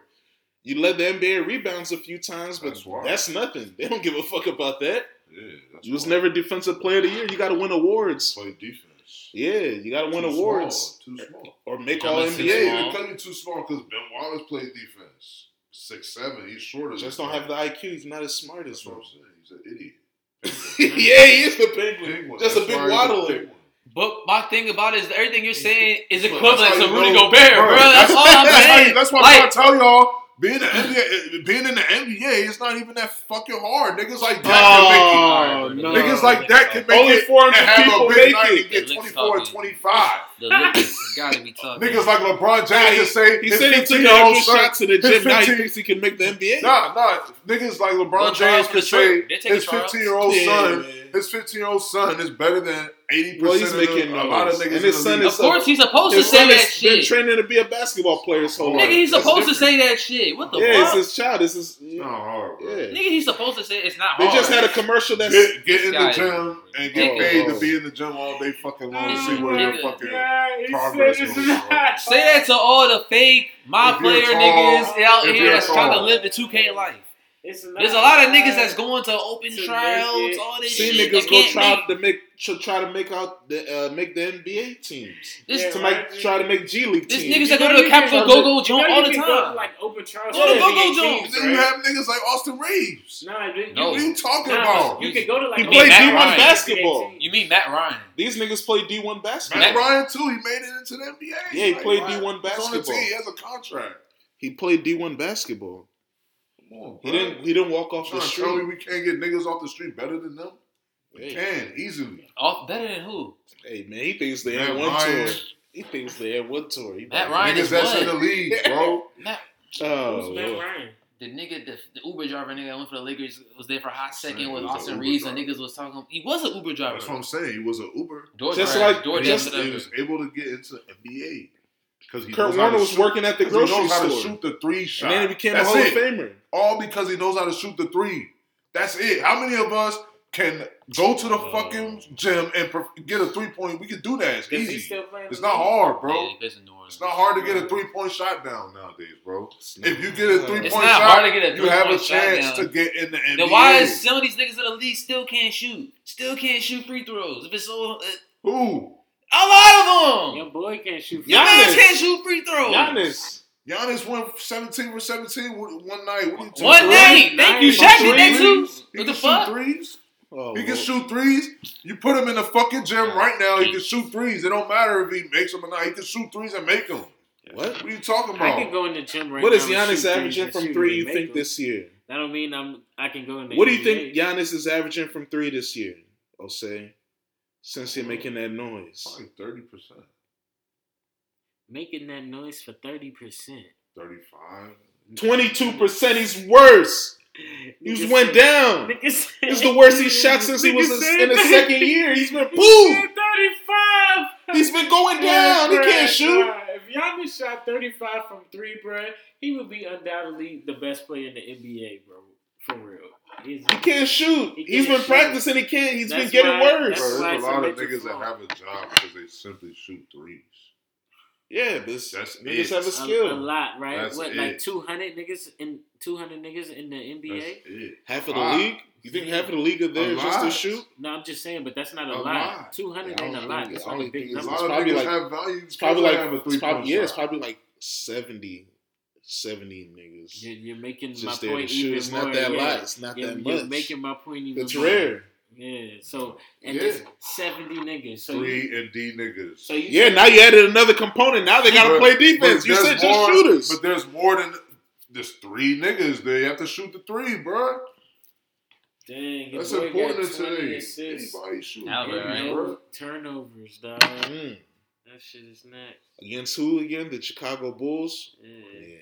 Speaker 2: You led the NBA in rebounds a few times, but
Speaker 1: That's wild.
Speaker 2: that's nothing. They don't give a fuck about that.
Speaker 1: yeah that's
Speaker 2: You was
Speaker 1: why.
Speaker 2: never defensive player of the year. You gotta win awards.
Speaker 1: Play defense. It's
Speaker 2: Yeah, you got to win
Speaker 1: too
Speaker 2: awards
Speaker 1: small, too small.
Speaker 2: or make
Speaker 4: Y'all
Speaker 2: all
Speaker 4: listen to
Speaker 1: Yeah,
Speaker 2: NBA.
Speaker 4: small.
Speaker 1: even tell you too small because Ben Wallace played defense. Six seven, he's shorter.
Speaker 2: Just
Speaker 1: than
Speaker 2: don't
Speaker 1: that.
Speaker 2: have the IQ. He's not as smart as
Speaker 1: That's what
Speaker 2: him.
Speaker 1: I'm saying. He's an idiot.
Speaker 2: yeah, he is the penguin.
Speaker 1: Penguin.
Speaker 2: Just a
Speaker 1: That's
Speaker 2: big
Speaker 1: why he's
Speaker 2: waddler.
Speaker 1: penguin.
Speaker 4: But my thing about it is everything you're saying is
Speaker 1: That's
Speaker 4: equivalent
Speaker 1: how
Speaker 4: to
Speaker 1: you
Speaker 4: Rudy
Speaker 1: know-
Speaker 4: Gobert, bro. That's all I'm
Speaker 1: that's how you-
Speaker 4: saying.
Speaker 1: that's why
Speaker 4: Like-
Speaker 1: I tell y'all. Being, the NBA, being in the NBA, it's not even that fucking hard. Niggas like that
Speaker 2: Oh,
Speaker 1: can make
Speaker 2: no.
Speaker 1: it. Niggas like that can make
Speaker 2: Only
Speaker 1: it and
Speaker 2: 400
Speaker 1: have a
Speaker 2: people
Speaker 1: big
Speaker 2: make
Speaker 1: night
Speaker 2: it.
Speaker 1: and get
Speaker 4: That looks
Speaker 1: 24 and
Speaker 4: tough,
Speaker 1: 25.
Speaker 4: The looks gotta be tough.
Speaker 1: Niggas like LeBron James can say
Speaker 2: He
Speaker 1: his
Speaker 2: said he took
Speaker 1: 15
Speaker 2: an
Speaker 1: year old
Speaker 2: extra
Speaker 1: son-
Speaker 2: shot to the
Speaker 1: his
Speaker 2: gym. Now he
Speaker 1: 15
Speaker 2: thinks he can make the NBA.
Speaker 1: Nah, nah. Niggas like LeBron
Speaker 4: LeBron's
Speaker 1: James can
Speaker 4: for
Speaker 1: say
Speaker 4: sure. They're taking
Speaker 1: his
Speaker 4: trials.
Speaker 1: 15 year old
Speaker 2: Yeah,
Speaker 1: son,
Speaker 2: man.
Speaker 1: his 15 year old son is better than 80
Speaker 2: Well,
Speaker 1: percent
Speaker 2: he's
Speaker 1: of
Speaker 2: making
Speaker 1: the- a lot of
Speaker 2: noise.
Speaker 1: niggas.
Speaker 2: And
Speaker 1: in
Speaker 2: his
Speaker 1: the
Speaker 2: son
Speaker 1: league.
Speaker 4: Of course, he's supposed to
Speaker 2: His
Speaker 4: say
Speaker 2: son
Speaker 4: that
Speaker 2: has been
Speaker 4: shit.
Speaker 2: training to be a basketball player his whole
Speaker 1: Nigga,
Speaker 2: life.
Speaker 4: Nigga, he's
Speaker 1: That's
Speaker 4: supposed to
Speaker 1: different.
Speaker 4: say that shit. What the
Speaker 2: yeah, it's
Speaker 4: fuck?
Speaker 2: his child. It's his.
Speaker 1: It's not Oh, hard, bro.
Speaker 2: Yeah.
Speaker 4: Nigga, he's supposed to say it's
Speaker 1: Oh,
Speaker 4: not
Speaker 2: They
Speaker 4: hard.
Speaker 2: just had a commercial that's Oh,
Speaker 1: Get, get in
Speaker 4: This guy
Speaker 1: the
Speaker 4: is
Speaker 1: gym and get
Speaker 4: ridiculous.
Speaker 1: paid to be in the gym all day fucking long and
Speaker 4: This
Speaker 1: see
Speaker 4: is
Speaker 1: where your
Speaker 4: ridiculous.
Speaker 1: fucking.
Speaker 5: Yeah,
Speaker 1: progress
Speaker 5: he said it's
Speaker 1: goes,
Speaker 5: not.
Speaker 4: Say that to all the fake my
Speaker 1: If you're tall,
Speaker 4: player niggas out
Speaker 1: if
Speaker 4: here
Speaker 1: you're
Speaker 4: that's trying to
Speaker 1: tall.
Speaker 4: live the 2K life.
Speaker 5: It's not.
Speaker 4: There's a lot of niggas that's going to open
Speaker 5: It's a
Speaker 4: trials,
Speaker 5: naked-
Speaker 4: all this
Speaker 2: See
Speaker 4: shit.
Speaker 2: niggas
Speaker 4: that
Speaker 2: go
Speaker 4: can't
Speaker 2: try
Speaker 4: make-
Speaker 2: to make to try to make out the uh, make the NBA teams.
Speaker 4: This,
Speaker 5: Yeah.
Speaker 2: To make try to make G League
Speaker 4: this
Speaker 2: teams.
Speaker 4: niggas
Speaker 5: You
Speaker 4: that go
Speaker 5: know
Speaker 4: to
Speaker 5: you
Speaker 4: the
Speaker 5: can
Speaker 2: go-
Speaker 4: Capitol Go Go Joint
Speaker 5: you know
Speaker 4: all
Speaker 5: you
Speaker 4: the
Speaker 5: can go to,
Speaker 4: time.
Speaker 5: like open Charles.
Speaker 4: Go to
Speaker 5: Hall
Speaker 4: Go-Go
Speaker 5: and get
Speaker 4: Jones.
Speaker 5: teams,
Speaker 1: Then you
Speaker 5: right?
Speaker 1: have niggas like Austin Reeves.
Speaker 5: Nah, dude,
Speaker 4: No.
Speaker 1: What are you talking
Speaker 5: Nah,
Speaker 1: about?
Speaker 5: you can go to like.
Speaker 2: He
Speaker 5: open
Speaker 2: played
Speaker 4: Matt
Speaker 2: D1
Speaker 4: Ryan.
Speaker 2: basketball.
Speaker 4: You mean Matt Ryan?
Speaker 2: These niggas play D1 basketball.
Speaker 1: Matt Ryan too. He made it into the NBA.
Speaker 2: Yeah, he played
Speaker 1: why-
Speaker 2: D1
Speaker 1: he's on the
Speaker 2: basketball.
Speaker 1: team. He has a contract.
Speaker 2: He played D1 basketball.
Speaker 1: Come on,
Speaker 2: He
Speaker 1: bro.
Speaker 2: didn't he didn't walk off
Speaker 1: Trying
Speaker 2: the
Speaker 1: to tell me
Speaker 2: street.
Speaker 1: we can't get niggas off the street better than them? We
Speaker 2: Hey,
Speaker 1: can easily.
Speaker 4: Off Oh, better than who?
Speaker 2: hey, man, he thinks the
Speaker 1: Matt
Speaker 2: Air One
Speaker 1: Ryan.
Speaker 2: tour. He thinks the Air One tour. He like,
Speaker 4: Matt Ryan
Speaker 1: niggas
Speaker 4: is
Speaker 1: that's
Speaker 4: what?
Speaker 1: in the league, bro.
Speaker 4: Matt,
Speaker 2: Oh,
Speaker 5: Who's Matt
Speaker 2: Lord.
Speaker 5: Ryan?
Speaker 4: the nigga, the, the Uber driver nigga that went for the Lakers was there for a hot
Speaker 1: Same,
Speaker 4: second with
Speaker 1: he was a
Speaker 4: Austin
Speaker 1: Uber
Speaker 4: Reeves, and
Speaker 1: driver.
Speaker 4: niggas was talking. He was an Uber driver.
Speaker 1: That's what I'm saying. He was an Uber.
Speaker 4: Door
Speaker 2: Just
Speaker 4: driver,
Speaker 2: like-
Speaker 4: door
Speaker 2: just-
Speaker 4: dash,
Speaker 1: he was
Speaker 4: whatever.
Speaker 1: able to get into NBA because he
Speaker 2: Kurt
Speaker 1: knows how
Speaker 2: Warner
Speaker 1: to
Speaker 2: was
Speaker 1: shoot-
Speaker 2: working at the
Speaker 1: 'cause he knows
Speaker 2: grocery
Speaker 1: how to
Speaker 2: store.
Speaker 1: shoot the three shot.
Speaker 2: And then he became
Speaker 1: That's
Speaker 2: a Hall
Speaker 1: it.
Speaker 2: of Famer.
Speaker 1: all because he knows how to shoot the three. That's it. How many of us can go to the
Speaker 4: Oh.
Speaker 1: fucking gym and per- get a three point? We can do that. It's
Speaker 5: Is he
Speaker 1: easy.
Speaker 5: still playing?
Speaker 1: It's
Speaker 5: the
Speaker 1: not
Speaker 5: league?
Speaker 1: hard,
Speaker 4: Yeah,
Speaker 1: bro.
Speaker 4: he plays in New Orleans.
Speaker 1: It's not hard to get a three point shot down nowadays, bro. If you get a three
Speaker 4: It's
Speaker 1: point
Speaker 4: not
Speaker 1: shot,
Speaker 4: hard to get a
Speaker 1: you have a
Speaker 4: three-point shot
Speaker 1: chance
Speaker 4: down.
Speaker 1: to get in the NBA.
Speaker 4: Then why is some of these niggas in the league still can't shoot? Still can't shoot free throws. If it's so, uh,
Speaker 1: Who?
Speaker 4: a lot of them.
Speaker 5: Your boy can't shoot.
Speaker 4: Your
Speaker 2: Giannis.
Speaker 4: man can't shoot free throws.
Speaker 2: Giannis.
Speaker 1: Giannis went 17 for 17 one one night. What are you talking
Speaker 4: One
Speaker 1: about?
Speaker 4: night. Thank you,
Speaker 5: Nice.
Speaker 4: Shaq did that too.
Speaker 1: Threes? He
Speaker 4: What
Speaker 1: can
Speaker 4: the
Speaker 1: shoot
Speaker 4: fuck?
Speaker 1: threes.
Speaker 2: Oh,
Speaker 1: He can
Speaker 2: Lord.
Speaker 1: shoot threes. You put him in the fucking gym right now. He can shoot threes. It don't matter if he makes them or not. He can shoot threes and make them.
Speaker 2: What?
Speaker 1: What are you talking
Speaker 5: I
Speaker 1: about?
Speaker 5: can go in the gym right
Speaker 2: What
Speaker 5: now.
Speaker 2: is
Speaker 5: and shoot
Speaker 2: Giannis
Speaker 5: threes
Speaker 2: averaging
Speaker 5: and
Speaker 2: from
Speaker 5: shoot
Speaker 2: three?
Speaker 5: and
Speaker 2: You
Speaker 5: make
Speaker 2: think
Speaker 5: them.
Speaker 2: this year?
Speaker 5: That don't mean I'm. I can go in the.
Speaker 2: What do you
Speaker 5: NBA.
Speaker 2: think Giannis is averaging from three this year? I'll say, since you're making that noise.
Speaker 1: Probably thirty percent,
Speaker 5: Making that noise for thirty percent.
Speaker 1: thirty-five.
Speaker 2: 22%, he's worse. He's went down. It's
Speaker 5: It's
Speaker 2: the worst he's shot since he was in his second year. He's been
Speaker 5: Boom.
Speaker 2: boom.
Speaker 5: Thirty-five.
Speaker 2: He's been going down. He
Speaker 5: bruh,
Speaker 2: can't shoot.
Speaker 5: bruh, If Giannis shot 35 from three, bro, he would be undoubtedly the best player in the NBA, bro. For real. He's,
Speaker 2: He can't shoot.
Speaker 5: He
Speaker 2: He's
Speaker 5: can't
Speaker 2: been
Speaker 5: shoot.
Speaker 2: practicing. He can't. He's been
Speaker 5: That's
Speaker 2: getting
Speaker 5: why-
Speaker 1: Bro,
Speaker 5: that's
Speaker 2: worse.
Speaker 1: there's
Speaker 5: why
Speaker 1: a
Speaker 5: it's
Speaker 1: lot
Speaker 5: a
Speaker 1: of
Speaker 5: major
Speaker 1: niggas that
Speaker 5: flaw.
Speaker 1: have a job because they simply shoot threes.
Speaker 2: Yeah, but it's-
Speaker 1: That's
Speaker 2: niggas
Speaker 1: it.
Speaker 2: have a
Speaker 5: A, a
Speaker 2: skill.
Speaker 5: lot, right?
Speaker 1: That's
Speaker 5: what,
Speaker 1: it.
Speaker 5: like 200 niggas in 200 niggas in the
Speaker 1: That's
Speaker 5: NBA?
Speaker 1: it.
Speaker 2: Half of the
Speaker 1: Wow.
Speaker 2: league. You think half of the league are there just to
Speaker 1: lot.
Speaker 2: shoot?
Speaker 5: No, I'm just saying, but that's not a,
Speaker 1: A
Speaker 5: lot.
Speaker 1: lot.
Speaker 5: 200
Speaker 2: Yeah, I
Speaker 5: ain't a
Speaker 2: don't
Speaker 5: lot.
Speaker 2: think-
Speaker 5: That's
Speaker 2: I don't
Speaker 5: not a big
Speaker 2: think it's
Speaker 5: number.
Speaker 1: A lot
Speaker 2: It's
Speaker 1: of
Speaker 2: probably
Speaker 1: niggas
Speaker 2: like-
Speaker 1: have value.
Speaker 2: It's probably like
Speaker 1: have a
Speaker 2: it's
Speaker 1: three-point
Speaker 2: probably, yeah, it's
Speaker 1: shot.
Speaker 2: probably like 70, 70 niggas.
Speaker 5: You're, you're making
Speaker 2: It's
Speaker 5: my
Speaker 2: just there to
Speaker 5: point
Speaker 2: shoot.
Speaker 5: even
Speaker 2: It's
Speaker 5: more.
Speaker 2: not that
Speaker 5: yeah.
Speaker 2: lot. It's not
Speaker 5: You're,
Speaker 2: that
Speaker 5: you're
Speaker 2: much.
Speaker 5: making my point even
Speaker 2: it's
Speaker 5: more.
Speaker 2: rare.
Speaker 5: Yeah. So and
Speaker 1: Yeah.
Speaker 5: there's 70 niggas. So you,
Speaker 1: three and D niggas.
Speaker 5: so you
Speaker 2: Yeah, now you added another component. Now they gotta
Speaker 1: But-
Speaker 2: play
Speaker 1: But
Speaker 2: defense. You
Speaker 1: there's
Speaker 2: said just
Speaker 1: more-
Speaker 2: shooters.
Speaker 1: But there's more than just three niggas. They have to shoot the three, bro.
Speaker 5: Dang,
Speaker 1: That's
Speaker 5: your boy got
Speaker 1: important
Speaker 5: 20
Speaker 1: today.
Speaker 5: assists.
Speaker 1: Anybody shoot,
Speaker 4: Albert,
Speaker 1: three,
Speaker 4: right?
Speaker 1: bro.
Speaker 5: Turnovers, dog. That
Speaker 2: Mm.
Speaker 5: shit is nuts.
Speaker 2: Against who again? The Chicago Bulls.
Speaker 4: Mm.
Speaker 5: Yeah.
Speaker 2: Yeah,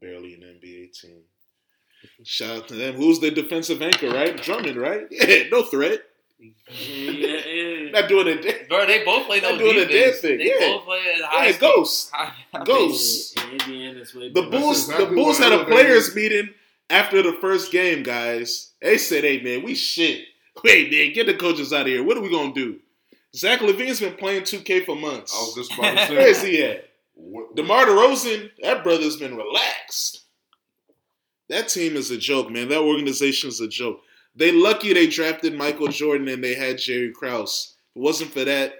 Speaker 2: barely an NBA team. Shout out to them. Who's their defensive anchor? Right, Drummond. Right. Yeah, no threat.
Speaker 5: Yeah, yeah, yeah.
Speaker 2: Not doing a damn.
Speaker 4: Bro, they both play
Speaker 2: They're
Speaker 4: no
Speaker 2: doing a
Speaker 4: defense.
Speaker 2: dance thing,
Speaker 4: They
Speaker 2: yeah.
Speaker 4: both play at high
Speaker 2: Yeah,
Speaker 4: school.
Speaker 2: ghost.
Speaker 4: High-
Speaker 2: Ghost.
Speaker 5: Yeah, Indiana's way
Speaker 2: The
Speaker 5: better.
Speaker 1: That's
Speaker 2: Bulls,
Speaker 1: exactly
Speaker 2: the Bulls
Speaker 1: what
Speaker 2: had a
Speaker 1: elevated
Speaker 2: players
Speaker 1: it.
Speaker 2: meeting after the first game, guys. They said, "Hey man, we shit. Wait, man, get the coaches out of here. What are we gonna do?" Zach Levine's been playing 2K for months.
Speaker 1: I was just about to
Speaker 2: Where
Speaker 1: say.
Speaker 2: is he at?
Speaker 1: What,
Speaker 2: DeMar DeRozan, that brother's been relaxed. That team is a joke, man. That organization is a joke. They lucky they drafted Michael Jordan and they had Jerry Krause. If it wasn't for that,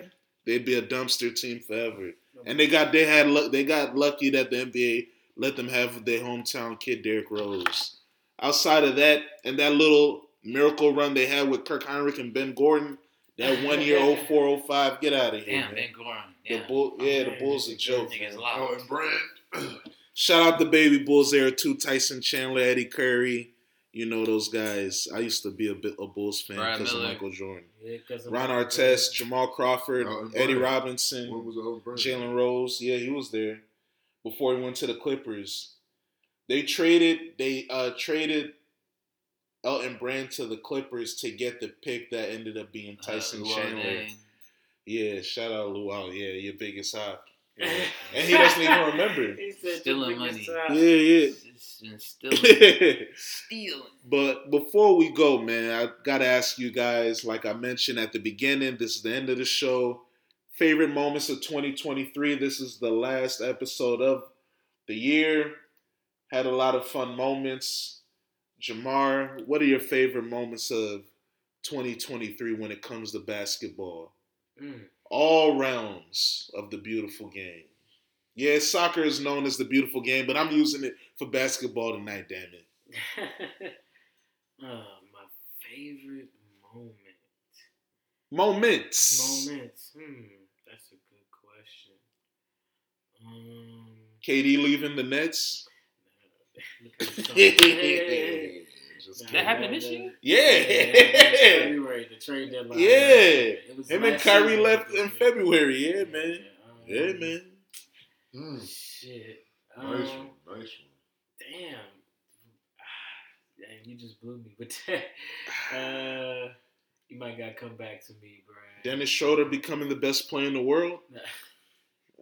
Speaker 2: they'd be a dumpster team forever. And they got they had luck they got lucky that the NBA let them have their hometown kid Derrick Rose. Outside of that, and that little miracle run they had with Kirk Heinrich and Ben Gordon, that one year 04, 05, get out of here. man.
Speaker 4: Damn, Ben Goran.
Speaker 2: The
Speaker 4: Yeah,
Speaker 2: bull, yeah, the Bulls a joke.
Speaker 4: niggas
Speaker 1: Oh,
Speaker 4: locked.
Speaker 1: and Brand.
Speaker 2: Shout out the baby Bulls there too. Tyson Chandler, Eddie Curry, you know those guys. I used to be a bit a Bulls fan
Speaker 4: Brad
Speaker 2: because of
Speaker 4: Miller.
Speaker 2: Michael Jordan,
Speaker 3: Yeah, 'cause of-
Speaker 2: Ron Artest, Jamal Crawford,
Speaker 1: Oh, and
Speaker 2: Eddie
Speaker 1: Brad. What
Speaker 2: Robinson,
Speaker 1: was the old Brand?
Speaker 2: Jalen Rose. Yeah, he was there before he went to the Clippers. They traded. They uh, traded. Elton Brand to the Clippers to get the pick that ended up being Tyson
Speaker 4: Uh, Luol
Speaker 2: Chandler.
Speaker 4: Deng.
Speaker 2: Yeah, shout out Luau. Yeah, your biggest hop. Yeah.
Speaker 3: Yeah.
Speaker 2: and he doesn't even remember.
Speaker 5: He said,
Speaker 4: Stealing
Speaker 5: "Bring this
Speaker 4: money.
Speaker 5: up."
Speaker 2: Yeah,
Speaker 4: It's been stealing.
Speaker 2: yeah.
Speaker 4: stealing.
Speaker 2: But before we go, man, I gotta ask you guys, like I mentioned at the beginning, this is the end of the show. Favorite moments of 2023. This is the last episode of the year. Had a lot of fun moments. Jamar, what are your favorite moments of 2023 when it comes to basketball?
Speaker 3: Mm.
Speaker 2: All rounds of the beautiful game. Yeah, soccer is known as the beautiful game, but I'm using it for basketball tonight, damn it.
Speaker 3: uh, my favorite moment.
Speaker 2: Moments.
Speaker 3: Moments. Hmm. That's a good question. Um.
Speaker 2: KD leaving the Nets.
Speaker 3: yeah.
Speaker 2: Just
Speaker 4: That
Speaker 2: kidding.
Speaker 4: happened this year?
Speaker 2: yeah.
Speaker 3: February, the trade deadline.
Speaker 2: Yeah.
Speaker 3: It was
Speaker 2: Him and
Speaker 3: last
Speaker 2: Kyrie
Speaker 3: season.
Speaker 2: left in February. Yeah, man.
Speaker 3: um,
Speaker 2: Yeah, man.
Speaker 1: Mm,
Speaker 3: Shit.
Speaker 1: nice
Speaker 3: Um,
Speaker 1: one. Nice one.
Speaker 3: Damn. Ah, Damn, you just blew me with that. Uh, you might gotta come back to me, bro.
Speaker 2: Dennis Schroeder becoming the best player in the world.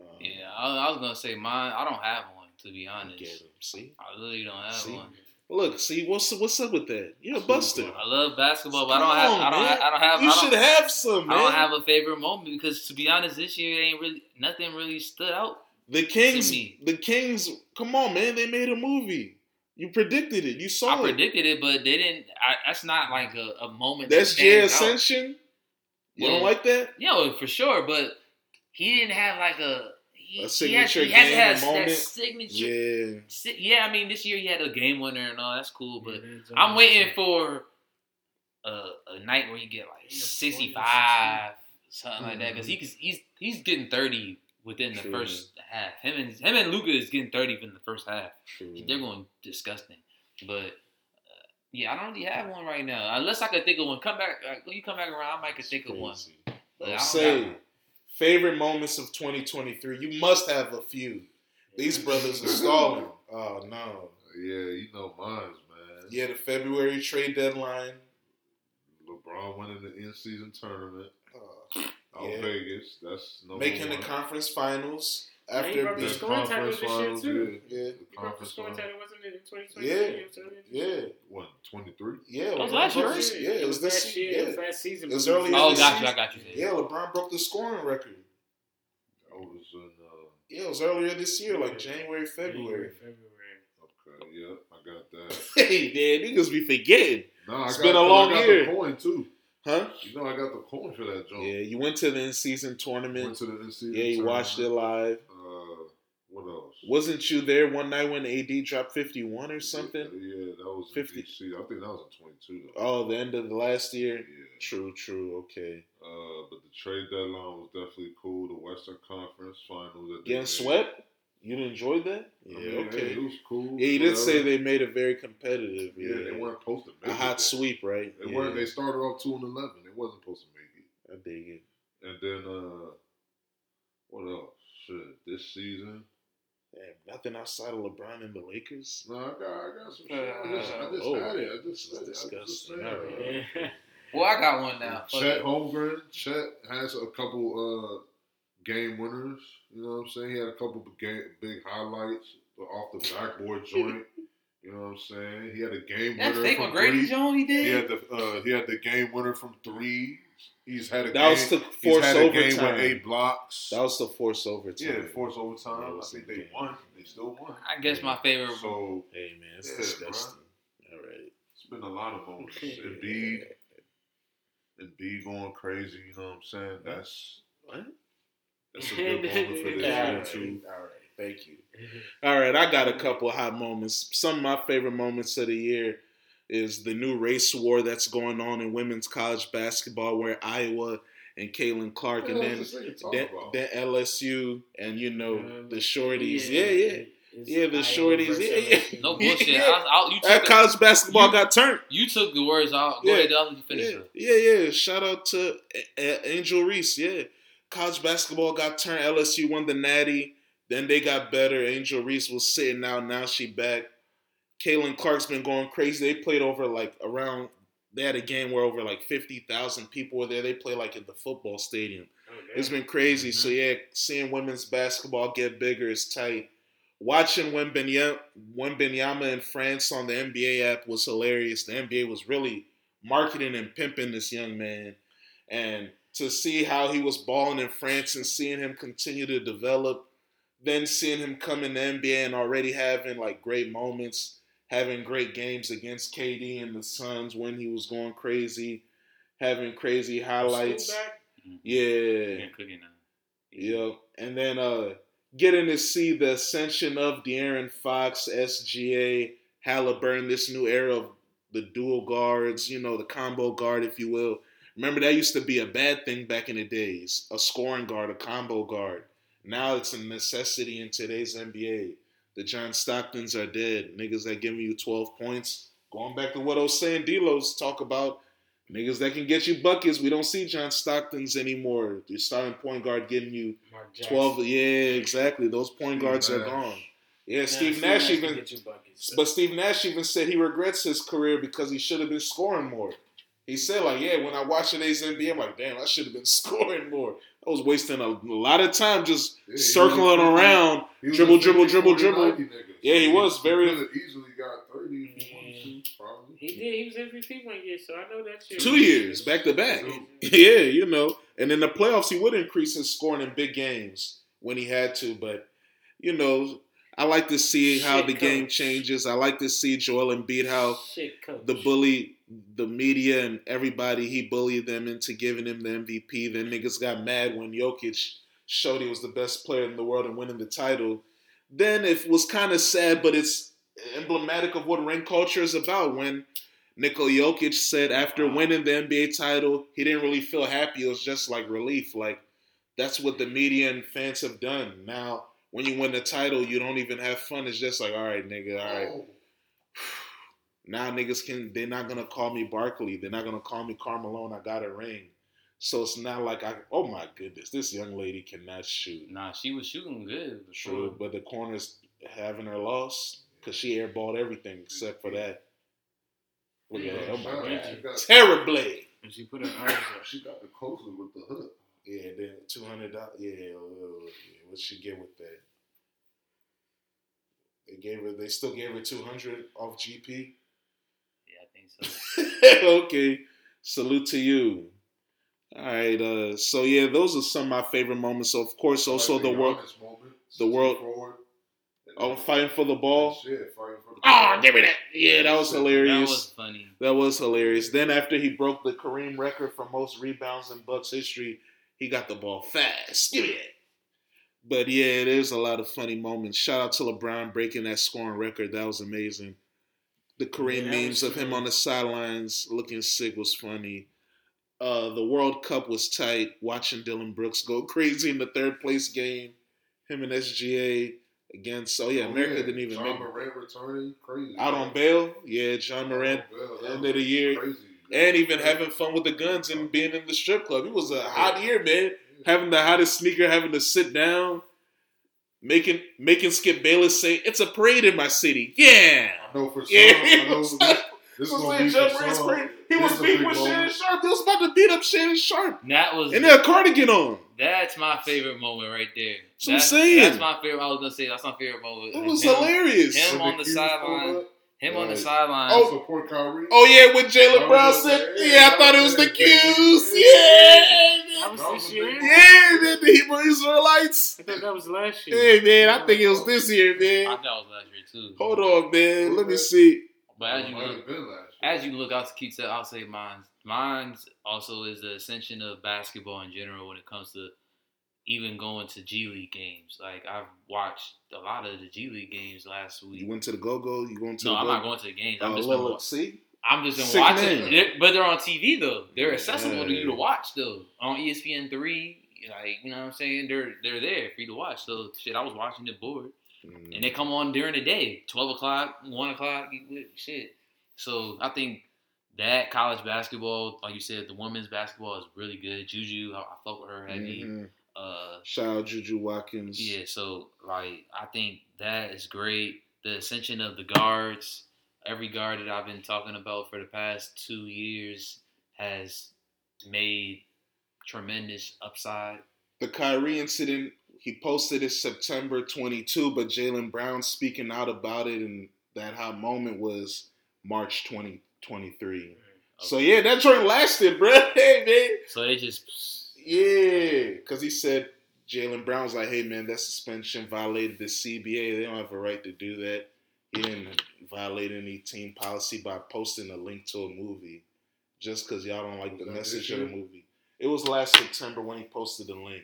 Speaker 2: Um,
Speaker 4: Yeah, I, I was gonna say mine. I don't have one to be honest.
Speaker 2: Get him. See,
Speaker 4: I really don't have
Speaker 2: See?
Speaker 4: one.
Speaker 2: look, see what's what's up with that? You're a buster.
Speaker 4: I love basketball, but I don't
Speaker 2: Come
Speaker 4: have.
Speaker 2: on,
Speaker 4: I don't.
Speaker 2: man.
Speaker 4: Have, I don't have.
Speaker 2: You
Speaker 4: I don't,
Speaker 2: should have some. Man.
Speaker 4: I don't have a favorite moment because to be honest, this year ain't really nothing really stood out.
Speaker 2: the Kings.
Speaker 4: to me.
Speaker 2: The Kings. Come on, man. They made a movie. You predicted it. You saw
Speaker 4: I
Speaker 2: it.
Speaker 4: predicted it, but they didn't. I, that's not like a, a moment.
Speaker 2: That's
Speaker 4: that
Speaker 2: Jay
Speaker 4: stands out.
Speaker 2: Ascension. You
Speaker 4: Well,
Speaker 2: don't like that?
Speaker 4: Yeah, well, for sure, but he didn't have like a. He,
Speaker 2: A
Speaker 4: he had-
Speaker 2: signature
Speaker 4: he had, to
Speaker 2: game
Speaker 4: have that
Speaker 2: moment.
Speaker 4: signature. Yeah.
Speaker 2: Yeah.
Speaker 4: yeah, I mean, this year he had a game winner and all. That's cool, but
Speaker 3: That's
Speaker 4: I'm
Speaker 3: all.
Speaker 4: waiting for a, a night where you get like 65, something like that, because he's he's he's getting 30 within the
Speaker 2: True.
Speaker 4: first half. Him and him and Luca is getting 30 within the first half.
Speaker 2: True.
Speaker 4: They're going disgusting, but. uh, Yeah, I don't really have one right now. Unless I could think of one. Come back, like, when you come back around, I might could think of one.
Speaker 2: Crazy.
Speaker 4: But I
Speaker 2: I'm
Speaker 4: don't
Speaker 2: saying
Speaker 4: got one.
Speaker 2: favorite moments of 2023. You must have a few. These brothers are stalling. Oh no.
Speaker 1: Yeah, you know mine's, man.
Speaker 2: Yeah, the February trade deadline.
Speaker 1: LeBron winning the in season tournament
Speaker 2: Uh,
Speaker 1: out
Speaker 2: Yeah.
Speaker 1: Vegas. That's number
Speaker 2: making the
Speaker 1: one.
Speaker 2: conference finals
Speaker 5: he
Speaker 2: after
Speaker 5: brought
Speaker 2: being
Speaker 5: the scoring title
Speaker 1: conference
Speaker 5: this year,
Speaker 1: finals,
Speaker 5: too.
Speaker 1: yeah.
Speaker 2: yeah,
Speaker 1: The
Speaker 5: You broke the
Speaker 1: conference
Speaker 5: scoring
Speaker 1: finals.
Speaker 5: title, wasn't it, in 2023?
Speaker 2: Yeah. yeah,
Speaker 1: What, 23?
Speaker 2: yeah.
Speaker 4: That was
Speaker 2: LeBron
Speaker 4: last year,
Speaker 2: broke
Speaker 4: right?
Speaker 2: the- Yeah, it was this
Speaker 5: last year. It was
Speaker 2: year.
Speaker 5: last season.
Speaker 2: It was
Speaker 5: but
Speaker 2: early
Speaker 4: Oh,
Speaker 2: this
Speaker 4: got you,
Speaker 2: season.
Speaker 4: I got you.
Speaker 2: Yeah, LeBron broke the scoring record.
Speaker 1: I was in, uh,
Speaker 2: Yeah, it was earlier this year, like January,
Speaker 3: January,
Speaker 2: February.
Speaker 3: February.
Speaker 1: okay, yeah, I got that.
Speaker 2: Hey, man, niggas be forgetting,
Speaker 1: No, I
Speaker 2: It's
Speaker 1: got,
Speaker 2: been a long
Speaker 1: I got
Speaker 2: year.
Speaker 1: the coin, too.
Speaker 2: huh?
Speaker 1: You know, I got the coin for that joint.
Speaker 2: Yeah, you went to the in-season
Speaker 1: Went
Speaker 2: tournament.
Speaker 1: to the in season
Speaker 2: Yeah, you watched it live.
Speaker 1: Uh, what else?
Speaker 2: Wasn't you there one night when AD dropped 51 or something?
Speaker 1: Yeah, yeah, that was
Speaker 2: 50.
Speaker 1: in DC. I think that was in 22. Though.
Speaker 2: Oh, the end of the last year?
Speaker 1: Yeah.
Speaker 2: True, true, okay.
Speaker 1: Uh, but the trade deadline was definitely cool. The Western Conference Finals. that they
Speaker 2: Getting
Speaker 1: made.
Speaker 2: swept? You enjoyed that?
Speaker 1: I
Speaker 2: Yeah,
Speaker 1: mean, hey,
Speaker 2: okay.
Speaker 1: it was cool.
Speaker 2: Yeah, you did say
Speaker 1: whatever.
Speaker 2: they made it very competitive. Yeah,
Speaker 1: Yeah, they weren't supposed to make
Speaker 2: a
Speaker 1: it.
Speaker 2: hot
Speaker 1: though.
Speaker 2: sweep, right?
Speaker 1: They
Speaker 2: yeah,
Speaker 1: weren't. They started off two and eleven. They wasn't supposed to make it.
Speaker 2: I dig it.
Speaker 1: And then uh, what else? Shit, this season.
Speaker 2: Damn, nothing outside of LeBron and the Lakers?
Speaker 1: No, I got, I got some shit. I just, I just
Speaker 2: Oh,
Speaker 1: had it. I just
Speaker 2: this is
Speaker 1: had it. I just
Speaker 2: disgusting.
Speaker 1: had
Speaker 2: All
Speaker 1: it.
Speaker 2: right.
Speaker 3: Yeah.
Speaker 4: Well, I got one now. Fuck
Speaker 1: Chet
Speaker 4: it.
Speaker 1: Holmgren. Chet has a couple uh, game winners. You know what I'm saying? He had a couple big, game- big highlights off the backboard joint. You know what I'm saying? He had a game
Speaker 4: That
Speaker 1: winner
Speaker 4: fake
Speaker 1: from
Speaker 4: McGrady
Speaker 1: three.
Speaker 4: Jones he did.
Speaker 1: He had the uh, he had the game winner from three. He's had a
Speaker 2: That was
Speaker 1: game.
Speaker 2: to
Speaker 1: he's
Speaker 2: force
Speaker 1: had a game with
Speaker 2: overtime.
Speaker 1: eight blocks.
Speaker 2: That was to force overtime.
Speaker 1: yeah, force overtime.
Speaker 2: Yeah,
Speaker 1: I think they won. They still won.
Speaker 4: I guess my favorite.
Speaker 1: So
Speaker 2: Hey, man, it's
Speaker 1: Yeah, bruh.
Speaker 2: disgusting. All right.
Speaker 1: it's been a lot of moments. Embiid, Embiid going crazy. You know what I'm saying? That's
Speaker 2: What?
Speaker 1: That's a good moment for this
Speaker 5: Yeah.
Speaker 1: year too.
Speaker 2: All right. Thank you. All right, I got a couple of hot moments. Some of my favorite moments of the year is the new race war that's going on in women's college basketball, where Iowa and Caitlin Clark, and then then, then LSU, and you know
Speaker 5: Um,
Speaker 2: the shorties. Yeah, yeah.
Speaker 5: It's
Speaker 2: Yeah, the
Speaker 5: Iowa
Speaker 2: shorties.
Speaker 5: versus
Speaker 2: Yeah,
Speaker 5: LSU.
Speaker 4: No bullshit.
Speaker 2: Yeah.
Speaker 4: I, I, you,
Speaker 2: That
Speaker 4: took the,
Speaker 2: college basketball
Speaker 4: you-
Speaker 2: got turned.
Speaker 4: you took the words out. Go
Speaker 2: Yeah.
Speaker 4: ahead, I'll let you finish.
Speaker 2: Yeah,
Speaker 4: it.
Speaker 2: yeah, yeah. Shout out to A- A- Angel Reese. Yeah, college basketball got turned. LSU won the Natty. Then they got better. Angel Reese was sitting out. Now she back. Kaylin Clark's been going crazy. They played over like around. They had a game where over like fifty thousand people were there. They play like at the football stadium.
Speaker 5: Okay.
Speaker 2: It's been crazy. So yeah, seeing women's basketball get bigger is tight. Watching Wembenya- Wembenyama in France on the NBA app was hilarious. The NBA was really marketing and pimping this young man, and to see how he was balling in France and seeing him continue to develop, then seeing him come in the NBA and already having like great moments, having great games against KD and the Suns when he was going crazy, having crazy highlights.
Speaker 5: School back?
Speaker 2: Yeah.
Speaker 4: You're cooking now.
Speaker 2: Yep. And then uh getting to see the ascension of De'Aaron Fox, SGA, Halliburton, this new era of the dual guards, you know, the combo guard, if you will. Remember that used to be a bad thing back in the days, a scoring guard, a combo guard. Now it's a necessity in today's NBA. The John Stocktons are dead. Niggas that giving you 12 points. Going back to what I was saying, Delos talk about niggas that can get you buckets. We don't see John Stocktons anymore. Your starting point guard getting you
Speaker 5: Mark Jackson.
Speaker 2: 12 yeah exactly those point
Speaker 1: Steve
Speaker 2: guards are
Speaker 1: Nash.
Speaker 2: gone yeah
Speaker 5: Nah,
Speaker 2: steve nash
Speaker 5: can
Speaker 2: even
Speaker 5: get you buckets.
Speaker 2: but steve nash even said he regrets his career because he should have been scoring more he said like yeah when i watch today's nba i'm like damn i should have been scoring more i was wasting a lot of time just circling around dribble, dribble, dribble, dribble. Yeah, he was very- Mm-hmm.
Speaker 1: He easily got thirty. if he wanted to, probably.
Speaker 5: He did. He was MVP one year, so I know that shit.
Speaker 2: two years back to back yeah you know and in the playoffs he would increase his scoring in big games when he had to but you know I like to see how
Speaker 5: Shit,
Speaker 2: the game
Speaker 5: coach.
Speaker 2: changes. I like to see Joel Embiid how
Speaker 5: Shit, coach.
Speaker 2: the bully, the media, and everybody, he bullied them into giving him the MVP. Then niggas got mad when Jokic showed he was the best player in the world and winning the title. Then it was kind of sad, but it's emblematic of what ring culture is about. When Nikola Jokic said after winning the NBA title, he didn't really feel happy. It was just like relief. Like that's what the media and fans have done. Now, when you win the title, you don't even have fun. It's just like, all right, nigga, all
Speaker 1: oh,
Speaker 2: right. Now niggas can they're not gonna call me Barkley. They're not gonna call me Carmelone. I got a ring. So it's not like I oh my goodness, this young lady cannot shoot.
Speaker 4: Nah, she was shooting good. for
Speaker 2: True. But the corner's having her loss because she airballed everything except for that. Look at that. Oh my
Speaker 1: Yeah,
Speaker 2: god.
Speaker 1: she got-
Speaker 2: Terribly.
Speaker 5: And she put her arms up.
Speaker 1: She got the closer with the hook.
Speaker 2: Yeah, then two hundred dollars. Yeah, uh, what she get with that? They gave her. They still gave her two hundred off GP.
Speaker 4: Yeah, I think so.
Speaker 2: okay. Salute to you. All right. Uh, so yeah, those are some of my favorite moments. of course, also
Speaker 1: Like
Speaker 2: the world,
Speaker 1: Giannis moment,
Speaker 2: the world-
Speaker 1: forward, and
Speaker 2: oh,
Speaker 1: then-
Speaker 2: fighting for the ball.
Speaker 1: Shit, fighting for the
Speaker 2: Oh,
Speaker 1: ball.
Speaker 2: give me that. Yeah, that was
Speaker 4: that
Speaker 2: hilarious.
Speaker 4: was funny.
Speaker 2: That was hilarious. Then after he broke the Kareem record for most rebounds in Bucks history, he got the ball fast. Give me that. But yeah, there's a lot of funny moments. Shout out to LeBron breaking that scoring record. That was amazing. The
Speaker 5: Yeah,
Speaker 2: Kareem
Speaker 5: that
Speaker 2: memes
Speaker 5: was
Speaker 2: of him
Speaker 5: cool.
Speaker 2: on the sidelines looking sick was funny. Uh, the World Cup was tight. Watching Dylan Brooks go crazy in the third place game, him and SGA against. Oh yeah,
Speaker 1: Oh,
Speaker 2: America
Speaker 1: yeah.
Speaker 2: didn't even
Speaker 1: John
Speaker 2: make it.
Speaker 1: Morant returning, crazy.
Speaker 2: out on bail. Yeah, John Moran
Speaker 1: Bell,
Speaker 2: end of the year.
Speaker 1: crazy.
Speaker 2: and even having fun with the guns and being in the strip club. It was a hot year, man. Having the hottest sneaker, having to sit down, making making Skip Bayless say, "It's a parade in my city." Yeah,
Speaker 1: I know for some.
Speaker 2: Yeah.
Speaker 1: I know this, this
Speaker 2: This was
Speaker 1: is gonna
Speaker 2: when
Speaker 1: be
Speaker 2: Jeff
Speaker 1: for
Speaker 2: Grant's
Speaker 1: some.
Speaker 2: parade. He
Speaker 1: This
Speaker 2: was
Speaker 1: is a
Speaker 2: beefing
Speaker 1: big
Speaker 2: with Shannon
Speaker 1: moment.
Speaker 2: Sharp. He was about to beat up Shannon Sharp
Speaker 4: That was
Speaker 2: in that cardigan on.
Speaker 4: that's my favorite moment right there.
Speaker 2: That's what I'm
Speaker 4: that's,
Speaker 2: saying.
Speaker 4: that's my favorite. I was gonna say that's my favorite moment.
Speaker 2: It was
Speaker 4: him,
Speaker 2: hilarious.
Speaker 4: Him
Speaker 1: When
Speaker 4: on the
Speaker 1: Kings
Speaker 4: sideline.
Speaker 1: pulled up,
Speaker 4: Him on the
Speaker 2: Right.
Speaker 4: sideline.
Speaker 1: I support Kyrie.
Speaker 2: Oh yeah, when Jalen
Speaker 1: Oh,
Speaker 2: Brown said,
Speaker 1: yeah.
Speaker 2: "Yeah, I thought it was the
Speaker 1: Yeah.
Speaker 2: Q's." Yeah,
Speaker 5: That was this year.
Speaker 2: yeah, then the Hebrew Israelites.
Speaker 5: I thought that was last year.
Speaker 2: Hey man, I think it was this year,
Speaker 4: I
Speaker 2: man.
Speaker 4: thought it was last year too.
Speaker 2: Hold on, man. Let me see.
Speaker 4: But as you
Speaker 1: Might
Speaker 4: look,
Speaker 1: have been last year.
Speaker 4: as you look, I'll keep. sa- I'll say mine's. Mine's also is the ascension of basketball in general when it comes to even going to G League games. Like I've watched a lot of the G League games last
Speaker 2: You
Speaker 4: week.
Speaker 2: went to the Go Go. You going to
Speaker 4: No,
Speaker 2: the
Speaker 4: I'm
Speaker 2: Go-Go?
Speaker 4: not going to the games. I'm
Speaker 2: Uh,
Speaker 4: just
Speaker 2: look,
Speaker 4: been,
Speaker 2: look,
Speaker 4: wa-
Speaker 2: see,
Speaker 4: I'm just been
Speaker 2: Sick
Speaker 4: watching.
Speaker 2: man.
Speaker 4: They're, but they're on TV though. They're
Speaker 2: Yeah.
Speaker 4: accessible to you to watch though on E ESPN three. Like you know what I'm saying? They're they're there for you to watch. So shit, I was watching the board. and they come on during the day, twelve o'clock, one o'clock, you- you- shit. So I think that college basketball, like you said, the women's basketball is really good. Juju, I, I fuck with her heavy.
Speaker 2: Mhm.
Speaker 4: Uh,
Speaker 2: Shout out Juju Watkins.
Speaker 4: yeah, so like I think that is great. The ascension of the guards, every guard that I've been talking about for the past two years has made tremendous upside.
Speaker 2: The Kyrie incident, he posted it September 22, but Jalen Brown speaking out about it and that hot moment was March 2023. So yeah, that joint lasted, bro. Hey man,
Speaker 4: So they just
Speaker 2: yeah, because he said Jalen Brown's like, hey man, that suspension violated the CBA. They don't have a right to do that. He didn't violate any team policy by posting a link to a movie, just because y'all don't like the
Speaker 1: Was that
Speaker 2: message
Speaker 1: this
Speaker 2: of the
Speaker 1: year?
Speaker 2: movie. It was last September when he posted the link.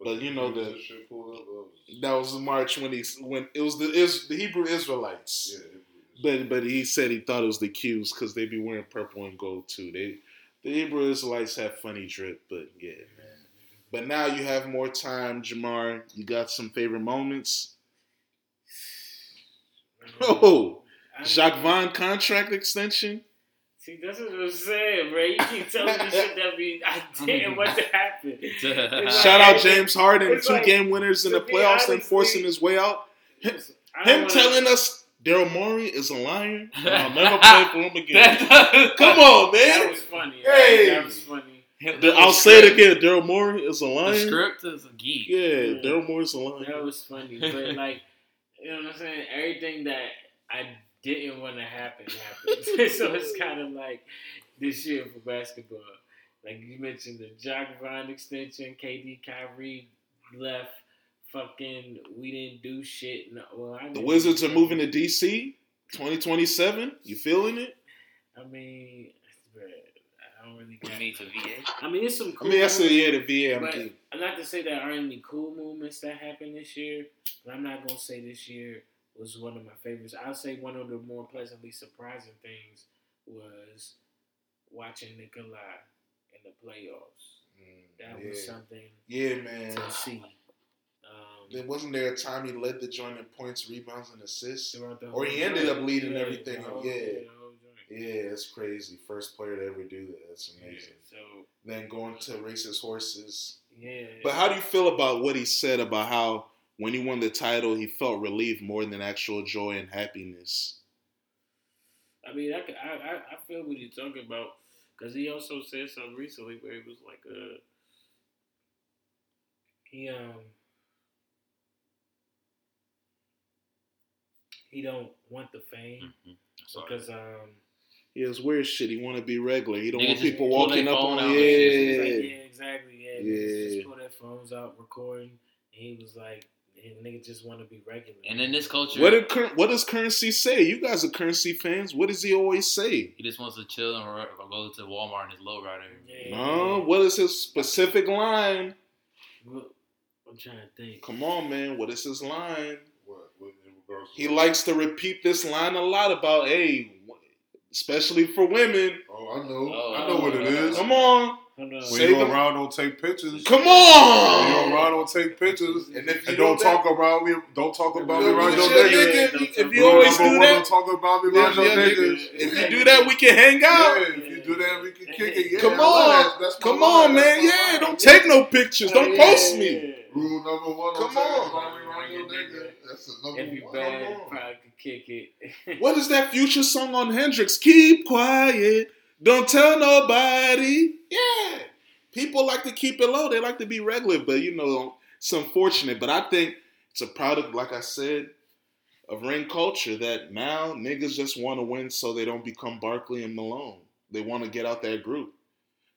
Speaker 2: But you know the-
Speaker 1: This shit pulled up, uh,
Speaker 2: That was in March when he when it was the is the Hebrew Israelites.
Speaker 1: yeah,
Speaker 2: But
Speaker 1: it-
Speaker 2: but he said he thought it was the Qs because they be wearing purple and gold too. They the Hebrew Israelites have funny drip, but yeah, man. But now you have more time, Jamar. You got some favorite moments. Oh,
Speaker 3: Um, I-
Speaker 2: Jacques Vaughn contract extension.
Speaker 3: See, that's what I'm saying, bro. You keep telling me shit that we I didn't want to happen.
Speaker 2: Shout out James Harden,
Speaker 3: It's
Speaker 2: two
Speaker 3: like-
Speaker 2: game winners in
Speaker 3: to
Speaker 2: the
Speaker 3: be
Speaker 2: playoffs, then
Speaker 3: honest,
Speaker 2: forcing
Speaker 3: we-
Speaker 2: his way out.
Speaker 3: I don't
Speaker 2: Him
Speaker 3: wanna-
Speaker 2: telling us Daryl Morey is a liar. and I'll never play for him again. Come on,
Speaker 3: that
Speaker 2: man.
Speaker 3: was funny.
Speaker 2: Hey.
Speaker 3: that was funny.
Speaker 2: The- I'll say it again. Daryl Morey is a
Speaker 4: The
Speaker 2: lion.
Speaker 4: script is a geek.
Speaker 2: Yeah, Daryl Morey's a lion.
Speaker 3: That was funny, but like, you know what I'm saying? Everything that I didn't want to happen happened. so it's kind of like this year for basketball. Like you mentioned, the Jock Vaughn extension, KD Kyrie left. Fucking, we didn't do shit. No, well, I
Speaker 2: The
Speaker 3: mean-
Speaker 2: Wizards are moving to DC, 2027. You feeling it?
Speaker 3: I mean, bruh, I don't really.
Speaker 4: We
Speaker 3: Got,
Speaker 4: need to VA.
Speaker 3: I mean, it's some.
Speaker 2: I
Speaker 3: Cool
Speaker 2: mean, that's a
Speaker 3: moves,
Speaker 2: yeah, the VA. I'm
Speaker 3: but
Speaker 2: getting-
Speaker 3: not to say there aren't any cool movements that happened this year, but I'm not gonna say this year was one of my favorites. I'll say one of the more pleasantly surprising things was watching Nikolai in the playoffs. That was
Speaker 2: yeah.
Speaker 3: something
Speaker 2: yeah,
Speaker 3: to
Speaker 2: man.
Speaker 3: see.
Speaker 2: Then
Speaker 3: Um,
Speaker 2: wasn't there a time he led the joint in points, rebounds, and assists?
Speaker 3: throughout the
Speaker 2: Or he
Speaker 3: whole
Speaker 2: ended
Speaker 3: joint.
Speaker 2: up leading
Speaker 3: Yeah,
Speaker 2: everything,
Speaker 3: the whole-
Speaker 2: yeah.
Speaker 3: the whole joint.
Speaker 2: Yeah, that's crazy. First player to ever do that. That's
Speaker 3: Yeah,
Speaker 2: amazing.
Speaker 3: So
Speaker 2: Then going to race his horses.
Speaker 3: yeah,
Speaker 2: But how do you feel about what he said about how when he won the title, he felt relief more than actual joy and happiness?
Speaker 3: I mean, I, could- I, I, I feel what you're talking about because he also said something recently where it was like, uh, he um, he don't want the
Speaker 4: Mm,
Speaker 3: fame
Speaker 4: Mm-hmm.
Speaker 3: because um,
Speaker 2: Yeah, it's weird shit. He want to be regular. He don't
Speaker 4: Nigga
Speaker 2: want
Speaker 4: just
Speaker 2: people
Speaker 4: pull
Speaker 2: walking
Speaker 4: their
Speaker 2: up
Speaker 4: phone
Speaker 2: on.
Speaker 4: out.
Speaker 2: Yeah,
Speaker 3: he's like,
Speaker 2: yeah,
Speaker 3: yeah, exactly, yeah, niggas
Speaker 2: Yeah.
Speaker 3: just pull their phones out recording, and he was like, yeah, nigga just want to be regular.
Speaker 4: And in this culture,
Speaker 2: What did Cur- what does currency say? You guys are currency fans. What does he always say?
Speaker 4: he just wants to chill and ro- or go to Walmart in his lowrider.
Speaker 3: Yeah.
Speaker 2: No, what is his specific line?
Speaker 3: Look, I'm trying to think.
Speaker 2: Come on, man. What is his line?
Speaker 1: What, what in regards to
Speaker 2: He
Speaker 1: what?
Speaker 2: likes to repeat this line a lot about, hey, especially for women.
Speaker 1: Oh, I know.
Speaker 4: Oh,
Speaker 1: I know what it
Speaker 4: oh,
Speaker 1: is.
Speaker 2: Come on,
Speaker 3: Hold on.
Speaker 1: When
Speaker 2: Say
Speaker 1: you
Speaker 2: them-
Speaker 1: around, don't take pictures.
Speaker 2: come
Speaker 1: When
Speaker 2: on.
Speaker 1: you around, don't take pictures.
Speaker 2: And if you
Speaker 1: And don't
Speaker 2: do
Speaker 1: talk around me. Don't talk about me
Speaker 2: that,
Speaker 1: around
Speaker 2: you
Speaker 1: your
Speaker 2: shit,
Speaker 3: nigga.
Speaker 1: niggas.
Speaker 2: nigga,
Speaker 3: Don't
Speaker 2: if
Speaker 3: talk about
Speaker 2: you always
Speaker 1: Number
Speaker 2: do
Speaker 1: one,
Speaker 2: that,
Speaker 1: Don't talk about me around
Speaker 2: if
Speaker 1: your
Speaker 2: you-
Speaker 1: niggas.
Speaker 2: if you do that, we can hang out.
Speaker 1: Yeah, if you do that, we can kick it. Yeah,
Speaker 2: Come
Speaker 1: I know
Speaker 2: on.
Speaker 1: that. That's my
Speaker 2: Come
Speaker 1: line.
Speaker 2: on,
Speaker 1: That's
Speaker 2: man.
Speaker 1: my
Speaker 2: Yeah,
Speaker 1: line.
Speaker 2: don't take no pictures. Don't
Speaker 3: Yeah,
Speaker 2: post
Speaker 3: yeah,
Speaker 2: me.
Speaker 3: yeah.
Speaker 1: Rule number one. Don't
Speaker 2: Come
Speaker 1: take
Speaker 2: on.
Speaker 1: about me around your niggas. That's the number
Speaker 3: If you
Speaker 1: one.
Speaker 3: bad,
Speaker 2: on.
Speaker 3: probably could kick it.
Speaker 2: What is that future song on Hendrix? Keep quiet. Don't tell nobody. Yeah. People like to keep it low. They like to be regular, but you know, it's unfortunate. But I think it's a product, like I said, of ring culture that now niggas just want to win so they don't become Barkley and Malone. They want to get out that group.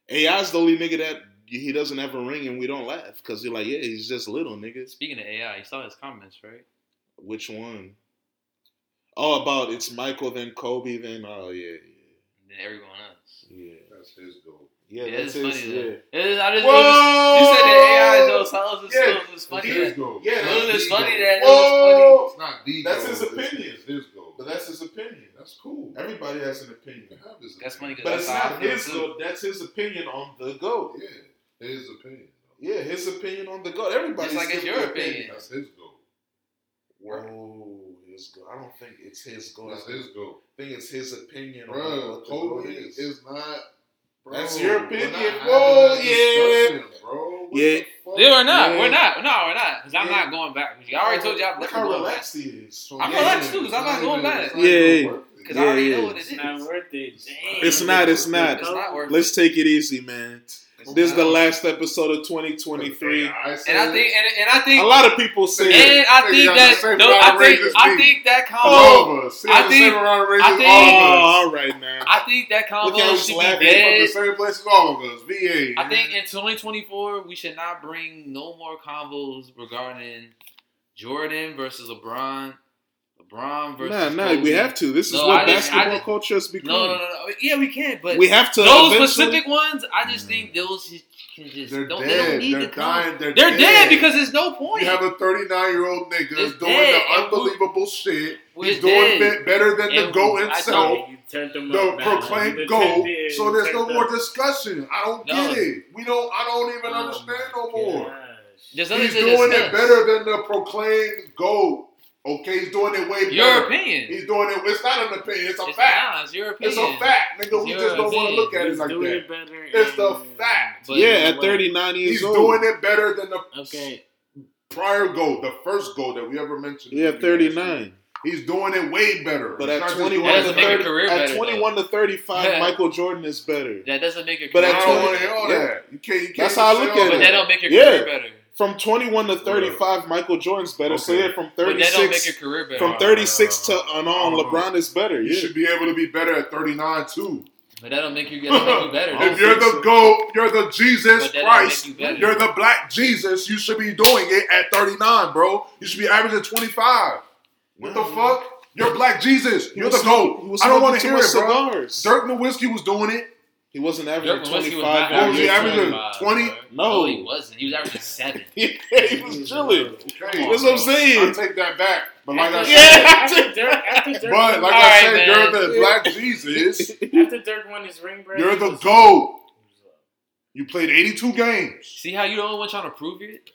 Speaker 2: AI's the only nigga that he doesn't ever ring and we don't laugh because you're like, yeah, he's just little niggas.
Speaker 4: Speaking of AI, you saw his comments, right?
Speaker 2: Which one? Oh, about it's Michael, then Kobe, then oh yeah,
Speaker 4: And then everyone else.
Speaker 2: yeah,
Speaker 1: That's his goal.
Speaker 2: yeah.
Speaker 4: Yeah,
Speaker 2: that's
Speaker 4: it's
Speaker 2: his,
Speaker 4: funny though.
Speaker 2: yeah.
Speaker 4: It is- I just,
Speaker 2: Whoa!
Speaker 4: you said the AI is house and
Speaker 1: Yeah.
Speaker 4: stuff. It's funny.
Speaker 1: his
Speaker 4: that-
Speaker 1: goal.
Speaker 2: Yeah,
Speaker 1: Not
Speaker 4: It's
Speaker 1: the
Speaker 4: funny
Speaker 1: goal.
Speaker 4: that it was
Speaker 2: Whoa!
Speaker 1: It's not the
Speaker 2: That's
Speaker 1: goal,
Speaker 2: his
Speaker 1: it's-
Speaker 2: opinion.
Speaker 1: It's his goal.
Speaker 2: But that's his opinion.
Speaker 1: That's cool.
Speaker 2: Everybody has an opinion.
Speaker 1: You can have his
Speaker 4: That's
Speaker 1: opinion.
Speaker 4: funny 'cause
Speaker 2: But it's
Speaker 4: that's how I
Speaker 2: not
Speaker 4: feel,
Speaker 2: his
Speaker 4: too.
Speaker 2: goat. That's his opinion on the goat.
Speaker 1: Yeah, his opinion.
Speaker 2: Yeah, his opinion on the goat. Everybody's
Speaker 4: Just like it's
Speaker 2: giving
Speaker 4: your
Speaker 2: their
Speaker 4: opinion.
Speaker 1: That's his goal.
Speaker 2: Oh, his goat. I don't think it's his goat.
Speaker 1: That's his goal.
Speaker 2: I think it's his opinion on
Speaker 1: Bro,
Speaker 2: what the goat
Speaker 1: Kobe
Speaker 2: is.
Speaker 1: is not. Bro,
Speaker 2: That's your
Speaker 1: we're
Speaker 2: opinion.
Speaker 1: not having
Speaker 2: Whoa,
Speaker 1: that
Speaker 2: yeah.
Speaker 1: discussion, Bro, What
Speaker 2: Yeah.
Speaker 1: the fuck?
Speaker 4: Yeah, we're not.
Speaker 2: Yeah.
Speaker 4: We're not. No, we're not. Because I'm
Speaker 2: Yeah.
Speaker 4: not going back. with you. I already told you I'm
Speaker 2: Look
Speaker 4: not
Speaker 2: how
Speaker 4: going back.
Speaker 2: relaxed he is. So,
Speaker 4: I'm
Speaker 2: yeah.
Speaker 4: relaxed, too, 'cause I'm not
Speaker 1: It's
Speaker 4: going
Speaker 1: even-
Speaker 4: back.
Speaker 1: it's not even
Speaker 2: Yeah.
Speaker 1: worth it.
Speaker 4: Because I already
Speaker 2: Yeah,
Speaker 4: know
Speaker 2: yeah.
Speaker 4: what it
Speaker 5: It's
Speaker 4: is.
Speaker 5: not worth it. Damn.
Speaker 2: It's not. It's
Speaker 4: It's
Speaker 2: not.
Speaker 4: not worth it.
Speaker 2: Let's take it easy, man.
Speaker 4: It's
Speaker 2: This is
Speaker 4: not
Speaker 2: the
Speaker 4: worth it.
Speaker 2: last episode of 2023.
Speaker 4: And I think. And, and I
Speaker 2: A
Speaker 4: think.
Speaker 2: lot of people say,
Speaker 4: And I
Speaker 1: Nigga,
Speaker 4: think
Speaker 1: y'all
Speaker 4: that.
Speaker 1: just say
Speaker 4: no,
Speaker 1: Ronald
Speaker 4: I think.
Speaker 1: Reagan's
Speaker 4: I
Speaker 1: beat.
Speaker 4: think that combo.
Speaker 1: Over.
Speaker 4: I think- I
Speaker 1: I
Speaker 4: think-
Speaker 2: "Oh, all right, man."
Speaker 4: I think that
Speaker 2: Look
Speaker 4: combo
Speaker 2: how he's
Speaker 4: should be
Speaker 2: laughing.
Speaker 4: dead.
Speaker 1: the same place as all of us. VA.
Speaker 4: I think in 2024 we should not bring no more combos regarding Jordan versus LeBron, LeBron versus.
Speaker 2: Nah, nah,
Speaker 4: Kobe.
Speaker 2: we have to. This is
Speaker 4: No,
Speaker 2: what
Speaker 4: I just- I
Speaker 2: basketball
Speaker 4: just-
Speaker 2: culture has become.
Speaker 4: No, no, no, no. Yeah, we can, but
Speaker 2: We have to.
Speaker 4: those
Speaker 2: eventually-
Speaker 4: specific ones, I just think those can just
Speaker 1: they're
Speaker 4: don't.
Speaker 1: dead.
Speaker 4: They don't need
Speaker 1: they're
Speaker 4: to come.
Speaker 1: dying. They're,
Speaker 4: They're dead because there's no point.
Speaker 1: you have a 39 year old nigga
Speaker 4: It's
Speaker 1: doing
Speaker 4: dead,
Speaker 1: the
Speaker 4: and we-
Speaker 1: unbelievable shit.
Speaker 4: We're
Speaker 1: He's doing
Speaker 4: dead.
Speaker 1: be- better than the
Speaker 5: And
Speaker 1: GOAT
Speaker 4: I
Speaker 1: himself.
Speaker 5: You turned them
Speaker 1: The
Speaker 5: up now. You
Speaker 1: proclaimed
Speaker 5: turned
Speaker 1: GOAT.
Speaker 5: it-
Speaker 1: So
Speaker 5: you
Speaker 1: there's no
Speaker 5: turned
Speaker 1: more
Speaker 5: up.
Speaker 1: discussion. I don't
Speaker 4: No.
Speaker 1: get it. We don't. I don't even
Speaker 5: Oh
Speaker 1: understand
Speaker 5: my
Speaker 1: no more.
Speaker 5: gosh.
Speaker 4: There's nothing
Speaker 1: He's
Speaker 4: to
Speaker 1: doing
Speaker 4: discuss.
Speaker 1: it better than the proclaimed GOAT. Okay, he's doing it way better.
Speaker 4: Your opinion.
Speaker 1: He's doing it. It's not an opinion. It's a
Speaker 4: It's
Speaker 1: fact.
Speaker 4: not, it's your opinion.
Speaker 1: It's a fact, nigga. We
Speaker 4: It's
Speaker 1: just don't
Speaker 4: your
Speaker 1: want to
Speaker 4: opinion.
Speaker 1: look at it
Speaker 5: He's
Speaker 1: like
Speaker 5: doing
Speaker 1: that.
Speaker 5: it better
Speaker 1: It's the
Speaker 5: and-
Speaker 1: fact.
Speaker 4: But-
Speaker 2: yeah, at 39 years
Speaker 1: He's
Speaker 2: old.
Speaker 1: doing it better than the
Speaker 5: Okay.
Speaker 1: prior goal, the first goal that we ever mentioned.
Speaker 2: Yeah, 39.
Speaker 1: He's doing it way better.
Speaker 2: But
Speaker 1: He's
Speaker 2: at
Speaker 1: not just
Speaker 2: 21 to
Speaker 1: doing
Speaker 4: That's make your
Speaker 2: 30,
Speaker 4: career
Speaker 2: at
Speaker 4: better,
Speaker 2: 21 to 35,
Speaker 4: Yeah.
Speaker 2: Michael Jordan is better.
Speaker 4: That doesn't make your
Speaker 2: But
Speaker 1: I
Speaker 4: career
Speaker 2: at
Speaker 1: don't
Speaker 4: better.
Speaker 1: want to hear all
Speaker 2: Yeah.
Speaker 1: that. You can't. You can't
Speaker 2: That's how I look
Speaker 1: say all
Speaker 2: at
Speaker 4: But
Speaker 2: it.
Speaker 1: that.
Speaker 4: that don't make your
Speaker 2: Yeah.
Speaker 4: career better.
Speaker 2: From 21 to 35, Michael Jordan's better. So
Speaker 1: Okay.
Speaker 2: yeah, from
Speaker 4: But that don't make your
Speaker 2: 36
Speaker 4: career better.
Speaker 2: from 36 to on on,
Speaker 1: Uh-huh.
Speaker 2: LeBron is better.
Speaker 1: You
Speaker 2: Yeah.
Speaker 1: should be able to be better at 39 too.
Speaker 4: But that don't make you, that don't make you better.
Speaker 2: I don't
Speaker 1: If you're
Speaker 2: think
Speaker 1: the
Speaker 2: so.
Speaker 1: GOAT, you're the Jesus
Speaker 4: But that don't
Speaker 1: Christ,
Speaker 4: make you better.
Speaker 1: you're the black Jesus, you should be doing it at 39, bro. You should be averaging 25. What the fuck? You're black Jesus.
Speaker 2: He
Speaker 1: You're
Speaker 2: was
Speaker 1: the
Speaker 2: smoking- he
Speaker 1: GOAT.
Speaker 2: was
Speaker 1: I don't
Speaker 2: smoking
Speaker 1: want to
Speaker 2: too
Speaker 1: hear
Speaker 2: much
Speaker 1: it, bro.
Speaker 2: Cigars.
Speaker 1: Dirk Nowitzki was doing it.
Speaker 2: He wasn't
Speaker 4: Dirk
Speaker 2: averaging
Speaker 4: Nowitzki was
Speaker 2: 25.
Speaker 4: not
Speaker 1: What was he
Speaker 2: average.
Speaker 1: averaging? 20?
Speaker 4: No,
Speaker 2: No.
Speaker 4: Oh, he wasn't. He was averaging seven.
Speaker 2: yeah, he was chilling.
Speaker 1: Okay.
Speaker 2: That's what I'm
Speaker 1: I
Speaker 2: saying.
Speaker 1: take that back. But like I
Speaker 5: After-
Speaker 1: said,
Speaker 5: after Dirk- after Dirk-
Speaker 1: but like
Speaker 4: All
Speaker 1: I
Speaker 4: right,
Speaker 1: said,
Speaker 4: man.
Speaker 1: you're the black Jesus.
Speaker 5: After Dirk won his ring, bro.
Speaker 1: You're
Speaker 5: he
Speaker 1: the
Speaker 5: was-
Speaker 1: GOAT. You played 82 games.
Speaker 4: See how you don't want trying to prove it?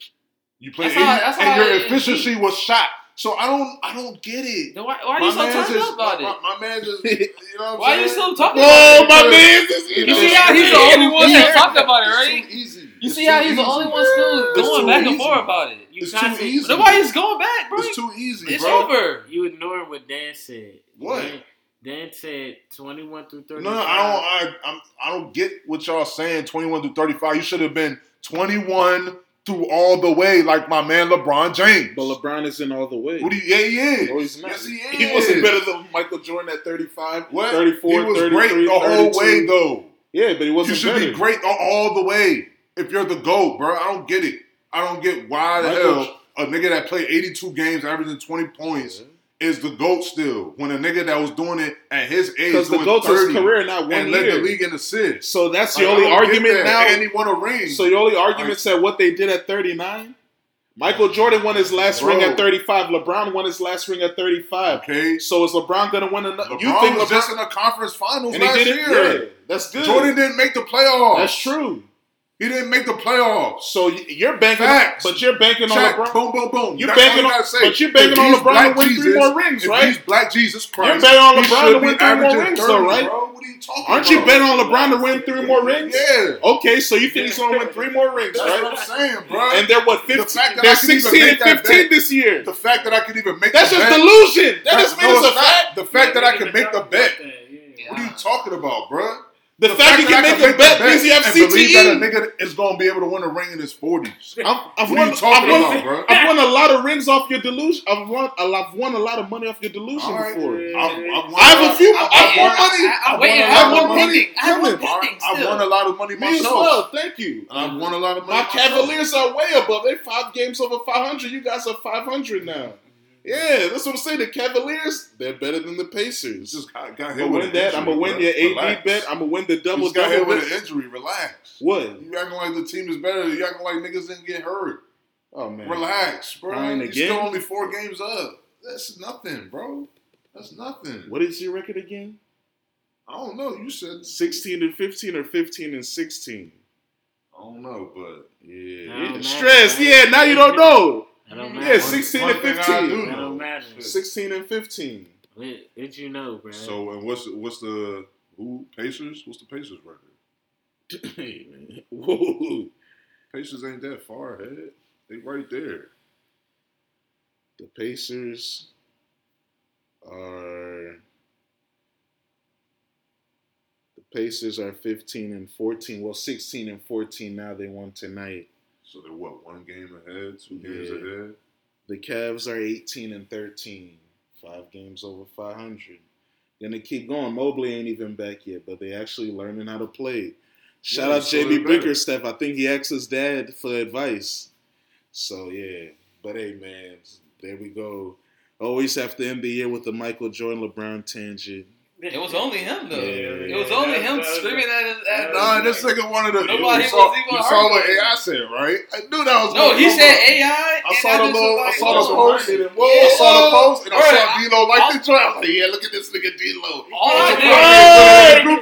Speaker 1: You played
Speaker 4: That's how-
Speaker 1: 80,
Speaker 4: that's
Speaker 1: and
Speaker 4: how
Speaker 1: your
Speaker 4: it is.
Speaker 1: efficiency was shot. So I don't I don't get it.
Speaker 4: Then why, why are you so
Speaker 1: man's
Speaker 4: turned
Speaker 1: just-
Speaker 4: up about
Speaker 1: my,
Speaker 4: it?
Speaker 1: My, my man just, you know what
Speaker 4: Why
Speaker 1: I'm
Speaker 4: are you
Speaker 1: saying?
Speaker 4: so talking
Speaker 2: Whoa,
Speaker 4: about it?
Speaker 2: my man! is-
Speaker 1: You
Speaker 4: You
Speaker 1: know,
Speaker 4: see how
Speaker 1: it's
Speaker 4: he's the
Speaker 1: too
Speaker 4: only one that
Speaker 1: easy.
Speaker 4: talked about it,
Speaker 1: It's
Speaker 4: right?
Speaker 1: too easy.
Speaker 4: You
Speaker 1: It's
Speaker 4: see
Speaker 1: too
Speaker 4: how he's the
Speaker 1: easy.
Speaker 4: only one still
Speaker 1: It's
Speaker 4: going
Speaker 1: too
Speaker 4: back and
Speaker 1: easy.
Speaker 4: forth about it.
Speaker 5: You
Speaker 1: It's too
Speaker 5: constantly-
Speaker 1: easy.
Speaker 4: Then why he's going back, bro?
Speaker 1: It's too easy,
Speaker 4: It's
Speaker 1: bro.
Speaker 4: over.
Speaker 5: You ignore what Dan said.
Speaker 1: What?
Speaker 5: Dan, Dan said twenty-one through
Speaker 1: No,
Speaker 5: thirty.
Speaker 1: no, I don't. I, I'm, I don't get what y'all saying. Twenty-one through thirty-five. You should have been twenty-one through all the way, like my man LeBron James.
Speaker 2: But LeBron isn't all the way.
Speaker 1: What do you? Yeah, he is.
Speaker 2: Oh, he's not.
Speaker 1: Yes, he is.
Speaker 2: He wasn't better than Michael Jordan at 35,
Speaker 1: What?
Speaker 2: 34,
Speaker 1: he was
Speaker 2: 33,
Speaker 1: great the whole
Speaker 2: 32.
Speaker 1: way, though.
Speaker 2: Yeah, but he
Speaker 1: You
Speaker 2: wasn't
Speaker 1: should
Speaker 2: better.
Speaker 1: be great all, all the way if you're the GOAT, bro. I don't get it. I don't get why the
Speaker 2: Michael-
Speaker 1: hell a nigga that played 82 games, averaging 20 points,
Speaker 2: Yeah.
Speaker 1: is the GOAT still when a nigga that was doing it at his age
Speaker 2: Because the
Speaker 1: doing
Speaker 2: GOAT's
Speaker 1: 30
Speaker 2: career not
Speaker 1: and
Speaker 2: one
Speaker 1: led the
Speaker 2: year.
Speaker 1: league in assists.
Speaker 2: So that's the
Speaker 1: Like,
Speaker 2: only
Speaker 1: I don't get
Speaker 2: argument
Speaker 1: that.
Speaker 2: now.
Speaker 1: And he won a ring.
Speaker 2: so your only argument said what they did at 39? Michael Jordan won his last ring
Speaker 1: Bro.
Speaker 2: at 35. LeBron won his last ring at 35.
Speaker 1: okay,
Speaker 2: So is LeBron going to win another?
Speaker 1: LeBron
Speaker 2: You think
Speaker 1: was
Speaker 2: LeBron
Speaker 1: just in the conference finals
Speaker 2: and he
Speaker 1: last
Speaker 2: did it?
Speaker 1: year.
Speaker 2: Yeah, that's good.
Speaker 1: Jordan didn't make the playoffs.
Speaker 2: that's true.
Speaker 1: He didn't make the playoffs.
Speaker 2: So y- you're banking,
Speaker 1: Facts.
Speaker 2: but you're banking
Speaker 1: Check,
Speaker 2: on LeBron.
Speaker 1: boom, boom, boom.
Speaker 2: You're
Speaker 1: That's all
Speaker 2: banking
Speaker 1: you
Speaker 2: on-
Speaker 1: gotta say.
Speaker 2: but you're banking
Speaker 1: If
Speaker 2: on
Speaker 1: he's
Speaker 2: LeBron to
Speaker 1: Black
Speaker 2: win three more rings,
Speaker 1: if
Speaker 2: right?
Speaker 1: He's black Jesus Christ.
Speaker 2: betting on
Speaker 1: he
Speaker 2: LeBron
Speaker 1: should
Speaker 2: to
Speaker 1: be
Speaker 2: win three more
Speaker 1: averaging
Speaker 2: rings, though,
Speaker 1: 30,
Speaker 2: right?
Speaker 1: Bro. What are you talking
Speaker 2: Aren't
Speaker 1: about?
Speaker 2: you betting on LeBron to win three more rings?
Speaker 1: Yeah,
Speaker 2: Okay, so you think he's going to win three more rings,
Speaker 1: that's what I'm
Speaker 2: right?
Speaker 1: saying, bro.
Speaker 2: And they're what
Speaker 1: The
Speaker 2: 15?
Speaker 1: fact that I
Speaker 2: they're
Speaker 1: can even
Speaker 2: 16
Speaker 1: make
Speaker 2: and
Speaker 1: that
Speaker 2: 15
Speaker 1: bet-
Speaker 2: this year.
Speaker 1: the fact that I could even make
Speaker 2: That's
Speaker 1: the
Speaker 2: just
Speaker 1: bet,
Speaker 2: delusion. That
Speaker 1: That's-
Speaker 2: just
Speaker 1: no,
Speaker 2: means
Speaker 1: it's
Speaker 2: a fact.
Speaker 1: not. The fact that I
Speaker 5: can
Speaker 1: can make the bet.
Speaker 5: Yeah.
Speaker 1: What are you talking about, bro?
Speaker 2: The fact you can make a bet means you have
Speaker 1: believe that
Speaker 2: CTE.
Speaker 1: a nigga is gonna be able to win a ring in his forties.
Speaker 2: I'm- I've
Speaker 1: What are
Speaker 2: won,
Speaker 1: you
Speaker 2: I've
Speaker 1: talking
Speaker 2: won,
Speaker 1: about, bro?
Speaker 2: I've won a lot of rings off your delusion. I've won, I've won a lot of money off your delusion
Speaker 1: All right.
Speaker 2: before.
Speaker 1: I've- I've
Speaker 2: I have a few-
Speaker 1: I've
Speaker 2: I have
Speaker 1: won-
Speaker 2: more money.
Speaker 1: I've
Speaker 4: I- I'm
Speaker 1: won a lot
Speaker 4: waiting. I have
Speaker 1: of
Speaker 4: one
Speaker 1: money.
Speaker 4: pending. I have one
Speaker 2: Coming.
Speaker 4: pending
Speaker 1: I
Speaker 4: still.
Speaker 1: won a lot of money
Speaker 2: Me as
Speaker 1: myself.
Speaker 2: well. Thank you.
Speaker 1: And I've won a lot of money.
Speaker 2: My
Speaker 1: myself.
Speaker 2: Cavaliers are way above. They're five games over 500. You guys are 500 now. Yeah, that's what I'm saying. The Cavaliers, they're better than the Pacers.
Speaker 1: Just got, got hit
Speaker 2: I'm gonna
Speaker 1: with
Speaker 2: win
Speaker 1: an
Speaker 2: that. I'm
Speaker 1: injury,
Speaker 2: gonna win
Speaker 1: bro.
Speaker 2: your AD
Speaker 1: Relax.
Speaker 2: bet. I'm gonna win the
Speaker 1: You
Speaker 2: double
Speaker 1: just got hit
Speaker 2: double.
Speaker 1: with an injury. Relax.
Speaker 2: What?
Speaker 1: You acting like the team is better. You acting like niggas didn't get hurt.
Speaker 2: Oh man,
Speaker 1: Relax, bro.
Speaker 2: Crying
Speaker 1: You
Speaker 2: again?
Speaker 1: still only four games up. That's nothing, bro. That's nothing.
Speaker 2: What is your record again?
Speaker 1: I don't know. You said
Speaker 2: Sixteen and fifteen, or fifteen and sixteen?
Speaker 1: I don't know, but
Speaker 2: Yeah,
Speaker 3: I don't know,
Speaker 2: stress.
Speaker 3: man.
Speaker 2: Yeah, now you don't know.
Speaker 3: I don't
Speaker 1: Yeah,
Speaker 3: matter.
Speaker 2: Yeah, sixteen
Speaker 1: One
Speaker 2: and
Speaker 1: thing I do
Speaker 2: fifteen.
Speaker 1: know.
Speaker 3: That don't matter.
Speaker 2: Sixteen and fifteen.
Speaker 3: Let, let you know, bro.
Speaker 1: so and what's what's the who Pacers? What's the Pacers record?
Speaker 2: Hey, man. Whoa,
Speaker 1: Pacers ain't that far ahead. They right there.
Speaker 2: the Pacers are. The Pacers are fifteen and fourteen. Well, sixteen and fourteen now. They won tonight.
Speaker 1: So they're what one game ahead, two games
Speaker 2: Yeah.
Speaker 1: ahead.
Speaker 2: The Cavs are 18 and 13, five games over 500. Gonna keep going. Mobley ain't even back yet, but they actually learning how to play. Shout
Speaker 1: Yeah,
Speaker 2: out
Speaker 1: so
Speaker 2: JB
Speaker 1: they're better.
Speaker 2: Bickerstaff. I think he asked his dad for advice. So yeah, but hey man, there we go. Always have to end the year with the Michael Jordan LeBron tangent.
Speaker 4: It was only him though.
Speaker 2: Yeah.
Speaker 4: It was only him screaming at his. At
Speaker 1: Nah, this nigga wanted to.
Speaker 4: Nobody
Speaker 1: you saw,
Speaker 4: was even
Speaker 1: you saw
Speaker 4: hurt.
Speaker 1: what AI said, right? I knew that was.
Speaker 4: no,
Speaker 1: gonna
Speaker 4: he
Speaker 1: come
Speaker 4: said
Speaker 1: up.
Speaker 4: AI.
Speaker 1: I saw the little, I saw the
Speaker 2: Whoa.
Speaker 1: post. I saw the post, and I saw
Speaker 4: Bruh,
Speaker 1: D-Lo like
Speaker 4: I-
Speaker 1: this joint. I was like, yeah, look at this nigga D-Lo.
Speaker 4: All
Speaker 1: I'm
Speaker 4: I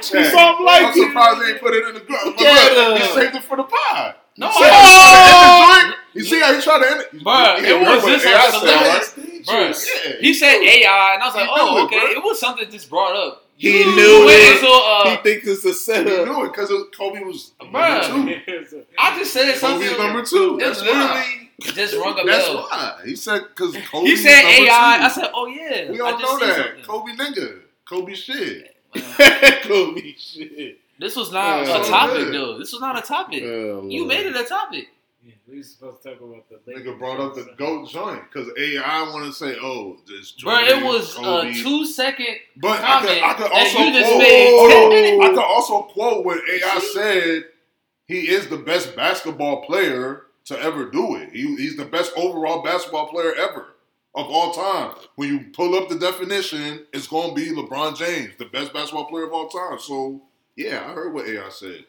Speaker 1: surprised they ain't put it in
Speaker 4: did-
Speaker 1: the
Speaker 2: You
Speaker 1: group chat.
Speaker 2: something like
Speaker 1: I'm surprised they ain't put it in the group. But
Speaker 2: Yeah.
Speaker 1: look, he saved it for the pod.
Speaker 4: No,
Speaker 1: See
Speaker 4: I-
Speaker 1: how he ended the joint? You see how he tried to end it?
Speaker 4: Bruh,
Speaker 1: He
Speaker 4: it
Speaker 1: heard
Speaker 4: was
Speaker 1: what
Speaker 4: just
Speaker 1: AI
Speaker 4: like the
Speaker 1: said,
Speaker 4: lyrics.
Speaker 1: right?
Speaker 4: Bruh,
Speaker 1: Yeah.
Speaker 4: he said AI, and I was like,
Speaker 1: He knew
Speaker 4: oh,
Speaker 1: it,
Speaker 4: okay.
Speaker 1: bruh.
Speaker 4: It was something just brought up.
Speaker 2: He
Speaker 4: You
Speaker 2: knew
Speaker 4: went
Speaker 2: it.
Speaker 4: Into, uh,
Speaker 2: he thinks it's a
Speaker 1: He
Speaker 2: setup.
Speaker 1: knew it because Kobe was number
Speaker 4: Bruh.
Speaker 1: two.
Speaker 4: I just said something.
Speaker 1: Kobe's number two.
Speaker 4: It
Speaker 1: That's why.
Speaker 4: literally just rung a
Speaker 1: That's
Speaker 4: bell.
Speaker 1: why. He said because Kobe.
Speaker 4: He said
Speaker 1: number
Speaker 4: AI.
Speaker 1: Two.
Speaker 4: I said, oh yeah.
Speaker 1: we
Speaker 4: I
Speaker 1: all
Speaker 4: just
Speaker 1: know
Speaker 4: seen
Speaker 1: that
Speaker 4: something.
Speaker 1: Kobe nigga, Kobe shit.
Speaker 4: Man,
Speaker 2: Kobe shit.
Speaker 4: This was not
Speaker 2: Yeah.
Speaker 4: a topic,
Speaker 1: Yeah.
Speaker 4: though. This was not a topic.
Speaker 2: Oh,
Speaker 4: you made it a topic.
Speaker 5: We were supposed to talk about the
Speaker 1: Nigga brought up the goat joint because AI want to say, oh, this
Speaker 4: Bro,
Speaker 1: Jordan,
Speaker 4: it was
Speaker 1: Kobe.
Speaker 4: a two second.
Speaker 1: But I could, I could
Speaker 4: comment, and
Speaker 1: also
Speaker 4: you just
Speaker 1: quote.
Speaker 4: made
Speaker 1: hold
Speaker 4: 10
Speaker 1: on.
Speaker 4: minutes.
Speaker 1: I could also quote what AI said. He is the best basketball player to ever do it. He, he's the best overall basketball player ever of all time. When you pull up the definition, it's going to be LeBron James, the best basketball player of all time. So yeah, I heard what AI said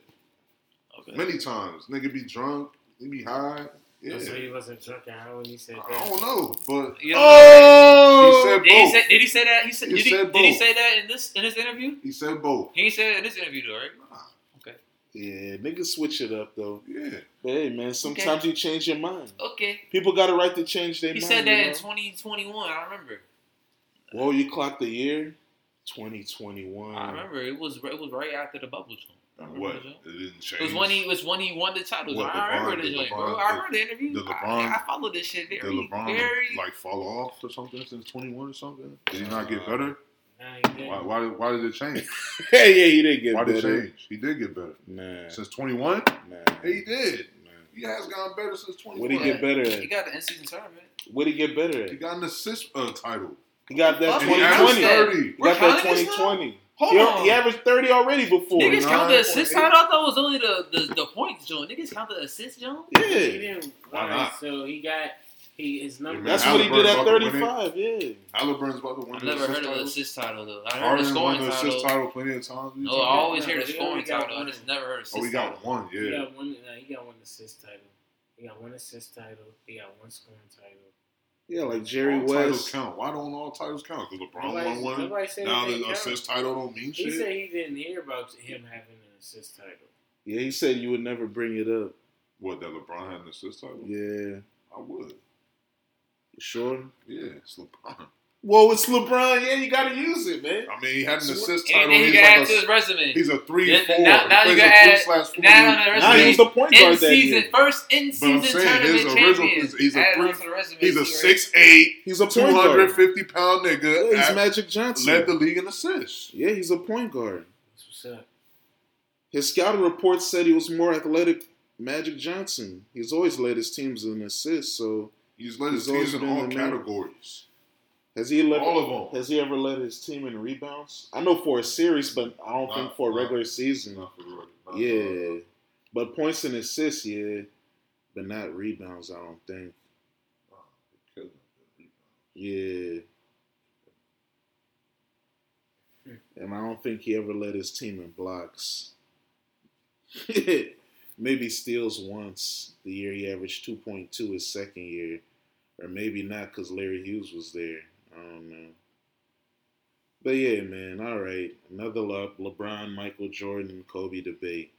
Speaker 1: many times. Nigga be drunk, he be high. Yeah, Oh.
Speaker 5: So uh, he wasn't drunk and how when he said
Speaker 1: I
Speaker 5: that.
Speaker 1: don't know, but
Speaker 4: You know,
Speaker 2: Oh,
Speaker 1: he said
Speaker 4: did, he
Speaker 1: both.
Speaker 4: say, did he say that? He said,
Speaker 1: He
Speaker 4: did, he,
Speaker 1: said
Speaker 4: did he
Speaker 1: both.
Speaker 4: say that in this in his interview?
Speaker 1: He said both.
Speaker 4: He said it in this interview, though, right?
Speaker 2: yeah, niggas switch it up though.
Speaker 1: Yeah,
Speaker 2: But hey, man, sometimes you change your mind.
Speaker 4: Okay.
Speaker 2: People got a right to change their
Speaker 4: He
Speaker 2: mind.
Speaker 4: said that
Speaker 2: you
Speaker 4: in
Speaker 2: know?
Speaker 4: 2021. I remember.
Speaker 2: Well, you clocked the year, 2021.
Speaker 4: I remember. It was it was right after the bubble jump. I remember
Speaker 1: what?
Speaker 4: the
Speaker 1: It
Speaker 4: joint.
Speaker 1: didn't change.
Speaker 4: It was when he it was when he won the title.
Speaker 1: What,
Speaker 4: I remember
Speaker 1: LeBron-
Speaker 4: the
Speaker 1: the
Speaker 4: joint, bro.
Speaker 1: LeBron-
Speaker 4: I remember the interview.
Speaker 1: the LeBron-
Speaker 4: I, I followed this shit
Speaker 1: Did
Speaker 4: very,
Speaker 1: LeBron
Speaker 4: very.
Speaker 1: like fall off or something since 21 or something? Did he not get better?
Speaker 5: Nah, he
Speaker 1: Why,
Speaker 5: didn't.
Speaker 1: why, why did it change?
Speaker 2: yeah, yeah, he didn't get
Speaker 1: Why did it
Speaker 2: better.
Speaker 1: change? He did get better.
Speaker 2: Nah,
Speaker 1: Since 21?
Speaker 2: nah,
Speaker 1: He did.
Speaker 2: nah.
Speaker 1: He has gotten better since
Speaker 2: What did
Speaker 1: 21.
Speaker 2: he get better
Speaker 4: he
Speaker 2: at?
Speaker 4: got the end season tournament.
Speaker 2: What did he get better at?
Speaker 1: He got an assist uh, title.
Speaker 2: He got that
Speaker 4: Fuck,
Speaker 1: And he averaged
Speaker 2: 2020.
Speaker 1: 30.
Speaker 2: He got that
Speaker 4: We're counting this now?
Speaker 2: 2020.
Speaker 4: Hold
Speaker 2: He,
Speaker 4: on.
Speaker 2: he averaged 30 already before.
Speaker 4: Niggas count the
Speaker 1: 49.8.
Speaker 4: assist title. I thought it was only the, the, the points, Joan. Niggas count the assist, Joan.
Speaker 5: He
Speaker 2: Yeah,
Speaker 5: didn't
Speaker 1: Why
Speaker 5: win,
Speaker 1: not?
Speaker 5: so he got he his number.
Speaker 2: that's what he did at
Speaker 1: Halliburton about to win it.
Speaker 2: 35. Yeah.
Speaker 1: Halliburton's about to win
Speaker 4: I've
Speaker 1: the
Speaker 4: never
Speaker 1: assist
Speaker 4: heard of the
Speaker 1: title.
Speaker 4: assist title though. I heard
Speaker 1: Harden
Speaker 4: the
Speaker 1: won
Speaker 4: scoring
Speaker 1: the
Speaker 4: title.
Speaker 1: assist title plenty of times.
Speaker 4: No, I always hear the
Speaker 5: Yeah,
Speaker 4: scoring
Speaker 5: he only got
Speaker 4: title. I
Speaker 5: one.
Speaker 4: just never heard assist.
Speaker 1: Oh, he got
Speaker 4: title.
Speaker 1: one,
Speaker 5: He
Speaker 1: yeah.
Speaker 5: got one. Uh, he got one assist title. He got one assist title. He got one scoring title.
Speaker 2: Yeah, like Jerry
Speaker 1: all titles
Speaker 2: West.
Speaker 1: count. Why don't all titles count? Because LeBron
Speaker 5: Nobody-
Speaker 1: won one.
Speaker 5: nobody said
Speaker 1: Now
Speaker 5: anything
Speaker 1: the
Speaker 5: counted.
Speaker 1: assist title don't mean
Speaker 5: He
Speaker 1: shit.
Speaker 5: said he didn't hear about him having an assist title.
Speaker 2: Yeah, he said you would never bring it up.
Speaker 1: What, that LeBron had an assist title?
Speaker 2: Yeah.
Speaker 1: I would.
Speaker 2: You Sure.
Speaker 1: Yeah, it's LeBron.
Speaker 2: Whoa, it's LeBron. Yeah, you gotta use it, man.
Speaker 1: I mean, he had an
Speaker 2: So what-
Speaker 1: assist
Speaker 4: And
Speaker 1: title.
Speaker 4: then he
Speaker 1: He's
Speaker 4: can add
Speaker 1: like
Speaker 4: to his
Speaker 1: a,
Speaker 4: resume.
Speaker 1: he's a three
Speaker 4: Then-
Speaker 1: four.
Speaker 4: now- now
Speaker 1: he
Speaker 4: you
Speaker 1: plays a
Speaker 4: gotta
Speaker 1: three
Speaker 4: add-
Speaker 1: slash four.
Speaker 4: now on the
Speaker 2: Nah, he
Speaker 4: resume.
Speaker 2: was the point
Speaker 4: In
Speaker 2: guard that
Speaker 4: season,
Speaker 2: year.
Speaker 4: first in
Speaker 1: But I'm
Speaker 4: season
Speaker 1: saying his
Speaker 4: tournament
Speaker 1: original,
Speaker 4: champion.
Speaker 1: he's, he's a
Speaker 4: Add it
Speaker 1: three,
Speaker 4: onto the resume,
Speaker 1: he's a
Speaker 4: see, right?
Speaker 1: six eight,
Speaker 2: He's a point
Speaker 1: two
Speaker 2: guard.
Speaker 1: hundred fifty pound nigga.
Speaker 2: Yeah, he's
Speaker 1: at-
Speaker 2: Magic Johnson.
Speaker 1: led the league in assists.
Speaker 2: yeah, he's a point guard.
Speaker 5: That's what's up.
Speaker 2: His scouting report said he was more athletic. Magic Johnson. He's always led his teams in assists. So
Speaker 1: He's led his
Speaker 2: He's always
Speaker 1: teams in
Speaker 2: been the
Speaker 1: all
Speaker 2: man.
Speaker 1: categories.
Speaker 2: has he led?
Speaker 1: All of them.
Speaker 2: Has he ever led his team in rebounds? I know for a series, but I don't
Speaker 1: Nah,
Speaker 2: think for a
Speaker 1: nah.
Speaker 2: regular season.
Speaker 1: Not for the record, not for the
Speaker 2: Yeah,
Speaker 1: record.
Speaker 2: but points and assists, yeah, but not rebounds. I don't think.
Speaker 1: Nah, he killed him.
Speaker 2: Yeah.
Speaker 4: Hmm.
Speaker 2: And I don't think he ever led his team in blocks. maybe steals once the year he averaged 2.2 his second year. Or maybe not because Larry Hughes was there. I don't know. But yeah, man, all right. Another Le- LeBron, Michael Jordan, Kobe debate.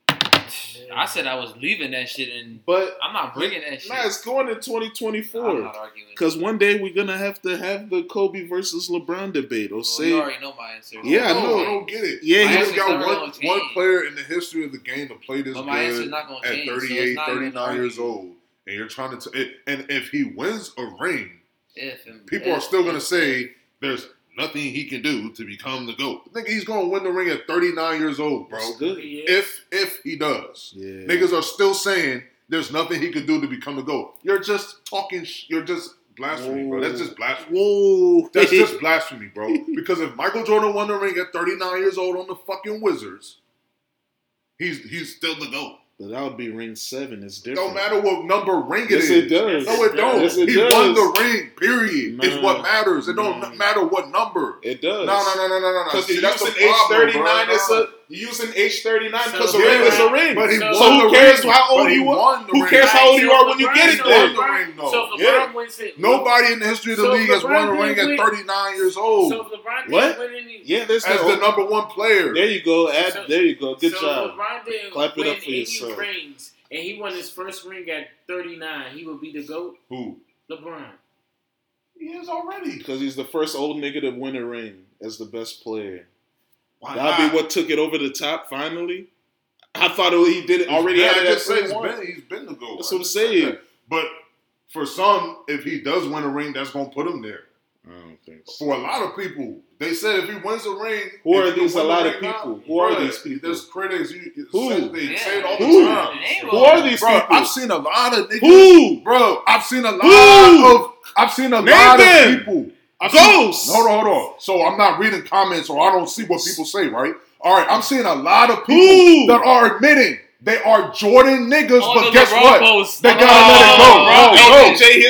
Speaker 4: I said I was leaving that shit, and
Speaker 2: But
Speaker 4: I'm not bringing that shit. Uh-huh.
Speaker 2: nah, it's going in
Speaker 4: I'm
Speaker 2: 2024.
Speaker 4: not arguing.
Speaker 2: Because one day we're going to have to have the Kobe versus LeBron debate. Or
Speaker 4: Well,
Speaker 2: say.
Speaker 4: you already know my answer.
Speaker 2: Yeah, I
Speaker 1: no,
Speaker 2: know.
Speaker 1: I don't get it.
Speaker 2: Yeah,
Speaker 1: I
Speaker 2: he-
Speaker 1: just got
Speaker 4: Miami's never
Speaker 1: one,
Speaker 4: gonna change.
Speaker 1: one player in the history of the game to play this
Speaker 4: But my answer's
Speaker 1: good
Speaker 4: not going to
Speaker 1: at
Speaker 4: change. so it's
Speaker 1: 38,
Speaker 4: not even
Speaker 1: 39 years
Speaker 4: arguing.
Speaker 1: old, and you're trying to. T- it- and if he wins a ring,
Speaker 4: If and-
Speaker 1: people are
Speaker 4: if-
Speaker 1: still going to
Speaker 4: if-
Speaker 1: say there's nothing he can do to become the goat. Nigga, he's going to win the ring at 39 years old, bro.
Speaker 2: It's good.
Speaker 5: Yeah.
Speaker 1: If if he does,
Speaker 2: Yeah.
Speaker 1: niggas are still saying there's nothing he could do to become the goat. You're just talking. Sh- you're just blasphemy, bro. That's just blasphemy.
Speaker 2: Whoa.
Speaker 1: That's just blasphemy, bro. Because if Michael Jordan won the ring at 39 years old on the fucking Wizards, he's he's still the goat.
Speaker 2: But that would be ring seven. It's
Speaker 1: It
Speaker 2: different.
Speaker 1: don't matter what number ring it
Speaker 2: Yes,
Speaker 1: is.
Speaker 2: it does.
Speaker 1: No, it don't.
Speaker 2: Yes, it
Speaker 1: he
Speaker 2: does.
Speaker 1: won the ring. Period. It's
Speaker 2: Nah.
Speaker 1: what matters. It don't
Speaker 2: Nah.
Speaker 1: matter what number.
Speaker 2: It
Speaker 1: No,
Speaker 2: does.
Speaker 1: no, no, no, no, no. no.
Speaker 2: Because
Speaker 1: See,
Speaker 2: you're
Speaker 1: that's
Speaker 2: using
Speaker 1: the problem,
Speaker 2: age
Speaker 1: bro.
Speaker 2: 39 as
Speaker 1: Nah.
Speaker 2: a you using age 39 because
Speaker 5: So
Speaker 2: a ring
Speaker 5: yeah,
Speaker 2: is a ring.
Speaker 1: But he
Speaker 5: So
Speaker 1: won
Speaker 2: who
Speaker 1: the
Speaker 2: cares
Speaker 1: ring.
Speaker 2: how old
Speaker 1: But
Speaker 2: he was?
Speaker 1: won the
Speaker 2: Who
Speaker 1: ring.
Speaker 2: cares how old you
Speaker 5: So
Speaker 2: are when you
Speaker 5: LeBron
Speaker 2: get it
Speaker 5: don't-
Speaker 1: won
Speaker 2: then?
Speaker 1: the ring, though.
Speaker 5: So if LeBron
Speaker 1: Yeah.
Speaker 5: wins it.
Speaker 1: Nobody in the history of the
Speaker 5: So
Speaker 1: league has won
Speaker 5: LeBron
Speaker 1: a ring at
Speaker 5: didn't win-
Speaker 1: 39 years
Speaker 5: So if
Speaker 1: old
Speaker 5: LeBron didn't
Speaker 2: What?
Speaker 5: win any.
Speaker 2: Yeah, there's
Speaker 1: as
Speaker 2: no-
Speaker 1: the number one player.
Speaker 2: There you go. Ad,
Speaker 5: So-
Speaker 2: there you go. Good
Speaker 5: so
Speaker 2: job.
Speaker 5: If LeBron didn't
Speaker 2: Clap it
Speaker 5: win
Speaker 2: up for
Speaker 5: any
Speaker 2: yourself.
Speaker 5: rings, and he won his first ring at 39. He would be the GOAT.
Speaker 1: Who?
Speaker 5: LeBron.
Speaker 1: He is already.
Speaker 2: Because he's the first old nigga to win a ring as the best player.
Speaker 1: Why
Speaker 2: That'll
Speaker 1: not?
Speaker 2: be what took it over the top finally. I thought it, he did it already.
Speaker 1: Yeah,
Speaker 2: Had
Speaker 1: I
Speaker 2: it
Speaker 1: just said
Speaker 2: at
Speaker 1: he's
Speaker 2: 31.
Speaker 1: been, he's been the goat.
Speaker 2: That's what I'm saying.
Speaker 1: But for some, if he does win a ring, that's going to put him there.
Speaker 2: I don't think so.
Speaker 1: For a lot of people, they said if he wins a ring,
Speaker 2: Who are
Speaker 1: if he
Speaker 2: these
Speaker 1: win
Speaker 2: a
Speaker 1: the
Speaker 2: lot
Speaker 1: ring
Speaker 2: of
Speaker 1: now,
Speaker 2: people? Who are
Speaker 1: bruh,
Speaker 2: these people?
Speaker 1: There's critics. You, it
Speaker 2: Who?
Speaker 1: says- They
Speaker 4: Yeah.
Speaker 1: say it all
Speaker 2: Who?
Speaker 1: the time.
Speaker 4: Name
Speaker 2: Who
Speaker 4: of-
Speaker 2: are these
Speaker 1: Bro,
Speaker 2: people?
Speaker 1: I've seen a lot of niggas.
Speaker 2: Who?
Speaker 1: Bro, I've seen a lot
Speaker 2: Who?
Speaker 1: of. I've seen a
Speaker 2: Name
Speaker 1: lot
Speaker 2: them.
Speaker 1: of people. I've seen-
Speaker 2: Ghosts.
Speaker 1: Hold on, hold on. So I'm not reading comments, or I don't see what people say, right? All right, I'm seeing a lot of people
Speaker 2: Who?
Speaker 1: that are admitting they are Jordan niggas,
Speaker 4: On
Speaker 1: but
Speaker 4: the
Speaker 1: guess
Speaker 4: LeBron
Speaker 1: what?
Speaker 4: post.
Speaker 1: They
Speaker 4: On the
Speaker 1: gotta let it go.
Speaker 2: Oh,
Speaker 4: LeBron
Speaker 1: No,
Speaker 4: post.
Speaker 1: no.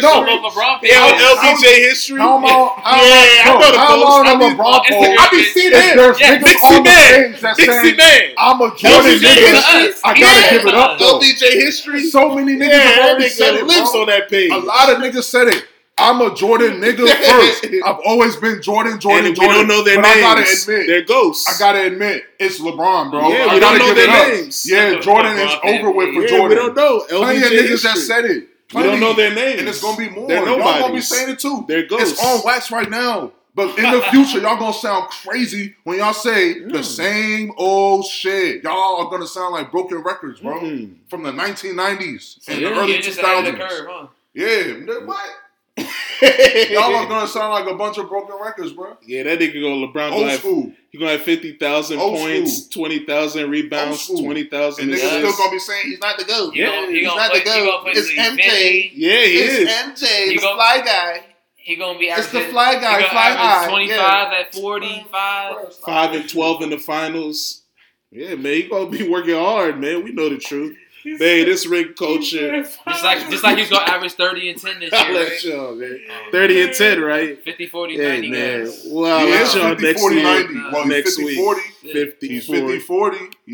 Speaker 2: LBJ history.
Speaker 1: No.
Speaker 4: On the LeBron
Speaker 2: Yeah, on
Speaker 4: post.
Speaker 2: LBJ history.
Speaker 1: How am I? on-
Speaker 2: Yeah,
Speaker 1: How
Speaker 2: I
Speaker 1: am
Speaker 2: thought
Speaker 1: I,
Speaker 2: it
Speaker 1: how am
Speaker 2: was-
Speaker 1: I
Speaker 2: I
Speaker 1: on
Speaker 2: mean,
Speaker 1: LeBron
Speaker 4: on
Speaker 1: poll?
Speaker 4: Instagram,
Speaker 2: I be seeing
Speaker 1: If
Speaker 2: that.
Speaker 1: there's
Speaker 4: Yeah,
Speaker 1: niggas
Speaker 2: Mixie
Speaker 1: on the
Speaker 2: man.
Speaker 1: page that
Speaker 2: Mixie
Speaker 1: saying
Speaker 2: man.
Speaker 1: I'm a Jordan
Speaker 2: LBJ
Speaker 1: nigga,
Speaker 2: history.
Speaker 1: I gotta
Speaker 4: Yeah.
Speaker 1: give it up though.
Speaker 2: LBJ history.
Speaker 1: So many niggas
Speaker 2: Yeah,
Speaker 1: have
Speaker 2: that
Speaker 1: already
Speaker 2: nigga
Speaker 1: said it,
Speaker 2: lives
Speaker 1: bro.
Speaker 2: on that page.
Speaker 1: A lot of niggas said it. I'm a Jordan nigga first. I've always been Jordan, Jordan,
Speaker 2: and we don't
Speaker 1: Jordan.
Speaker 2: know their
Speaker 1: but I gotta
Speaker 2: names.
Speaker 1: admit,
Speaker 2: They're ghosts.
Speaker 1: I gotta admit, it's LeBron, bro.
Speaker 2: Yeah,
Speaker 1: I
Speaker 2: we don't
Speaker 1: gotta
Speaker 2: know
Speaker 1: give
Speaker 2: their
Speaker 1: it up.
Speaker 2: names.
Speaker 1: Yeah, Jordan is
Speaker 4: LeBron
Speaker 1: over with for
Speaker 2: yeah,
Speaker 1: Jordan.
Speaker 2: We don't know.
Speaker 1: Plenty
Speaker 2: LBJ
Speaker 1: of niggas that
Speaker 2: history.
Speaker 1: said it.
Speaker 2: we don't
Speaker 1: Plenty.
Speaker 2: know their names.
Speaker 1: and it's gonna be more.
Speaker 2: They're
Speaker 1: y'all gonna be
Speaker 2: nobodies.
Speaker 1: saying it too.
Speaker 2: They're ghosts.
Speaker 1: It's on wax right now. But in the future, y'all gonna sound crazy when y'all say the
Speaker 2: Mm.
Speaker 1: same old shit. Y'all are gonna sound like broken records, bro.
Speaker 2: Mm.
Speaker 1: From the 1990s
Speaker 4: So
Speaker 1: and
Speaker 4: you're
Speaker 1: the early
Speaker 4: just ahead of the
Speaker 1: 2000s.
Speaker 4: curve, huh?
Speaker 1: Yeah, man, what? Y'all are gonna sound like a bunch of broken records, bro.
Speaker 2: yeah, that nigga go LeBron.
Speaker 1: Old
Speaker 2: Gonna have,
Speaker 1: school.
Speaker 2: he gonna have fifty thousand
Speaker 1: Old
Speaker 2: points, twenty thousand
Speaker 1: Old
Speaker 2: rebounds,
Speaker 1: school.
Speaker 2: twenty thousand
Speaker 1: And niggas
Speaker 4: Yes.
Speaker 1: still
Speaker 2: assists.
Speaker 1: gonna be saying he's not the GOAT.
Speaker 4: He gonna- he
Speaker 1: he's
Speaker 4: gonna
Speaker 1: not
Speaker 4: play-
Speaker 1: the
Speaker 4: he gonna
Speaker 1: GOAT.
Speaker 4: play
Speaker 1: It's
Speaker 4: the
Speaker 1: MJ.
Speaker 4: Infinity.
Speaker 2: yeah, he
Speaker 1: It's
Speaker 2: is.
Speaker 1: MJ,
Speaker 4: You
Speaker 1: the
Speaker 4: go-
Speaker 1: fly guy.
Speaker 4: He gonna be
Speaker 1: It's
Speaker 4: averaging.
Speaker 1: the fly guy,
Speaker 4: he gonna
Speaker 1: fly
Speaker 4: average
Speaker 1: guy.
Speaker 4: Twenty
Speaker 1: Yeah.
Speaker 4: five at forty five.
Speaker 2: Five and twelve in the finals. Yeah, man, he gonna be working hard, man. We know the truth. Man, this rig culture.
Speaker 4: Just like just like he's gonna average thirty and ten this
Speaker 2: I'll
Speaker 4: year.
Speaker 2: let
Speaker 4: Right?
Speaker 2: y'all, man.
Speaker 4: Um,
Speaker 2: Thirty and ten, right?
Speaker 4: 50, 40,
Speaker 2: Yeah,
Speaker 4: 90
Speaker 2: man.
Speaker 4: games.
Speaker 2: Well, I'll
Speaker 1: yeah,
Speaker 2: let
Speaker 1: it's
Speaker 2: y'all
Speaker 1: 50,
Speaker 2: next
Speaker 1: 40,
Speaker 2: week.
Speaker 1: 90. Well, he's
Speaker 2: Next
Speaker 1: 50,
Speaker 2: week.
Speaker 1: 40.
Speaker 4: Yeah.
Speaker 1: He's
Speaker 2: 54.
Speaker 1: 50, 40.